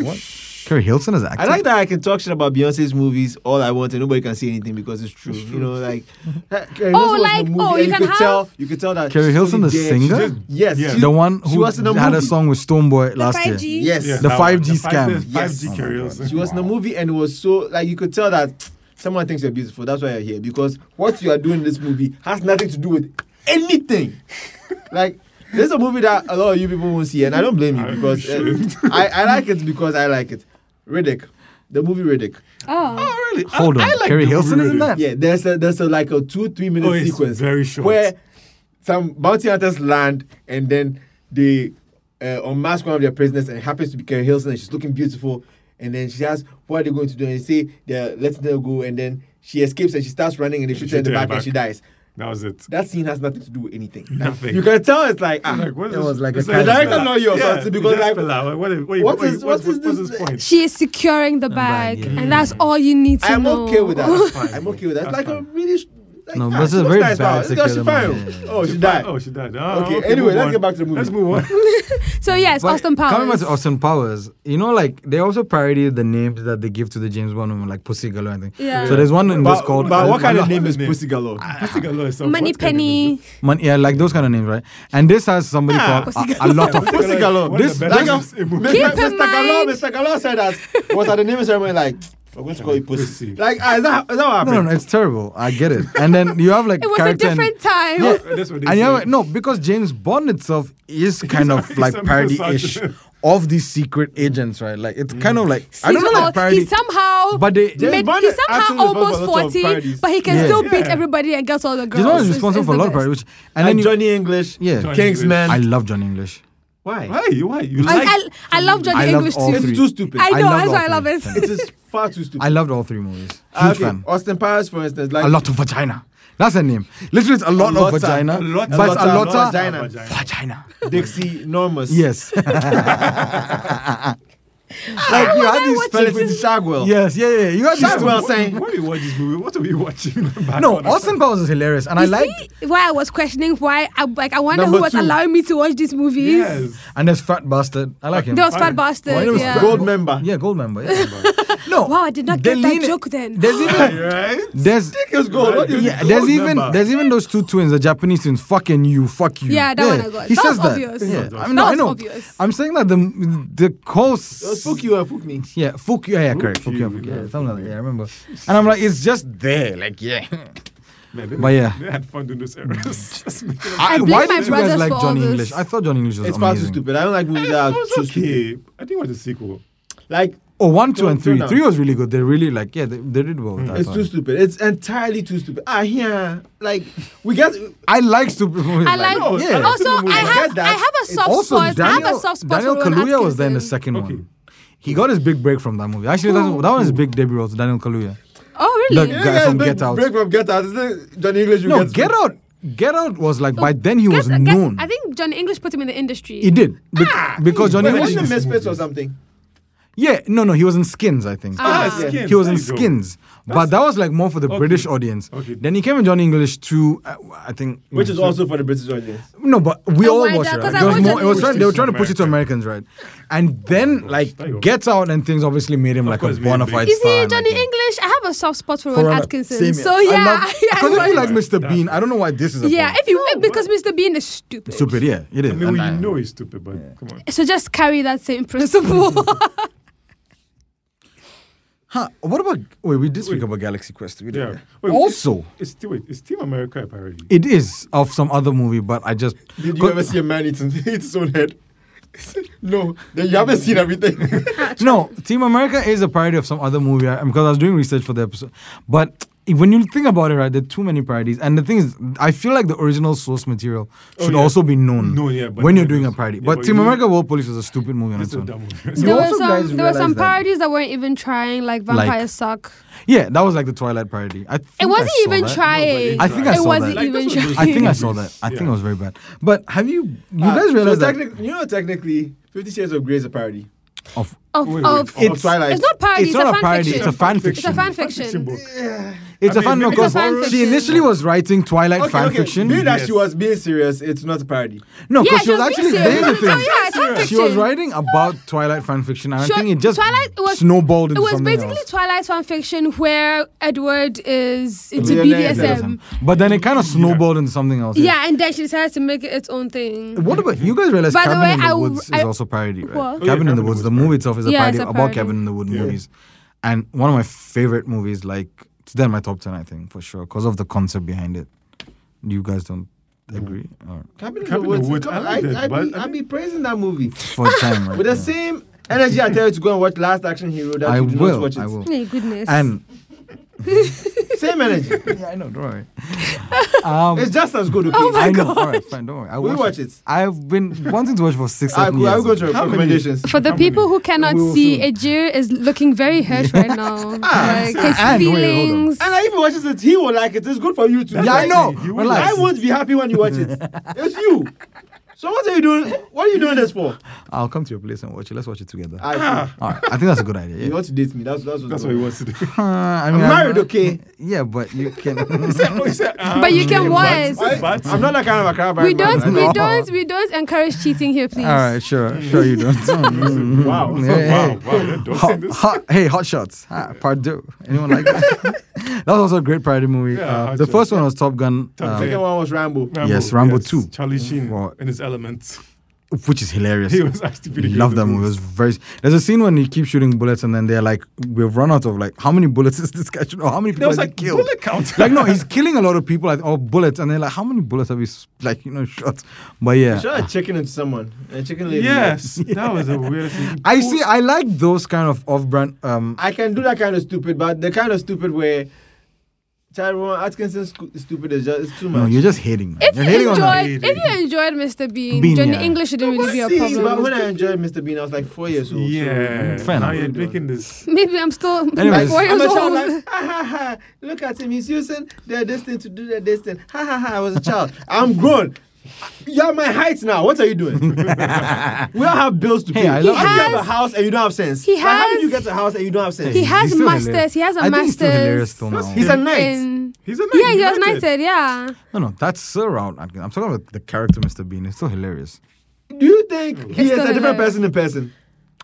Speaker 1: What? Kerry Hilson is acting.
Speaker 2: I like that I can talk shit about Beyonce's movies all I want and nobody can say anything because it's true. You know, like
Speaker 1: *laughs*
Speaker 2: that- Carrie
Speaker 3: Oh,
Speaker 2: Hilson was in
Speaker 3: like-
Speaker 2: the movie
Speaker 3: oh,
Speaker 2: and
Speaker 3: you can
Speaker 2: could
Speaker 3: have-
Speaker 2: tell you could tell that
Speaker 1: Kerry
Speaker 2: she's
Speaker 1: Hilson, the
Speaker 2: totally dead. She's
Speaker 1: singer,
Speaker 2: just- yes,
Speaker 4: Yeah.
Speaker 2: she's-
Speaker 1: the one
Speaker 2: she
Speaker 1: who
Speaker 2: was in the
Speaker 1: had a
Speaker 2: movie.
Speaker 1: song with Stoneboy
Speaker 3: the
Speaker 1: last year.
Speaker 3: 5G.
Speaker 2: Yes.
Speaker 4: Yeah,
Speaker 1: The
Speaker 4: that
Speaker 1: 5G
Speaker 4: one. The five-
Speaker 1: scam.
Speaker 4: the
Speaker 2: Yes.
Speaker 4: 5G
Speaker 1: Oh my
Speaker 4: carriers.
Speaker 2: She was in the movie and it was so like you could tell that someone thinks you're beautiful. That's why you're here because what you are doing in this movie has nothing to do with anything. *laughs* like this is a movie that a lot of you people won't see, and I don't blame you
Speaker 4: I'm
Speaker 2: because uh, I, I like it because I like it. Riddick, the movie Riddick.
Speaker 3: oh,
Speaker 4: really?
Speaker 1: Hold on, Kerry Hilson is in that.
Speaker 2: Yeah, there's a there's a like a two three minute
Speaker 4: Oh, it's
Speaker 2: sequence
Speaker 4: very short.
Speaker 2: where some bounty hunters land and then they uh, unmask one of their prisoners and it happens to be Carrie Hilson and she's looking beautiful and then she asks what are they going to do and they say they're letting her go and then she escapes and she starts running and they shoot her in the
Speaker 4: shoot her
Speaker 2: back,
Speaker 4: back.
Speaker 2: and she dies.
Speaker 4: That was it.
Speaker 2: That scene has nothing to do with anything. Like,
Speaker 4: *laughs* Nothing.
Speaker 2: you can tell it's like ah,
Speaker 4: Like, what is
Speaker 1: It
Speaker 4: this?
Speaker 1: was like a
Speaker 4: It's
Speaker 1: kind of-
Speaker 4: it just
Speaker 2: Director know you or
Speaker 4: fell out.
Speaker 2: something because,
Speaker 4: It just
Speaker 2: like,
Speaker 4: fell out. what is what is-
Speaker 2: what is-
Speaker 4: what
Speaker 2: what is
Speaker 4: is what's
Speaker 2: this-
Speaker 4: his point?
Speaker 3: she is securing the bag,
Speaker 1: bag, yeah.
Speaker 3: and that's all you need to
Speaker 2: I'm
Speaker 3: know.
Speaker 2: okay with that.
Speaker 4: That's fine.
Speaker 2: I'm okay with that. It's like
Speaker 4: That's
Speaker 2: a
Speaker 4: fine.
Speaker 2: really. sh- Like,
Speaker 1: No,
Speaker 2: ah,
Speaker 1: but it's
Speaker 2: she
Speaker 1: a
Speaker 2: looks
Speaker 1: very
Speaker 2: nice, wow,
Speaker 1: bad
Speaker 2: this girl, she
Speaker 1: security
Speaker 2: fine.
Speaker 1: moment. Yeah, yeah,
Speaker 2: Oh,
Speaker 4: She
Speaker 2: she died.
Speaker 4: Oh, she died. Ah,
Speaker 2: Okay,
Speaker 4: okay.
Speaker 2: anyway,
Speaker 4: move
Speaker 2: let's
Speaker 4: on.
Speaker 2: get back to the movie.
Speaker 4: Let's move on.
Speaker 3: So yes,
Speaker 1: But
Speaker 3: Austin Powers.
Speaker 1: Coming back to Austin Powers, you know, like they also parody the names that they give to the James Bond women, like Pussy Galore and things.
Speaker 3: Yeah.
Speaker 1: So there's one in this
Speaker 2: But,
Speaker 1: called.
Speaker 2: but what
Speaker 1: uh,
Speaker 2: kind of
Speaker 4: I love
Speaker 2: name
Speaker 4: the
Speaker 2: is
Speaker 4: name. Ah,
Speaker 2: Pussy Galore?
Speaker 4: Particular itself,
Speaker 3: Money
Speaker 4: what kind of
Speaker 3: Penny.
Speaker 1: Man, yeah, like those kind of names, right? And this has somebody
Speaker 2: Yeah.
Speaker 1: called a, a lot
Speaker 3: *laughs*
Speaker 1: of.
Speaker 2: Pussy
Speaker 4: Galore.
Speaker 2: Galore.
Speaker 4: One of
Speaker 1: This-
Speaker 4: the
Speaker 2: Like,
Speaker 4: best
Speaker 2: um,
Speaker 4: names in movie.
Speaker 2: Mr.
Speaker 3: Keep in
Speaker 2: Galore,
Speaker 3: mind-
Speaker 2: Mr. Galore said that was at the naming ceremony like, we're going to call you Pussy.
Speaker 4: Pussy.
Speaker 2: Like, ah, is that, is that what
Speaker 1: No, no,
Speaker 2: happened?
Speaker 1: no, it's terrible. I get it. And then you have like
Speaker 3: *laughs* It was a
Speaker 1: character and-
Speaker 3: different time.
Speaker 1: Yeah.
Speaker 4: That's what they
Speaker 1: and you
Speaker 4: say.
Speaker 1: have, no, because James Bond itself
Speaker 2: *laughs*
Speaker 1: is kind of
Speaker 4: he's
Speaker 1: like
Speaker 4: a
Speaker 1: parody-ish
Speaker 4: misogynist.
Speaker 1: of these secret agents, right? Like it's kind
Speaker 2: Mm.
Speaker 1: of like I don't
Speaker 3: He's
Speaker 1: know,
Speaker 3: all-
Speaker 1: like parody.
Speaker 3: He somehow,
Speaker 1: But they- James
Speaker 3: made,
Speaker 2: Bond
Speaker 3: he
Speaker 2: is actually
Speaker 3: somehow
Speaker 2: responsible
Speaker 3: almost
Speaker 2: for a lot of
Speaker 3: 40,
Speaker 2: parodies.
Speaker 3: but he can
Speaker 1: Yeah.
Speaker 3: still
Speaker 4: Yeah.
Speaker 3: beat everybody and get all the girls.
Speaker 1: James Bond is
Speaker 3: It's-
Speaker 1: responsible
Speaker 3: it's
Speaker 1: for a
Speaker 3: the
Speaker 1: lot of
Speaker 3: best.
Speaker 1: parody, which and
Speaker 2: And
Speaker 1: then
Speaker 2: then
Speaker 1: you,
Speaker 2: Johnny English,
Speaker 1: Yeah.
Speaker 4: Johnny
Speaker 2: Kingsman.
Speaker 1: I love Johnny English.
Speaker 2: Why?
Speaker 4: Why? Why? You
Speaker 3: I,
Speaker 4: like
Speaker 3: I, I love Johnny
Speaker 1: I love
Speaker 3: English
Speaker 1: all
Speaker 3: too.
Speaker 2: It's
Speaker 1: three.
Speaker 2: too stupid.
Speaker 3: I know,
Speaker 1: I
Speaker 3: that's
Speaker 1: love
Speaker 3: why I
Speaker 1: all
Speaker 3: love
Speaker 1: three.
Speaker 3: it.
Speaker 2: It
Speaker 1: *laughs*
Speaker 2: is far too stupid.
Speaker 1: I loved all three movies. Huge
Speaker 2: Ah, okay,
Speaker 1: fan.
Speaker 2: Austin Powers, for instance, like
Speaker 1: a lot of vagina. That's her name. Literally, it's a lot of
Speaker 2: Alotta.
Speaker 1: vagina.
Speaker 4: Alotta.
Speaker 1: But it's a
Speaker 2: Alotta.
Speaker 1: lot of
Speaker 2: Vagina.
Speaker 1: vagina.
Speaker 2: Dixie Normus.
Speaker 1: Yes.
Speaker 2: Like, you had
Speaker 3: I
Speaker 2: these
Speaker 3: watch
Speaker 2: spell it
Speaker 3: it.
Speaker 2: in Shagwell.
Speaker 1: yes. Yeah. Yeah. You guys used to-
Speaker 2: Shagwell
Speaker 4: What-
Speaker 2: saying,
Speaker 4: Why do you watch this movie? What are we watching? Back
Speaker 1: No,
Speaker 4: on-
Speaker 1: Austin Powers is hilarious, and I
Speaker 3: You
Speaker 1: like.
Speaker 3: see why I was questioning why I like I wonder
Speaker 2: Number
Speaker 3: who was
Speaker 2: two.
Speaker 3: allowing me to watch these movies.
Speaker 4: *laughs* Yes.
Speaker 1: And there's Fat Bastard. I like him.
Speaker 3: Those fat
Speaker 4: Fine.
Speaker 3: bastards.
Speaker 1: Why don't we
Speaker 3: yeah.
Speaker 1: scroll-
Speaker 2: gold member.
Speaker 1: Yeah, gold member.
Speaker 3: *laughs*
Speaker 1: Yeah. no.
Speaker 3: Wow, I did not
Speaker 1: they
Speaker 3: get that
Speaker 1: lean-
Speaker 3: joke then.
Speaker 1: There's even
Speaker 3: *laughs*
Speaker 4: Right?
Speaker 1: there's
Speaker 2: Ridiculous gold. What do you
Speaker 1: yeah,
Speaker 2: gold
Speaker 1: there's even
Speaker 2: member?
Speaker 1: there's even those two twins, the Japanese twins. Fucking you, fuck you.
Speaker 3: Yeah, that one I got.
Speaker 1: He
Speaker 3: That
Speaker 1: says
Speaker 3: was
Speaker 1: that.
Speaker 3: obvious.
Speaker 1: Yeah,
Speaker 4: That
Speaker 1: I
Speaker 4: was
Speaker 1: mean, no, I
Speaker 3: obvious.
Speaker 1: know.
Speaker 3: Obvious.
Speaker 1: I'm saying that the the course.
Speaker 2: Uh, Fuck you and fuck me.
Speaker 1: Yeah, fuck you. Yeah, yeah
Speaker 4: Fuck
Speaker 1: correct. Fuck you,
Speaker 4: you,
Speaker 1: fuck you.
Speaker 4: yeah,
Speaker 1: Yeah, something like that. Yeah, I remember. And I'm like, it's just there. Like, yeah.
Speaker 4: Man, they,
Speaker 1: But yeah.
Speaker 4: They had fun doing this era. Just making *laughs* up-
Speaker 1: I,
Speaker 3: blame
Speaker 1: why
Speaker 3: my
Speaker 1: did you guys
Speaker 3: brothers
Speaker 1: like
Speaker 3: for all
Speaker 1: Johnny
Speaker 3: this.
Speaker 1: English? I thought Johnny English was
Speaker 2: It's far too
Speaker 1: amazing.
Speaker 2: stupid. I don't like movies
Speaker 4: It
Speaker 2: that are
Speaker 4: was
Speaker 2: too stupid.
Speaker 4: okay. I think it was a sequel.
Speaker 2: Like,
Speaker 1: Oh, one, two,
Speaker 2: No,
Speaker 1: and
Speaker 2: no,
Speaker 1: three.
Speaker 2: no.
Speaker 1: Three was really good. They really like, yeah, they, they did well. With that
Speaker 2: Mm. it's
Speaker 1: one.
Speaker 2: too stupid. It's entirely too stupid. Ah, yeah. Like, we got.
Speaker 1: I like stupid movies.
Speaker 3: I like.
Speaker 4: no,
Speaker 1: yeah.
Speaker 3: Also, I
Speaker 2: I get
Speaker 3: have I
Speaker 2: that.
Speaker 3: have a
Speaker 2: It's
Speaker 3: soft
Speaker 1: also,
Speaker 3: spot. I have
Speaker 1: Daniel,
Speaker 3: a soft spot
Speaker 1: Daniel
Speaker 3: for Rowan
Speaker 1: Kaluuya was there in the
Speaker 3: Atkinson.
Speaker 1: second
Speaker 4: Okay.
Speaker 1: one. He got his big break from that movie. Actually, that's, that was his big debut role, Daniel Kaluuya.
Speaker 3: Oh really?
Speaker 1: The
Speaker 2: Yeah,
Speaker 1: guy
Speaker 2: yeah,
Speaker 1: from
Speaker 2: break-
Speaker 1: Get Out.
Speaker 2: Break from Get Out. Isn't it Johnny English, you
Speaker 1: No,
Speaker 2: get
Speaker 1: Get Out. Get Out was like, by then he
Speaker 3: Guess-
Speaker 1: was
Speaker 3: guess-
Speaker 1: known.
Speaker 3: I think Ah! Johnny English put him in the industry.
Speaker 1: He did. Bec- because Johnny
Speaker 2: Wait,
Speaker 1: English.
Speaker 2: wasn't it
Speaker 1: is-
Speaker 2: Misfits or something?
Speaker 1: Yeah, no, no, he was in Skins, I think.
Speaker 3: Ah,
Speaker 4: yeah,
Speaker 2: yeah.
Speaker 4: Skins,
Speaker 1: he was
Speaker 4: there
Speaker 1: in
Speaker 4: you go.
Speaker 1: Skins. But that was like more for the British audience.
Speaker 4: Okay.
Speaker 1: Then he came in Johnny English to, uh, I think.
Speaker 2: Which is also for the British
Speaker 1: *laughs*
Speaker 2: audience.
Speaker 1: No, but we
Speaker 3: A
Speaker 1: all
Speaker 3: wider-
Speaker 1: watched it.
Speaker 3: uh, 'cause
Speaker 1: Right?
Speaker 3: I
Speaker 1: It was
Speaker 3: watched
Speaker 1: more,
Speaker 3: it
Speaker 1: it was
Speaker 3: with-
Speaker 1: trying, they were trying to push it to Americans, right? And then, like,
Speaker 4: There you go.
Speaker 1: Get Out and things obviously made him like a
Speaker 4: course, made him
Speaker 1: bona
Speaker 4: big.
Speaker 1: fide
Speaker 3: You
Speaker 1: star.
Speaker 3: see,
Speaker 1: and, like,
Speaker 3: Johnny
Speaker 1: yeah.
Speaker 3: English, I have a soft spot for
Speaker 1: For
Speaker 3: Ron
Speaker 1: Ron-
Speaker 3: Atkinson.
Speaker 1: same here.
Speaker 3: So
Speaker 1: I
Speaker 3: *laughs* yeah,
Speaker 1: love-
Speaker 3: yeah,
Speaker 1: Because I
Speaker 3: I
Speaker 1: feel
Speaker 3: love-
Speaker 1: like Mr. Bean, I don't know why this is a
Speaker 3: yeah.
Speaker 1: problem.
Speaker 3: If you because Mr. Bean is stupid.
Speaker 1: Stupid, yeah, it is.
Speaker 4: I mean, we
Speaker 1: And I-
Speaker 4: know he's stupid, but come on.
Speaker 3: So just carry
Speaker 1: *laughs*
Speaker 3: that same principle.
Speaker 1: Huh, uh, what about. Wait, we did speak
Speaker 4: Wait.
Speaker 1: about Galaxy Quest. We did.
Speaker 4: Yeah.
Speaker 1: *laughs* yeah.
Speaker 4: Wait,
Speaker 1: also,
Speaker 4: It's, it's, wait, it's Team America a parody?
Speaker 1: it is of some other movie, but I just.
Speaker 2: Did you ever see a man *laughs* eat his, eat his own head? no, then you haven't seen
Speaker 1: *laughs*
Speaker 2: everything.
Speaker 1: No, Team America is a parody of some other movie I, because I was doing research for the episode. But when you think about it, right, there are too many parodies. And the thing is, I feel like the original source material
Speaker 4: Oh,
Speaker 1: should
Speaker 4: yeah.
Speaker 1: also be known
Speaker 4: No, yeah, but
Speaker 1: when you're
Speaker 4: it
Speaker 1: doing a
Speaker 4: is-
Speaker 1: parody.
Speaker 4: yeah,
Speaker 1: but
Speaker 4: but
Speaker 1: Team
Speaker 4: you-
Speaker 1: America World Police is a stupid movie on
Speaker 4: It's
Speaker 1: its
Speaker 4: a
Speaker 1: own.
Speaker 4: dumb movie. *laughs*
Speaker 1: You
Speaker 3: there were
Speaker 1: also guys
Speaker 3: some there were
Speaker 1: realize
Speaker 3: some
Speaker 1: that-
Speaker 3: parodies that weren't even trying, like
Speaker 1: Like-
Speaker 3: vampires suck.
Speaker 1: Yeah, that was like the Twilight parody. I think I
Speaker 3: It wasn't
Speaker 1: saw
Speaker 3: even
Speaker 1: that.
Speaker 3: trying.
Speaker 1: I think I
Speaker 3: it
Speaker 1: saw that.
Speaker 3: wasn't
Speaker 4: Like,
Speaker 3: even
Speaker 4: that's what
Speaker 3: trying.
Speaker 4: those-
Speaker 1: I
Speaker 3: *laughs*
Speaker 1: think I saw that. I think
Speaker 4: Yeah.
Speaker 1: it was very bad. But have you you
Speaker 2: Ah,
Speaker 1: guys realize
Speaker 2: so
Speaker 1: that
Speaker 2: technic- you know, technically, Fifty Shades of Grey is a parody.
Speaker 1: of,
Speaker 3: of,
Speaker 4: Wait, wait,
Speaker 3: of
Speaker 2: Or
Speaker 1: It's-
Speaker 2: Twilight.
Speaker 3: it's not parody. It's,
Speaker 1: it's not
Speaker 3: a,
Speaker 1: a parody,
Speaker 3: Fan
Speaker 1: it's a
Speaker 3: fiction.
Speaker 1: fan
Speaker 3: It's a
Speaker 1: fiction.
Speaker 3: fan
Speaker 4: Fiction
Speaker 3: fiction.
Speaker 4: book.
Speaker 1: it's
Speaker 4: I
Speaker 1: a
Speaker 4: mean,
Speaker 1: fan
Speaker 4: maybe
Speaker 1: because
Speaker 3: it's a fan
Speaker 1: she
Speaker 3: fiction.
Speaker 1: initially was writing Twilight fan fiction.
Speaker 2: Being that
Speaker 4: Yes.
Speaker 2: she was being serious, it's not a parody.
Speaker 1: No,
Speaker 3: Yeah,
Speaker 1: because she
Speaker 3: she
Speaker 1: was
Speaker 3: was
Speaker 1: actually
Speaker 3: being
Speaker 1: there.
Speaker 3: serious.
Speaker 1: The thing.
Speaker 3: Oh, yeah, it's fanfiction.
Speaker 1: she was writing about Twilight fanfiction, and I
Speaker 3: She was-
Speaker 1: think it just
Speaker 3: Twilight- it was-
Speaker 1: snowballed
Speaker 3: It
Speaker 1: into
Speaker 3: was
Speaker 1: something
Speaker 3: basically
Speaker 1: else.
Speaker 3: Twilight fan fiction where Edward is into
Speaker 2: Yeah,
Speaker 3: BDSM.
Speaker 1: But then it kind of snowballed into something else.
Speaker 3: Yeah, and then she decides to make it its own thing.
Speaker 1: What about you guys realize
Speaker 3: By the
Speaker 1: Cabin
Speaker 3: way,
Speaker 1: in
Speaker 3: I
Speaker 1: the
Speaker 3: w-
Speaker 1: Woods
Speaker 3: I-
Speaker 1: is also parody, right?
Speaker 3: What?
Speaker 1: Cabin in the Woods, the movie itself is a
Speaker 3: Yeah,
Speaker 1: parody
Speaker 3: it's a
Speaker 1: about
Speaker 3: parody.
Speaker 1: Cabin in the Wood
Speaker 4: Yeah.
Speaker 1: movies, and one of my favorite movies. Like it's then my top ten, I think, for sure, because of the concept behind it. You guys don't agree Or
Speaker 2: Cabin in the
Speaker 4: Cabin in the
Speaker 2: Woods.
Speaker 4: Woods,
Speaker 2: come
Speaker 4: I
Speaker 2: on, I,
Speaker 4: like that,
Speaker 2: I,
Speaker 4: but
Speaker 2: be,
Speaker 4: I
Speaker 2: I be praising that movie
Speaker 1: for time, right?
Speaker 2: with the
Speaker 1: yeah.
Speaker 2: same energy. I tell you to go and watch Last Action Hero. That
Speaker 1: I
Speaker 2: you do
Speaker 1: will,
Speaker 2: Not watch it.
Speaker 1: I will.
Speaker 3: My goodness.
Speaker 1: And
Speaker 2: Same
Speaker 1: *laughs*
Speaker 2: energy.
Speaker 1: yeah, I know, don't worry. Um,
Speaker 2: It's just as good. Okay.
Speaker 3: Oh my
Speaker 1: I know.
Speaker 3: God.
Speaker 1: All right, fine. Don't worry. I
Speaker 2: Will you watch
Speaker 1: watch
Speaker 2: it?
Speaker 1: I've been wanting to watch for
Speaker 4: *laughs*
Speaker 1: six
Speaker 2: I
Speaker 1: seven
Speaker 2: will, I
Speaker 1: years.
Speaker 2: will go to your
Speaker 4: How many?
Speaker 2: recommendations.
Speaker 3: For the
Speaker 4: How many?
Speaker 3: people who cannot
Speaker 1: We will
Speaker 3: see,
Speaker 1: soon.
Speaker 3: Ajir is looking very hurt right
Speaker 1: *laughs*
Speaker 3: now.
Speaker 1: And
Speaker 3: like his
Speaker 1: wait, hold on.
Speaker 3: feelings.
Speaker 2: And I even watches it. He will like it. It's good for you too.
Speaker 1: yeah, I know.
Speaker 4: You will
Speaker 1: Relax.
Speaker 2: I won't be happy when you watch
Speaker 1: *laughs*
Speaker 2: it. It's you. So what are you doing? What are you doing this for?
Speaker 1: I'll come to your place and watch it. Let's watch it together.
Speaker 4: Ah.
Speaker 2: I,
Speaker 1: All right. I think that's a good
Speaker 4: *laughs*
Speaker 1: idea.
Speaker 2: You
Speaker 1: Yeah.
Speaker 2: want to date me? That's that's what.
Speaker 4: That's what he wants to do.
Speaker 1: Uh, I
Speaker 2: I'm
Speaker 1: mean,
Speaker 2: married,
Speaker 1: I-
Speaker 2: okay?
Speaker 1: Yeah, but you
Speaker 4: *laughs*
Speaker 1: can.
Speaker 3: but you can watch.
Speaker 2: I,
Speaker 4: But-
Speaker 2: I'm not that kind of a crab.
Speaker 3: We don't,
Speaker 1: No.
Speaker 3: we don't, we don't encourage cheating here, please.
Speaker 1: All right, sure, sure you
Speaker 4: *laughs*
Speaker 1: don't. Mm.
Speaker 4: Wow.
Speaker 1: Yeah,
Speaker 4: Wow.
Speaker 1: yeah.
Speaker 4: Wow. Don't say
Speaker 1: Hot,
Speaker 4: this.
Speaker 1: hot, hey, Hot Shots, ah, part two. Anyone like that?
Speaker 4: *laughs*
Speaker 1: that was also a great parody movie.
Speaker 4: Yeah,
Speaker 1: uh,
Speaker 4: Hot
Speaker 1: the
Speaker 4: Shots.
Speaker 1: first one was Top Gun,
Speaker 4: Top
Speaker 1: um,
Speaker 4: Gun.
Speaker 2: Second one was Rambo.
Speaker 4: Rambo,
Speaker 1: Yes, Rambo 2.
Speaker 4: Charlie Sheen
Speaker 1: Wow.
Speaker 4: in his elements.
Speaker 1: which is hilarious.
Speaker 4: *laughs* He was actually pretty good
Speaker 1: Love
Speaker 4: in
Speaker 1: that
Speaker 4: the
Speaker 1: movie. It was
Speaker 4: movies.
Speaker 1: very. There's a scene when he keeps shooting bullets, and then they're like, "We've run out of like how many bullets is this guy shooting? Or how many people
Speaker 4: There was
Speaker 1: has he
Speaker 4: like
Speaker 1: killed?"
Speaker 4: bullet count.
Speaker 1: like no, he's killing a lot of people like, or bullets, and they're like, "How many bullets have you s- like you know shot?" But yeah,
Speaker 2: Should I chicken into someone? A chicken lady.
Speaker 4: *laughs* yes, that was a weird thing.
Speaker 1: I see. I like those kind of off-brand. Um,
Speaker 2: I can do that kind of stupid, but the kind of stupid where Child, Rowan Atkinson's scu- stupid is just it's too much.
Speaker 1: No, you're just hating, man.
Speaker 3: If
Speaker 1: you're
Speaker 3: you
Speaker 1: hating on her.
Speaker 4: Hating.
Speaker 3: enjoyed, if you enjoyed Mr. Bean,
Speaker 1: Bean,
Speaker 3: then
Speaker 1: yeah.
Speaker 3: the English shouldn't really be a
Speaker 2: See, but
Speaker 3: problem.
Speaker 2: when I enjoyed Mr. Bean, I was like four years old. so-
Speaker 4: Yeah.
Speaker 1: Fair
Speaker 4: now
Speaker 1: enough.
Speaker 4: you're making this.
Speaker 3: Maybe I'm still *laughs*
Speaker 1: Anyways.
Speaker 3: four
Speaker 2: I'm
Speaker 3: years
Speaker 2: a child,
Speaker 3: old.
Speaker 2: like, ha ha ha. *laughs* Look at him. He's using their distance to do their distance. Ha ha ha. I was a child. I'm grown. You're my height now. What are you
Speaker 1: *laughs*
Speaker 2: doing? we all have bills to pay.
Speaker 1: Hey, I
Speaker 2: you
Speaker 1: love
Speaker 3: He
Speaker 2: have a
Speaker 3: has-
Speaker 2: house and you don't have sense.
Speaker 3: he
Speaker 2: Like, how
Speaker 3: has-
Speaker 2: did you get a house and you don't have sense?
Speaker 3: He has
Speaker 1: He's still
Speaker 3: masters.
Speaker 1: hilarious.
Speaker 3: He has a
Speaker 1: I think he's still hilarious
Speaker 3: masters.
Speaker 1: still now.
Speaker 2: He's a knight.
Speaker 3: in-
Speaker 4: He's a
Speaker 3: yeah, he was
Speaker 4: United.
Speaker 3: knighted. Yeah.
Speaker 1: no, no, that's Sir Rowan Atkinson. I'm talking about the character Mr. Bean. It's still hilarious.
Speaker 2: Do you think he
Speaker 3: It's
Speaker 2: is
Speaker 3: still
Speaker 2: a different
Speaker 3: hilarious.
Speaker 2: person in person?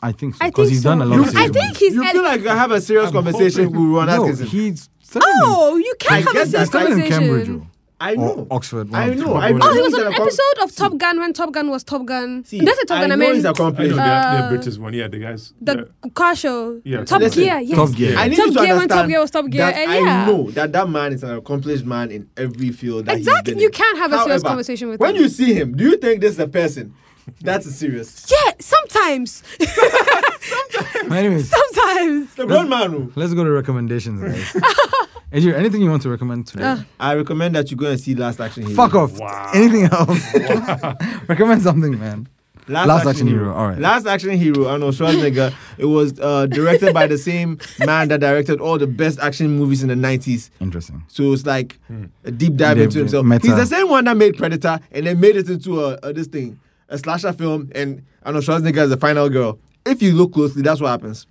Speaker 1: I think so
Speaker 3: I
Speaker 1: because
Speaker 3: think
Speaker 1: he's
Speaker 3: so.
Speaker 1: done a lot of.
Speaker 3: I
Speaker 1: serious
Speaker 3: think he's.
Speaker 2: you
Speaker 3: at-
Speaker 2: feel like I have a serious
Speaker 4: I'm
Speaker 2: conversation
Speaker 4: hoping-
Speaker 2: with Ron
Speaker 1: no,
Speaker 2: Atkinson.
Speaker 1: he's certainly.
Speaker 3: oh, you can't
Speaker 2: I
Speaker 3: have a
Speaker 2: guess
Speaker 1: he's
Speaker 2: that's
Speaker 3: serious
Speaker 1: studied in Cambridge.
Speaker 3: conversation.
Speaker 1: Yo.
Speaker 2: I
Speaker 1: Or
Speaker 2: know.
Speaker 1: Oxford. one
Speaker 2: I
Speaker 1: of the
Speaker 2: know.
Speaker 1: two.
Speaker 2: I know.
Speaker 3: Oh, he was
Speaker 2: He's
Speaker 3: on
Speaker 2: a
Speaker 3: an
Speaker 2: com-
Speaker 3: episode of Top Gun when Top Gun was Top Gun.
Speaker 2: See,
Speaker 3: That's a Top
Speaker 2: I
Speaker 3: Gun. I
Speaker 2: know he's
Speaker 3: mean,
Speaker 2: a
Speaker 4: I know,
Speaker 2: complaint.
Speaker 4: they're,
Speaker 3: Uh,
Speaker 4: they're British one. Yeah, the guys. yeah.
Speaker 3: the car show.
Speaker 4: Yeah,
Speaker 3: Top
Speaker 4: Listen,
Speaker 3: Gear. Yes.
Speaker 1: Top Gear.
Speaker 2: I need
Speaker 3: Top
Speaker 2: you to
Speaker 3: Gear when
Speaker 2: understand
Speaker 3: Top Gear was Top Gear,
Speaker 2: that
Speaker 3: and
Speaker 2: I
Speaker 3: yeah.
Speaker 2: know that that man is an accomplished man in every field that he's been
Speaker 3: Exactly. You
Speaker 2: in.
Speaker 3: can't have a serious
Speaker 2: However,
Speaker 3: conversation with
Speaker 2: when
Speaker 3: him.
Speaker 2: you see him, do you think this is a person? That's serious.
Speaker 3: *laughs* yeah,
Speaker 2: *laughs*
Speaker 3: sometimes. *laughs*
Speaker 1: Anyways,
Speaker 3: sometimes.
Speaker 2: The grown man. oh. who-
Speaker 1: let's go to recommendations, guys.
Speaker 3: *laughs*
Speaker 1: Adrian, anything you want to recommend today?
Speaker 3: Uh,
Speaker 2: I recommend that you go and see Last Action Hero.
Speaker 1: Fuck off.
Speaker 4: Wow.
Speaker 1: Anything
Speaker 4: *laughs*
Speaker 1: else? *laughs* recommend something, man.
Speaker 2: Last,
Speaker 1: Last Action Hero, all right.
Speaker 2: Last Action Hero, Arnold Schwarzenegger. it was uh, directed by the same man that directed all the best action movies in the 90s.
Speaker 1: Interesting.
Speaker 2: So it's like a deep dive
Speaker 1: Deep
Speaker 2: into
Speaker 1: dive,
Speaker 2: himself.
Speaker 1: meta.
Speaker 2: He's the same one that made Predator and then made it into a, a this thing, a slasher film, and Arnold Schwarzenegger is the final girl. If you look closely, that's what happens.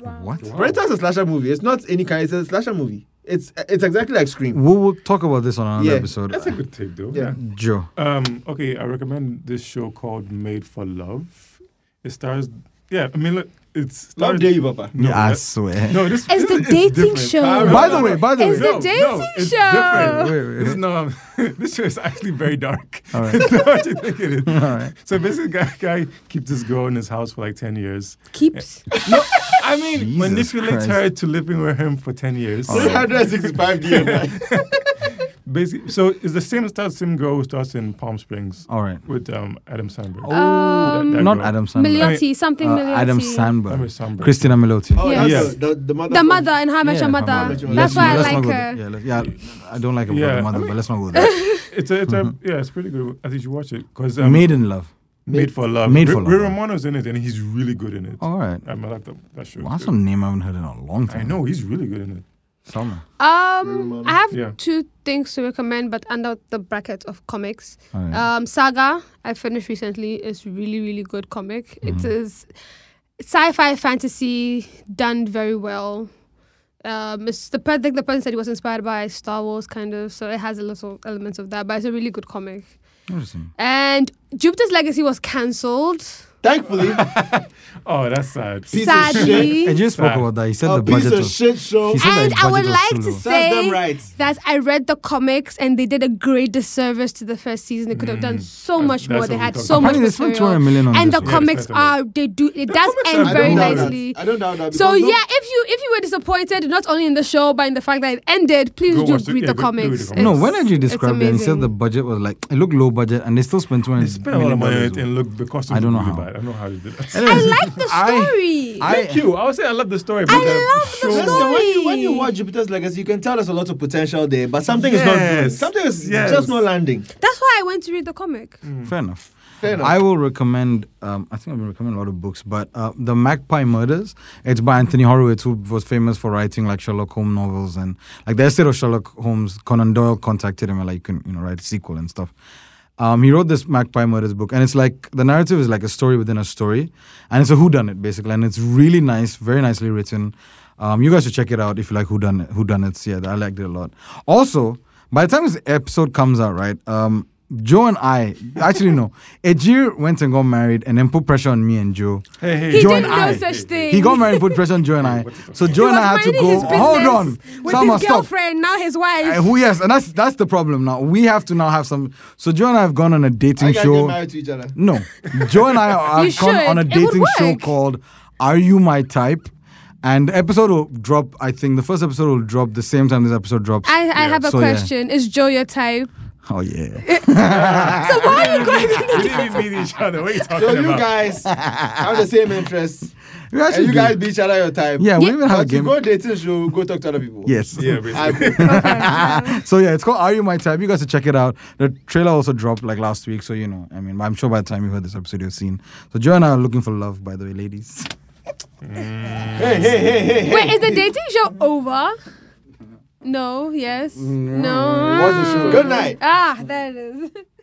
Speaker 1: What?
Speaker 4: Wow.
Speaker 2: Predator's a slasher movie. It's not any kind. It's a slasher movie. It's it's exactly like Scream.
Speaker 1: We'll, we'll talk about this on another
Speaker 2: Yeah.
Speaker 1: episode.
Speaker 4: That's a good take, though.
Speaker 2: Yeah.
Speaker 1: Joe.
Speaker 4: Um, okay, I recommend this show called Made for Love. It stars, yeah, I mean, look, it's
Speaker 2: Love
Speaker 4: stars.
Speaker 2: Day, you, Papa.
Speaker 4: No,
Speaker 1: yeah, I
Speaker 4: that-
Speaker 1: swear. *laughs*
Speaker 4: no, this
Speaker 3: It's
Speaker 4: this
Speaker 3: the
Speaker 4: is-
Speaker 3: dating
Speaker 4: different.
Speaker 3: show.
Speaker 4: Ah,
Speaker 1: By
Speaker 4: no,
Speaker 1: the
Speaker 4: no,
Speaker 1: way,
Speaker 4: no.
Speaker 1: by the
Speaker 3: It's
Speaker 1: way.
Speaker 3: the dating
Speaker 4: it's
Speaker 3: show.
Speaker 1: Wait,
Speaker 4: different.
Speaker 1: wait,
Speaker 4: This is
Speaker 1: wait.
Speaker 4: no, um, *laughs* this show is actually very *laughs* dark.
Speaker 1: All right.
Speaker 4: It's not what you think *laughs* it is.
Speaker 1: All right.
Speaker 4: So basically, guy, guy keeps this girl in his house for like ten years.
Speaker 3: Keeps.
Speaker 4: No, I mean
Speaker 1: Jesus
Speaker 4: manipulates
Speaker 1: Christ.
Speaker 4: her to living with him for ten years.
Speaker 1: All right.
Speaker 2: 365 days.
Speaker 1: *laughs*
Speaker 2: man.
Speaker 4: Basically, so it's the same start, same girl who starts in Palm Springs
Speaker 1: All right.
Speaker 4: with um, Adam Sandberg.
Speaker 1: Oh,
Speaker 3: Um,
Speaker 4: that- that
Speaker 1: not
Speaker 4: girl.
Speaker 1: Adam Sandberg.
Speaker 3: Milioti, something
Speaker 1: Uh,
Speaker 3: Milioti.
Speaker 1: Adam
Speaker 4: Adam
Speaker 1: Sandberg.
Speaker 4: Sandberg.
Speaker 1: Christina Milioti.
Speaker 2: Oh,
Speaker 3: Yes.
Speaker 2: that's the, the, the mother.
Speaker 3: The
Speaker 2: from-
Speaker 3: mother and How I Met Your
Speaker 1: Yeah, How I
Speaker 3: Mother.
Speaker 1: Met Your
Speaker 2: Mother.
Speaker 3: That's why I
Speaker 1: let's
Speaker 3: like
Speaker 1: not go
Speaker 3: her.
Speaker 1: there. Yeah, let's, yeah, I don't like about
Speaker 4: Yeah,
Speaker 1: the mother,
Speaker 4: I mean-
Speaker 1: but let's not go there.
Speaker 4: It's a, it's a yeah, it's pretty good. I think you should watch it because um,
Speaker 1: Made in Love.
Speaker 4: Made for Love.
Speaker 1: Made for
Speaker 4: Ri- Ri
Speaker 1: Love.
Speaker 4: Romano's in it, and he's really good in it.
Speaker 1: All right.
Speaker 4: Um, I like that, that show.
Speaker 1: Well, that's a name I haven't heard in a long time.
Speaker 4: I know he's really good in it.
Speaker 1: Summer.
Speaker 3: Um, I have
Speaker 4: Yeah.
Speaker 3: two things to recommend, but under the bracket of comics.
Speaker 1: All right.
Speaker 3: Um, Saga, I finished recently. It's really, really good comic. It
Speaker 1: Mhm.
Speaker 3: is sci-fi fantasy done very well. Um, it's the per- like the person said he was inspired by Star Wars, kind of. So it has a little elements of that, but it's a really good comic.
Speaker 1: Interesting.
Speaker 3: And Jupiter's Legacy was cancelled,
Speaker 1: *laughs*
Speaker 2: Thankfully,
Speaker 4: Oh, that's sad.
Speaker 2: Piece of
Speaker 3: sadly.
Speaker 1: And you spoke
Speaker 4: Sad.
Speaker 1: about that. He said
Speaker 2: a
Speaker 1: the
Speaker 2: piece
Speaker 1: budget
Speaker 2: of
Speaker 1: was.
Speaker 2: shit show.
Speaker 1: He said that his
Speaker 3: And I
Speaker 1: budget
Speaker 3: would
Speaker 1: was
Speaker 3: like
Speaker 1: too
Speaker 3: to
Speaker 1: low.
Speaker 2: Serves them
Speaker 3: say
Speaker 2: right.
Speaker 3: that I read the comics and they did a great disservice to the first season. They could have done
Speaker 4: Mm.
Speaker 3: so
Speaker 4: That's-
Speaker 3: much
Speaker 4: that's
Speaker 3: more. They
Speaker 4: what
Speaker 3: had
Speaker 4: we
Speaker 3: so
Speaker 4: talked
Speaker 3: much
Speaker 1: Apparently, they spent 200
Speaker 3: material.
Speaker 1: million on
Speaker 3: And
Speaker 1: this
Speaker 3: the
Speaker 1: one.
Speaker 4: com-
Speaker 3: comics
Speaker 4: Yeah,
Speaker 3: are they do it does
Speaker 4: comics
Speaker 3: end
Speaker 4: are-
Speaker 2: I
Speaker 3: very
Speaker 2: don't doubt
Speaker 3: nicely.
Speaker 2: that. I don't doubt that.
Speaker 3: So
Speaker 2: because no-
Speaker 3: yeah, if you if you were disappointed not only in the show but in the fact that it ended, please
Speaker 4: Go
Speaker 3: do
Speaker 4: watch it.
Speaker 3: read
Speaker 4: Yeah,
Speaker 3: the
Speaker 4: go- go read the
Speaker 3: comics.
Speaker 4: comics.
Speaker 1: No,
Speaker 3: It's-
Speaker 1: when I you
Speaker 3: it's
Speaker 1: described it, he said the
Speaker 3: amazing.
Speaker 1: budget was like it looked low budget, and they still spent 200
Speaker 4: They spent a lot of money on
Speaker 1: million
Speaker 4: it and look, the costumes
Speaker 1: Mm. I don't know
Speaker 4: were really
Speaker 1: how.
Speaker 4: bad. I don't know how they did that.
Speaker 1: dollars.
Speaker 3: I
Speaker 1: Anyways,
Speaker 3: like the story.
Speaker 1: I-
Speaker 4: Thank you. I would say I love the story. But
Speaker 3: I
Speaker 4: the
Speaker 3: love the
Speaker 4: show-
Speaker 3: story.
Speaker 2: Listen, when you when you watch Jupiter's Legacy, you can tell there's a lot of potential there, but something is not good.
Speaker 4: Yes.
Speaker 2: Something is
Speaker 4: Yes.
Speaker 2: just not landing.
Speaker 3: That's why I went to read the comic.
Speaker 1: Fair enough.
Speaker 2: Hmm. Fair enough.
Speaker 1: I will recommend. Um, I think I've been recommending a lot of books, but uh, the Magpie Murders. It's by Anthony Horowitz, who was famous for writing like Sherlock Holmes novels and like the estate of Sherlock Holmes. Conan Doyle contacted him and like you can you know write a sequel and stuff. Um, he wrote this Magpie Murders book, and it's like the narrative is like a story within a story, and it's a whodunit basically, and it's really nice, very nicely written. Um, you guys should check it out if you like whodunit whodunits. Yeah, I liked it a lot. Also, by the time this episode comes out, right? Um, Joe and I,
Speaker 2: *laughs*
Speaker 1: actually no, Ejir went and got married, and then put pressure on me and Joe.
Speaker 4: Hey, hey,
Speaker 3: He
Speaker 1: Joe
Speaker 3: didn't
Speaker 1: and
Speaker 3: know
Speaker 1: I.
Speaker 3: such thing.
Speaker 1: He got married, put pressure on Joe
Speaker 2: *laughs*
Speaker 1: and I. So Joe
Speaker 3: He
Speaker 1: and
Speaker 3: was
Speaker 1: I had to
Speaker 3: minding
Speaker 1: go.
Speaker 3: his
Speaker 1: Hold
Speaker 3: business
Speaker 1: on,
Speaker 3: With
Speaker 1: Salma,
Speaker 3: his
Speaker 1: stop.
Speaker 3: girlfriend, now his wife.
Speaker 1: Uh, who yes, and that's that's the problem now. We have to now have some. So Joe and I have gone on a dating
Speaker 2: I gotta get
Speaker 1: show.
Speaker 2: married to each other.
Speaker 1: No, Joe and I are
Speaker 3: *laughs* You
Speaker 1: have gone
Speaker 3: should.
Speaker 1: on a
Speaker 3: It would
Speaker 1: dating show
Speaker 3: work.
Speaker 1: called "Are You My Type," and the episode will drop. I think the first episode will drop the same time this episode drops.
Speaker 3: I, I have a
Speaker 1: So, yeah. *laughs*
Speaker 3: question. Is Joe your type?
Speaker 1: Oh yeah.
Speaker 3: so why are you going
Speaker 4: we didn't even meet each other. What are you talking
Speaker 2: So you
Speaker 4: about? *laughs*
Speaker 2: guys have the same interests,
Speaker 1: We
Speaker 2: and
Speaker 1: actually
Speaker 2: you
Speaker 1: do.
Speaker 2: guys be each other your time.
Speaker 1: Yeah, we
Speaker 3: Yeah.
Speaker 1: even have a
Speaker 2: But you
Speaker 1: game.
Speaker 2: go dating show, go talk to other people.
Speaker 1: Yes.
Speaker 4: yeah, basically.
Speaker 2: I,
Speaker 1: *laughs*
Speaker 3: okay.
Speaker 1: So yeah, it's called Are You My Type? You guys should check it out. The trailer also dropped like last week, so you know. I mean, I'm sure by the time you heard this episode, you've seen. So Joe and I are looking for love, by the way, ladies.
Speaker 2: hey, hey, hey, hey, hey.
Speaker 3: Wait, is the dating show over? No, yes, no.
Speaker 1: Mm,
Speaker 2: What's the show? Good night.
Speaker 3: Ah, there it is.